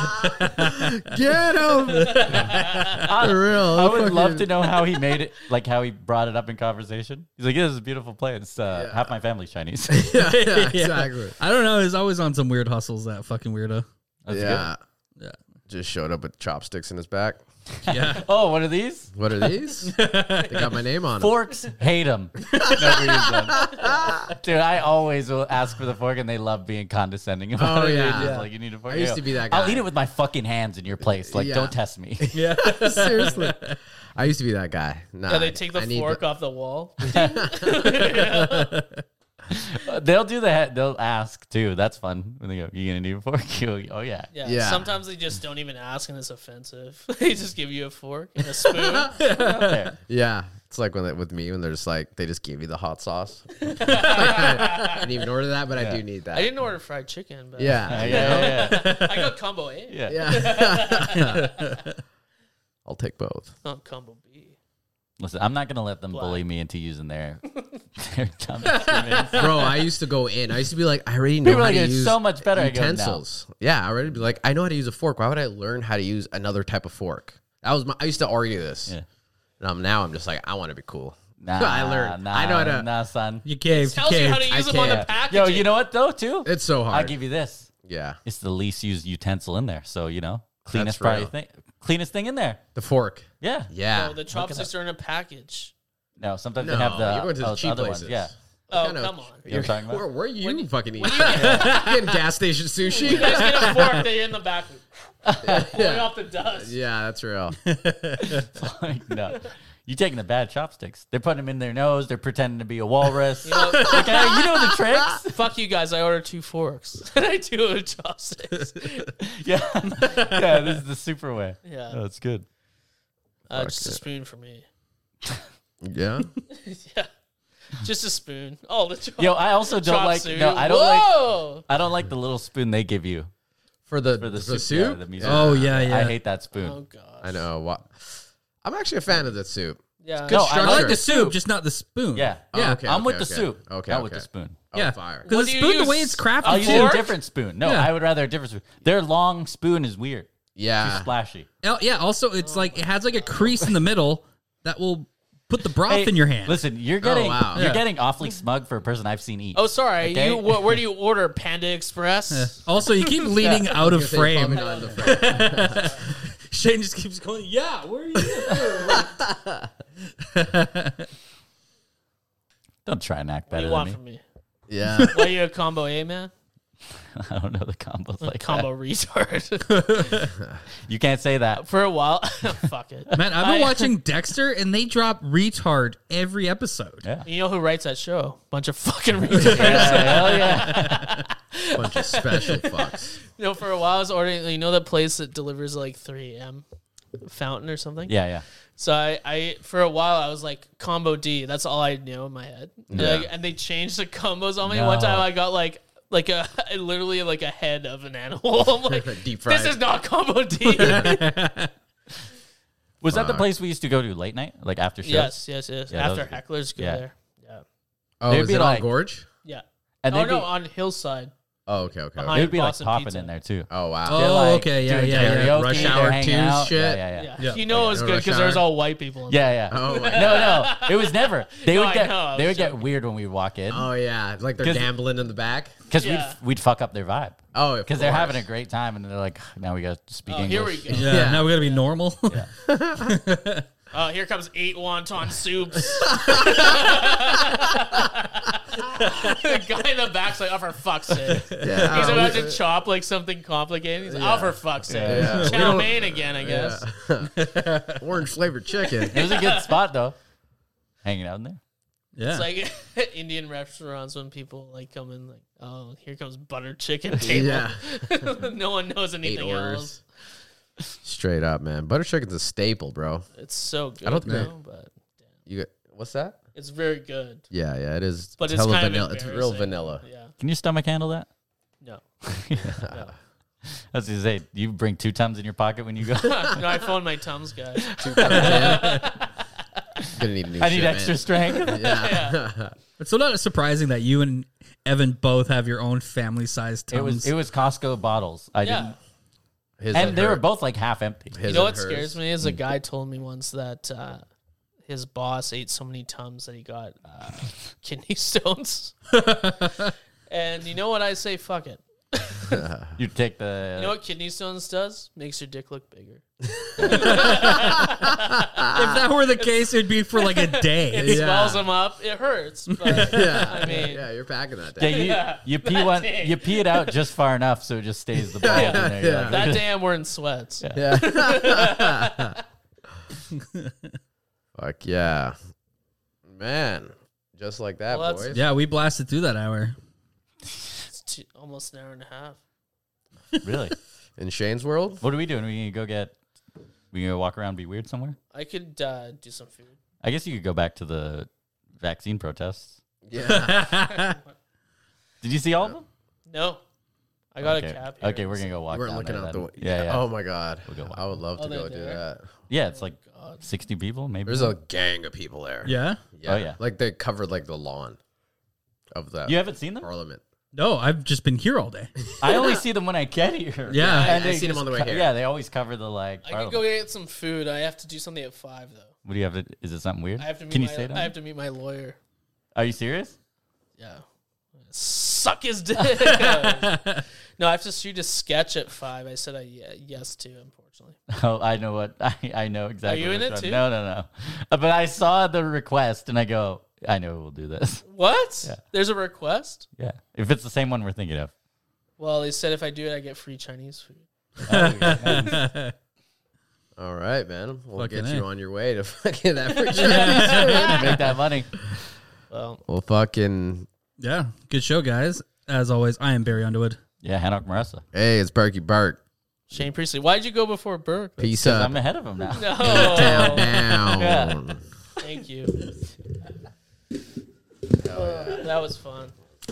Speaker 2: Get him. For real.
Speaker 3: I would love to know how he made it, [LAUGHS] like how he brought it up in conversation. He's like, "Yeah, this is a beautiful place. Uh, Half my family's Chinese."
Speaker 2: [LAUGHS]
Speaker 3: [LAUGHS] That's
Speaker 2: [LAUGHS] Yeah, yeah,
Speaker 5: [LAUGHS] Yeah.
Speaker 2: exactly.
Speaker 5: I don't know. He's always on some weird hustles. That fucking weirdo.
Speaker 2: Yeah.
Speaker 5: Yeah.
Speaker 2: Just showed up with chopsticks in his back.
Speaker 5: Yeah.
Speaker 3: good. Oh, what are these?
Speaker 2: What are these?
Speaker 5: [LAUGHS]
Speaker 2: they got my name on them.
Speaker 3: [LAUGHS] Forks hate
Speaker 2: [LAUGHS]
Speaker 3: them. [LAUGHS] Dude, I always will ask for the fork, and they love being condescending about
Speaker 2: Oh,
Speaker 3: it. They're
Speaker 2: yeah.
Speaker 3: just
Speaker 2: Yeah.
Speaker 3: like you need a fork.
Speaker 2: I used
Speaker 3: Yeah.
Speaker 2: to be that
Speaker 3: I'll
Speaker 2: guy.
Speaker 3: eat it with my fucking hands in your place.
Speaker 2: [LAUGHS]
Speaker 3: Like,
Speaker 2: Yeah.
Speaker 3: don't test me.
Speaker 5: Yeah.
Speaker 2: Seriously. I used to be that guy. Nah,
Speaker 4: Yeah, they take the
Speaker 2: I need
Speaker 4: fork off the wall.
Speaker 3: [LAUGHS] They'll do that. They'll ask too. That's fun. When they go, "You gonna need a fork?" [LAUGHS] You go, oh yeah.
Speaker 4: Yeah.
Speaker 2: Yeah.
Speaker 4: Sometimes they just don't even ask and it's offensive. [LAUGHS] they just give you a fork and a spoon.
Speaker 2: [LAUGHS]
Speaker 3: There.
Speaker 2: Yeah. It's like when they, with me when they're just like they just give you the hot sauce. [LAUGHS] I didn't even order that, but I do need that.
Speaker 4: I didn't order fried chicken, but
Speaker 3: Yeah, oh,
Speaker 2: yeah.
Speaker 3: yeah,
Speaker 2: [LAUGHS]
Speaker 3: yeah,
Speaker 4: I got combo A,
Speaker 3: yeah.
Speaker 2: Yeah. I'll take both.
Speaker 4: not combo B.
Speaker 3: Listen, I'm not gonna let them bully me into using their [LAUGHS] their dumb instruments.
Speaker 2: Bro, I used to go in. I used to be like, I already know
Speaker 3: People are
Speaker 2: how
Speaker 3: like,
Speaker 2: to
Speaker 3: "It's
Speaker 2: use
Speaker 3: so much better." I go, "No."
Speaker 2: utensils. yeah, I already be like, I know how to use a fork. Why would I learn how to use another type of fork? That was my. I used to argue this,
Speaker 3: Yeah.
Speaker 2: and I'm, now I'm just like, I want to be cool.
Speaker 3: Nah,
Speaker 2: [LAUGHS] I learned.
Speaker 3: Nah,
Speaker 2: I know how to.
Speaker 3: Nah, son.
Speaker 5: You caved. You
Speaker 4: Tells you how to
Speaker 5: caved.
Speaker 4: use
Speaker 2: I
Speaker 4: them on the
Speaker 2: can't.
Speaker 4: packaging.
Speaker 3: Yo, you know what though? Too.
Speaker 2: It's so
Speaker 3: I
Speaker 2: hard.
Speaker 3: give you this.
Speaker 2: yeah,
Speaker 3: It's the least used utensil in there, so you know,
Speaker 2: That's
Speaker 3: cleanest probably
Speaker 2: real.
Speaker 3: thing, cleanest thing in there.
Speaker 2: the fork.
Speaker 3: Yeah.
Speaker 2: Yeah,
Speaker 4: No, the chopsticks are in a package.
Speaker 3: No, sometimes
Speaker 2: No,
Speaker 3: they have the,
Speaker 2: you're going to
Speaker 3: oh,
Speaker 2: the
Speaker 3: it's
Speaker 2: cheap
Speaker 3: other
Speaker 2: places.
Speaker 3: Ones. Yeah. [LAUGHS]
Speaker 4: Oh,
Speaker 2: kinda-
Speaker 4: come on. You
Speaker 3: You know what I'm talking
Speaker 2: Where,
Speaker 3: about?
Speaker 2: where you fucking eating? Getting gas station sushi.
Speaker 4: guys get a fork, they in the
Speaker 3: [LAUGHS]
Speaker 4: back. Pull it off the dust. [LAUGHS]
Speaker 2: yeah, that's real.
Speaker 3: Like, no. You're taking the bad chopsticks. They're putting them in their nose. They're pretending to be
Speaker 2: [LAUGHS]
Speaker 3: a walrus. [LAUGHS]
Speaker 4: Oh,
Speaker 3: Okay, you know the tricks.
Speaker 4: Fuck you guys, I ordered two forks. [LAUGHS] and I do a chopsticks.
Speaker 3: [LAUGHS] Yeah, yeah. This is the super way.
Speaker 4: Yeah.
Speaker 3: oh, it's good.
Speaker 4: Uh, just a spoon for me.
Speaker 2: Yeah,
Speaker 4: Yeah. Just a spoon. Oh, the chop,
Speaker 3: Yo, I also don't
Speaker 4: chop
Speaker 3: like.
Speaker 4: suey.
Speaker 3: No, I don't like.
Speaker 4: Whoa!
Speaker 3: I don't like the little spoon they give you
Speaker 2: for the
Speaker 3: for the,
Speaker 2: the
Speaker 3: soup. yeah,
Speaker 2: soup.
Speaker 3: the miso.
Speaker 5: Oh yeah, yeah.
Speaker 3: I hate that spoon.
Speaker 4: Oh, gosh.
Speaker 2: I know. What? I'm actually a fan of that soup.
Speaker 4: Yeah.
Speaker 2: Good
Speaker 3: No, I
Speaker 5: I
Speaker 2: structure.
Speaker 5: like the soup, just not the spoon.
Speaker 3: yeah,
Speaker 2: Oh,
Speaker 5: Yeah,
Speaker 2: okay,
Speaker 3: I'm with
Speaker 2: okay,
Speaker 3: the
Speaker 2: okay.
Speaker 3: soup.
Speaker 2: Okay,
Speaker 3: not
Speaker 2: okay.
Speaker 3: with the spoon.
Speaker 2: Oh,
Speaker 5: yeah.
Speaker 2: fire.
Speaker 5: Because
Speaker 4: do
Speaker 5: the
Speaker 4: you
Speaker 5: spoon, the
Speaker 4: use?
Speaker 5: way it's crafted,
Speaker 3: I'll use
Speaker 5: too.
Speaker 3: a different spoon. No,
Speaker 5: Yeah.
Speaker 3: I would rather a different spoon. Their long spoon is weird. Too
Speaker 2: Yeah,
Speaker 3: splashy.
Speaker 5: Oh, yeah. Also, it's like it has like a crease in the middle that will put the broth
Speaker 3: Hey,
Speaker 5: in your hand.
Speaker 3: Listen, you're getting
Speaker 2: Oh, wow.
Speaker 3: you're
Speaker 5: Yeah.
Speaker 3: getting awfully smug for a person I've seen eat.
Speaker 4: Oh, sorry.
Speaker 3: Okay?
Speaker 4: You wh- where do you order Panda Express?
Speaker 5: Also, you keep leading out of
Speaker 2: They probably
Speaker 5: frame.
Speaker 2: not in the frame.
Speaker 5: Shane just keeps going. Yeah, where are you?
Speaker 3: Don't try and act
Speaker 4: What do
Speaker 3: better
Speaker 4: you
Speaker 3: than
Speaker 4: want
Speaker 3: me.
Speaker 4: from me?
Speaker 2: Yeah.
Speaker 4: Why are you a combo A man?
Speaker 3: [LAUGHS] I don't know the combos like
Speaker 4: combo
Speaker 3: that.
Speaker 4: retard.
Speaker 3: [LAUGHS] You can't say that.
Speaker 4: For a while, [LAUGHS] fuck
Speaker 3: [LAUGHS]
Speaker 4: it.
Speaker 5: Man, I've been
Speaker 4: I-
Speaker 5: watching Dexter, and they drop retard every episode.
Speaker 3: Yeah.
Speaker 4: You know who writes that show? Bunch of
Speaker 3: [LAUGHS]
Speaker 4: fucking retards.
Speaker 3: Hell yeah.
Speaker 2: Bunch of special fucks.
Speaker 4: you know, for a while I was ordering. You know that place that delivers at, like 3 a.m. Fountain or something.
Speaker 3: Yeah, yeah.
Speaker 4: So I, I, for a while, I was like combo D. That's all I knew in my head. And,
Speaker 2: Yeah.
Speaker 4: like- and they changed the combos on me. One time I got like, like a [LAUGHS] literally like a head of an animal. [LAUGHS] I'm like,
Speaker 2: Deep fried.
Speaker 4: this is not combo
Speaker 3: [LAUGHS]
Speaker 4: D. yes,
Speaker 3: Was
Speaker 2: Uh-huh.
Speaker 3: that the place we used to go to late night? Like after shows?
Speaker 4: [LAUGHS] yes, yes.
Speaker 3: Yeah,
Speaker 4: After
Speaker 3: those-
Speaker 4: hecklers go
Speaker 3: yeah.
Speaker 4: there. Yeah,
Speaker 2: oh,
Speaker 3: They'd
Speaker 2: is
Speaker 3: be
Speaker 2: it
Speaker 3: like-
Speaker 2: on Gorge?
Speaker 4: yeah.
Speaker 3: And
Speaker 4: oh
Speaker 3: they'd
Speaker 4: no,
Speaker 3: be,
Speaker 4: on hillside.
Speaker 2: Oh, okay, okay. okay.
Speaker 4: Behind-
Speaker 3: they would be like
Speaker 4: Boston
Speaker 3: popping
Speaker 4: pizza.
Speaker 3: in there too.
Speaker 2: Oh, wow.
Speaker 5: Oh,
Speaker 3: They're, like,
Speaker 5: okay, yeah,
Speaker 3: doing
Speaker 5: yeah, yeah.
Speaker 3: karaoke,
Speaker 5: Rush
Speaker 3: they're
Speaker 5: hour
Speaker 3: hanging
Speaker 2: twos
Speaker 3: out.
Speaker 2: shit.
Speaker 3: Yeah, yeah, yeah.
Speaker 4: Yeah.
Speaker 5: Yeah.
Speaker 4: you know it was
Speaker 2: no
Speaker 4: good
Speaker 2: rush
Speaker 4: because there's
Speaker 2: hour.
Speaker 4: all white people. In
Speaker 3: Yeah, yeah.
Speaker 2: Oh, my God.
Speaker 3: No, no, it was never. They
Speaker 4: No,
Speaker 3: would
Speaker 4: I
Speaker 3: get
Speaker 4: know, I
Speaker 3: they
Speaker 4: was Uh,
Speaker 3: would get weird when we would walk in
Speaker 2: Oh, yeah. Like they're
Speaker 3: 'Cause-
Speaker 2: gambling in the back.
Speaker 3: because
Speaker 4: Yeah.
Speaker 3: we'd we'd fuck up their vibe
Speaker 2: Oh, of
Speaker 3: because they're
Speaker 2: course.
Speaker 3: having a great time and they're like now we got to speak
Speaker 4: Oh, here we
Speaker 3: English.
Speaker 4: go.
Speaker 5: Yeah,
Speaker 2: Yeah.
Speaker 5: now we gotta be normal.
Speaker 4: Oh, here comes eight wonton soups. the guy in the back's like, oh, for fuck's sake. [LAUGHS]
Speaker 2: Yeah.
Speaker 4: He's
Speaker 2: Oh,
Speaker 4: about
Speaker 2: we-
Speaker 4: to chop like something complicated. He's like, oh, for fuck's sake.
Speaker 2: Yeah. We
Speaker 4: Chow
Speaker 2: don't-
Speaker 4: mein again, I guess.
Speaker 2: Orange flavored chicken.
Speaker 3: [LAUGHS] It was a
Speaker 4: [LAUGHS]
Speaker 3: good spot though, hanging out in there.
Speaker 5: [LAUGHS] yeah,
Speaker 4: It's like [LAUGHS] Indian restaurants when people like come in, like, oh, here comes butter chicken table.
Speaker 2: yeah.
Speaker 4: [LAUGHS] no one knows
Speaker 2: Eight
Speaker 4: anything
Speaker 2: orders.
Speaker 4: else.
Speaker 2: Straight up, man. Butter chicken's a staple, bro.
Speaker 4: It's so good, I
Speaker 2: don't
Speaker 4: don't
Speaker 2: think-
Speaker 4: know, but
Speaker 2: You got, What's that?
Speaker 4: it's very good.
Speaker 2: Yeah, yeah, it is.
Speaker 4: But it's
Speaker 2: hella
Speaker 4: kind of
Speaker 2: vanilla. It's real
Speaker 4: embarrassing.
Speaker 2: vanilla.
Speaker 4: Yeah.
Speaker 3: Can your stomach handle that? [LAUGHS]
Speaker 2: [LAUGHS]
Speaker 4: No.
Speaker 3: I was gonna say you bring two tums in your pocket when you
Speaker 4: [LAUGHS]
Speaker 3: go.
Speaker 4: [LAUGHS] no, I phoned my Tums guy.
Speaker 2: Gonna need a new
Speaker 3: I need
Speaker 2: shipment.
Speaker 4: [LAUGHS]
Speaker 3: extra strength.
Speaker 5: it's so not surprising that you and Evan both have your own family-sized tums.
Speaker 3: it was it was Costco bottles. I
Speaker 4: Yeah.
Speaker 3: didn't,
Speaker 2: [LAUGHS] His
Speaker 3: and
Speaker 2: and
Speaker 3: they were
Speaker 2: her-
Speaker 3: both like half empty.
Speaker 2: his
Speaker 4: You know
Speaker 2: and
Speaker 4: what
Speaker 2: hers.
Speaker 3: [LAUGHS]
Speaker 4: scares me
Speaker 3: Mm.
Speaker 4: is a guy told me once that uh, his boss ate so many tums that he got uh, [LAUGHS] kidney
Speaker 3: [LAUGHS]
Speaker 4: stones. and you know what I say? Fuck it.
Speaker 3: You take the
Speaker 4: You know what kidney stones does? Makes your dick look bigger.
Speaker 5: if that were the case, it'd be for like a
Speaker 3: [LAUGHS]
Speaker 5: day.
Speaker 4: It
Speaker 2: Yeah.
Speaker 4: swells
Speaker 2: [LAUGHS]
Speaker 4: them up. It hurts. But
Speaker 2: Yeah,
Speaker 4: I mean,
Speaker 2: yeah, you're packing that.
Speaker 3: [LAUGHS] yeah,
Speaker 2: Down.
Speaker 3: you,
Speaker 4: [LAUGHS]
Speaker 3: you pee one
Speaker 4: thing.
Speaker 3: you pee it out just far enough so it just stays
Speaker 4: [LAUGHS]
Speaker 3: the ball in there. You're
Speaker 2: Yeah.
Speaker 3: like,
Speaker 4: that day I'm wearing sweats.
Speaker 2: Yeah. [LAUGHS] Fuck yeah, man! Just like that,
Speaker 4: Well, that's-
Speaker 2: boys.
Speaker 5: Yeah, we blasted through that hour.
Speaker 4: It's two, almost an hour and a half.
Speaker 3: Really?
Speaker 2: In Shane's world,
Speaker 3: What are we doing? We gonna go get? We gonna walk around, and be weird somewhere?
Speaker 4: I could uh, do some food.
Speaker 3: I guess you could go back to the vaccine protests.
Speaker 2: [LAUGHS] yeah,
Speaker 3: Did you see all of them?
Speaker 4: No. I got
Speaker 3: okay.
Speaker 4: a cab here.
Speaker 3: Okay, we're gonna go walk.
Speaker 2: we're
Speaker 3: down
Speaker 2: looking
Speaker 3: there
Speaker 2: out the.
Speaker 3: then.
Speaker 2: Way.
Speaker 3: Yeah, yeah.
Speaker 2: Oh my god,
Speaker 3: go walk.
Speaker 2: I would love to
Speaker 4: Oh,
Speaker 2: go
Speaker 4: they're
Speaker 2: do
Speaker 4: there?
Speaker 2: that.
Speaker 3: yeah. It's like sixty people, maybe.
Speaker 2: There's a gang of people there.
Speaker 5: Yeah.
Speaker 3: Oh, yeah.
Speaker 2: Like they covered like the lawn of that
Speaker 3: you haven't
Speaker 2: [LAUGHS]
Speaker 3: seen them?
Speaker 2: parliament.
Speaker 5: No, I've just been here all day.
Speaker 3: I only see them when I get here.
Speaker 5: Yeah. I-
Speaker 2: I
Speaker 3: they
Speaker 2: seen 'em
Speaker 3: just
Speaker 2: on the way
Speaker 3: co-
Speaker 2: here.
Speaker 3: Yeah, they always cover the like.
Speaker 4: I could
Speaker 3: parliament.
Speaker 4: go get some food. I have to do something at five though.
Speaker 3: what do you have? To, is it something weird?
Speaker 4: I have to meet
Speaker 3: Can you
Speaker 4: my,
Speaker 3: say that?
Speaker 4: I have to meet my lawyer.
Speaker 3: Are you serious? [LAUGHS]
Speaker 4: Yeah. Suck his dick. [LAUGHS] no, I have to shoot a sketch at five. I said I ye- yes to, unfortunately.
Speaker 3: Oh, I know what [LAUGHS] I, I know exactly.
Speaker 4: you in
Speaker 3: which
Speaker 4: it
Speaker 3: one.
Speaker 4: too?
Speaker 3: No, no, no. Uh, But I saw the request and I go, I know we'll do this. [LAUGHS]
Speaker 4: What? There's a request?
Speaker 3: Yeah, if it's the same one we're thinking of.
Speaker 4: Well, they said if I do it, I get free Chinese food.
Speaker 2: All right, man. We'll
Speaker 5: Fucking
Speaker 2: get
Speaker 5: A.
Speaker 2: you on your way to [LAUGHS] fucking that. For sure.
Speaker 3: Make that money.
Speaker 4: Well,
Speaker 2: Well, fucking
Speaker 5: Yeah. Good show, guys. As always, I am Barry Underwood.
Speaker 3: Yeah, Hanok Marissa.
Speaker 2: hey, it's Berkey Burke.
Speaker 4: Shane Priestley, why'd you go before Burke? [LAUGHS] Oh,
Speaker 2: Peace
Speaker 3: Because
Speaker 2: up,
Speaker 3: I'm ahead of him [LAUGHS] now.
Speaker 4: No,
Speaker 2: down.
Speaker 3: Yeah.
Speaker 4: [LAUGHS] thank you. Oh, That was fun.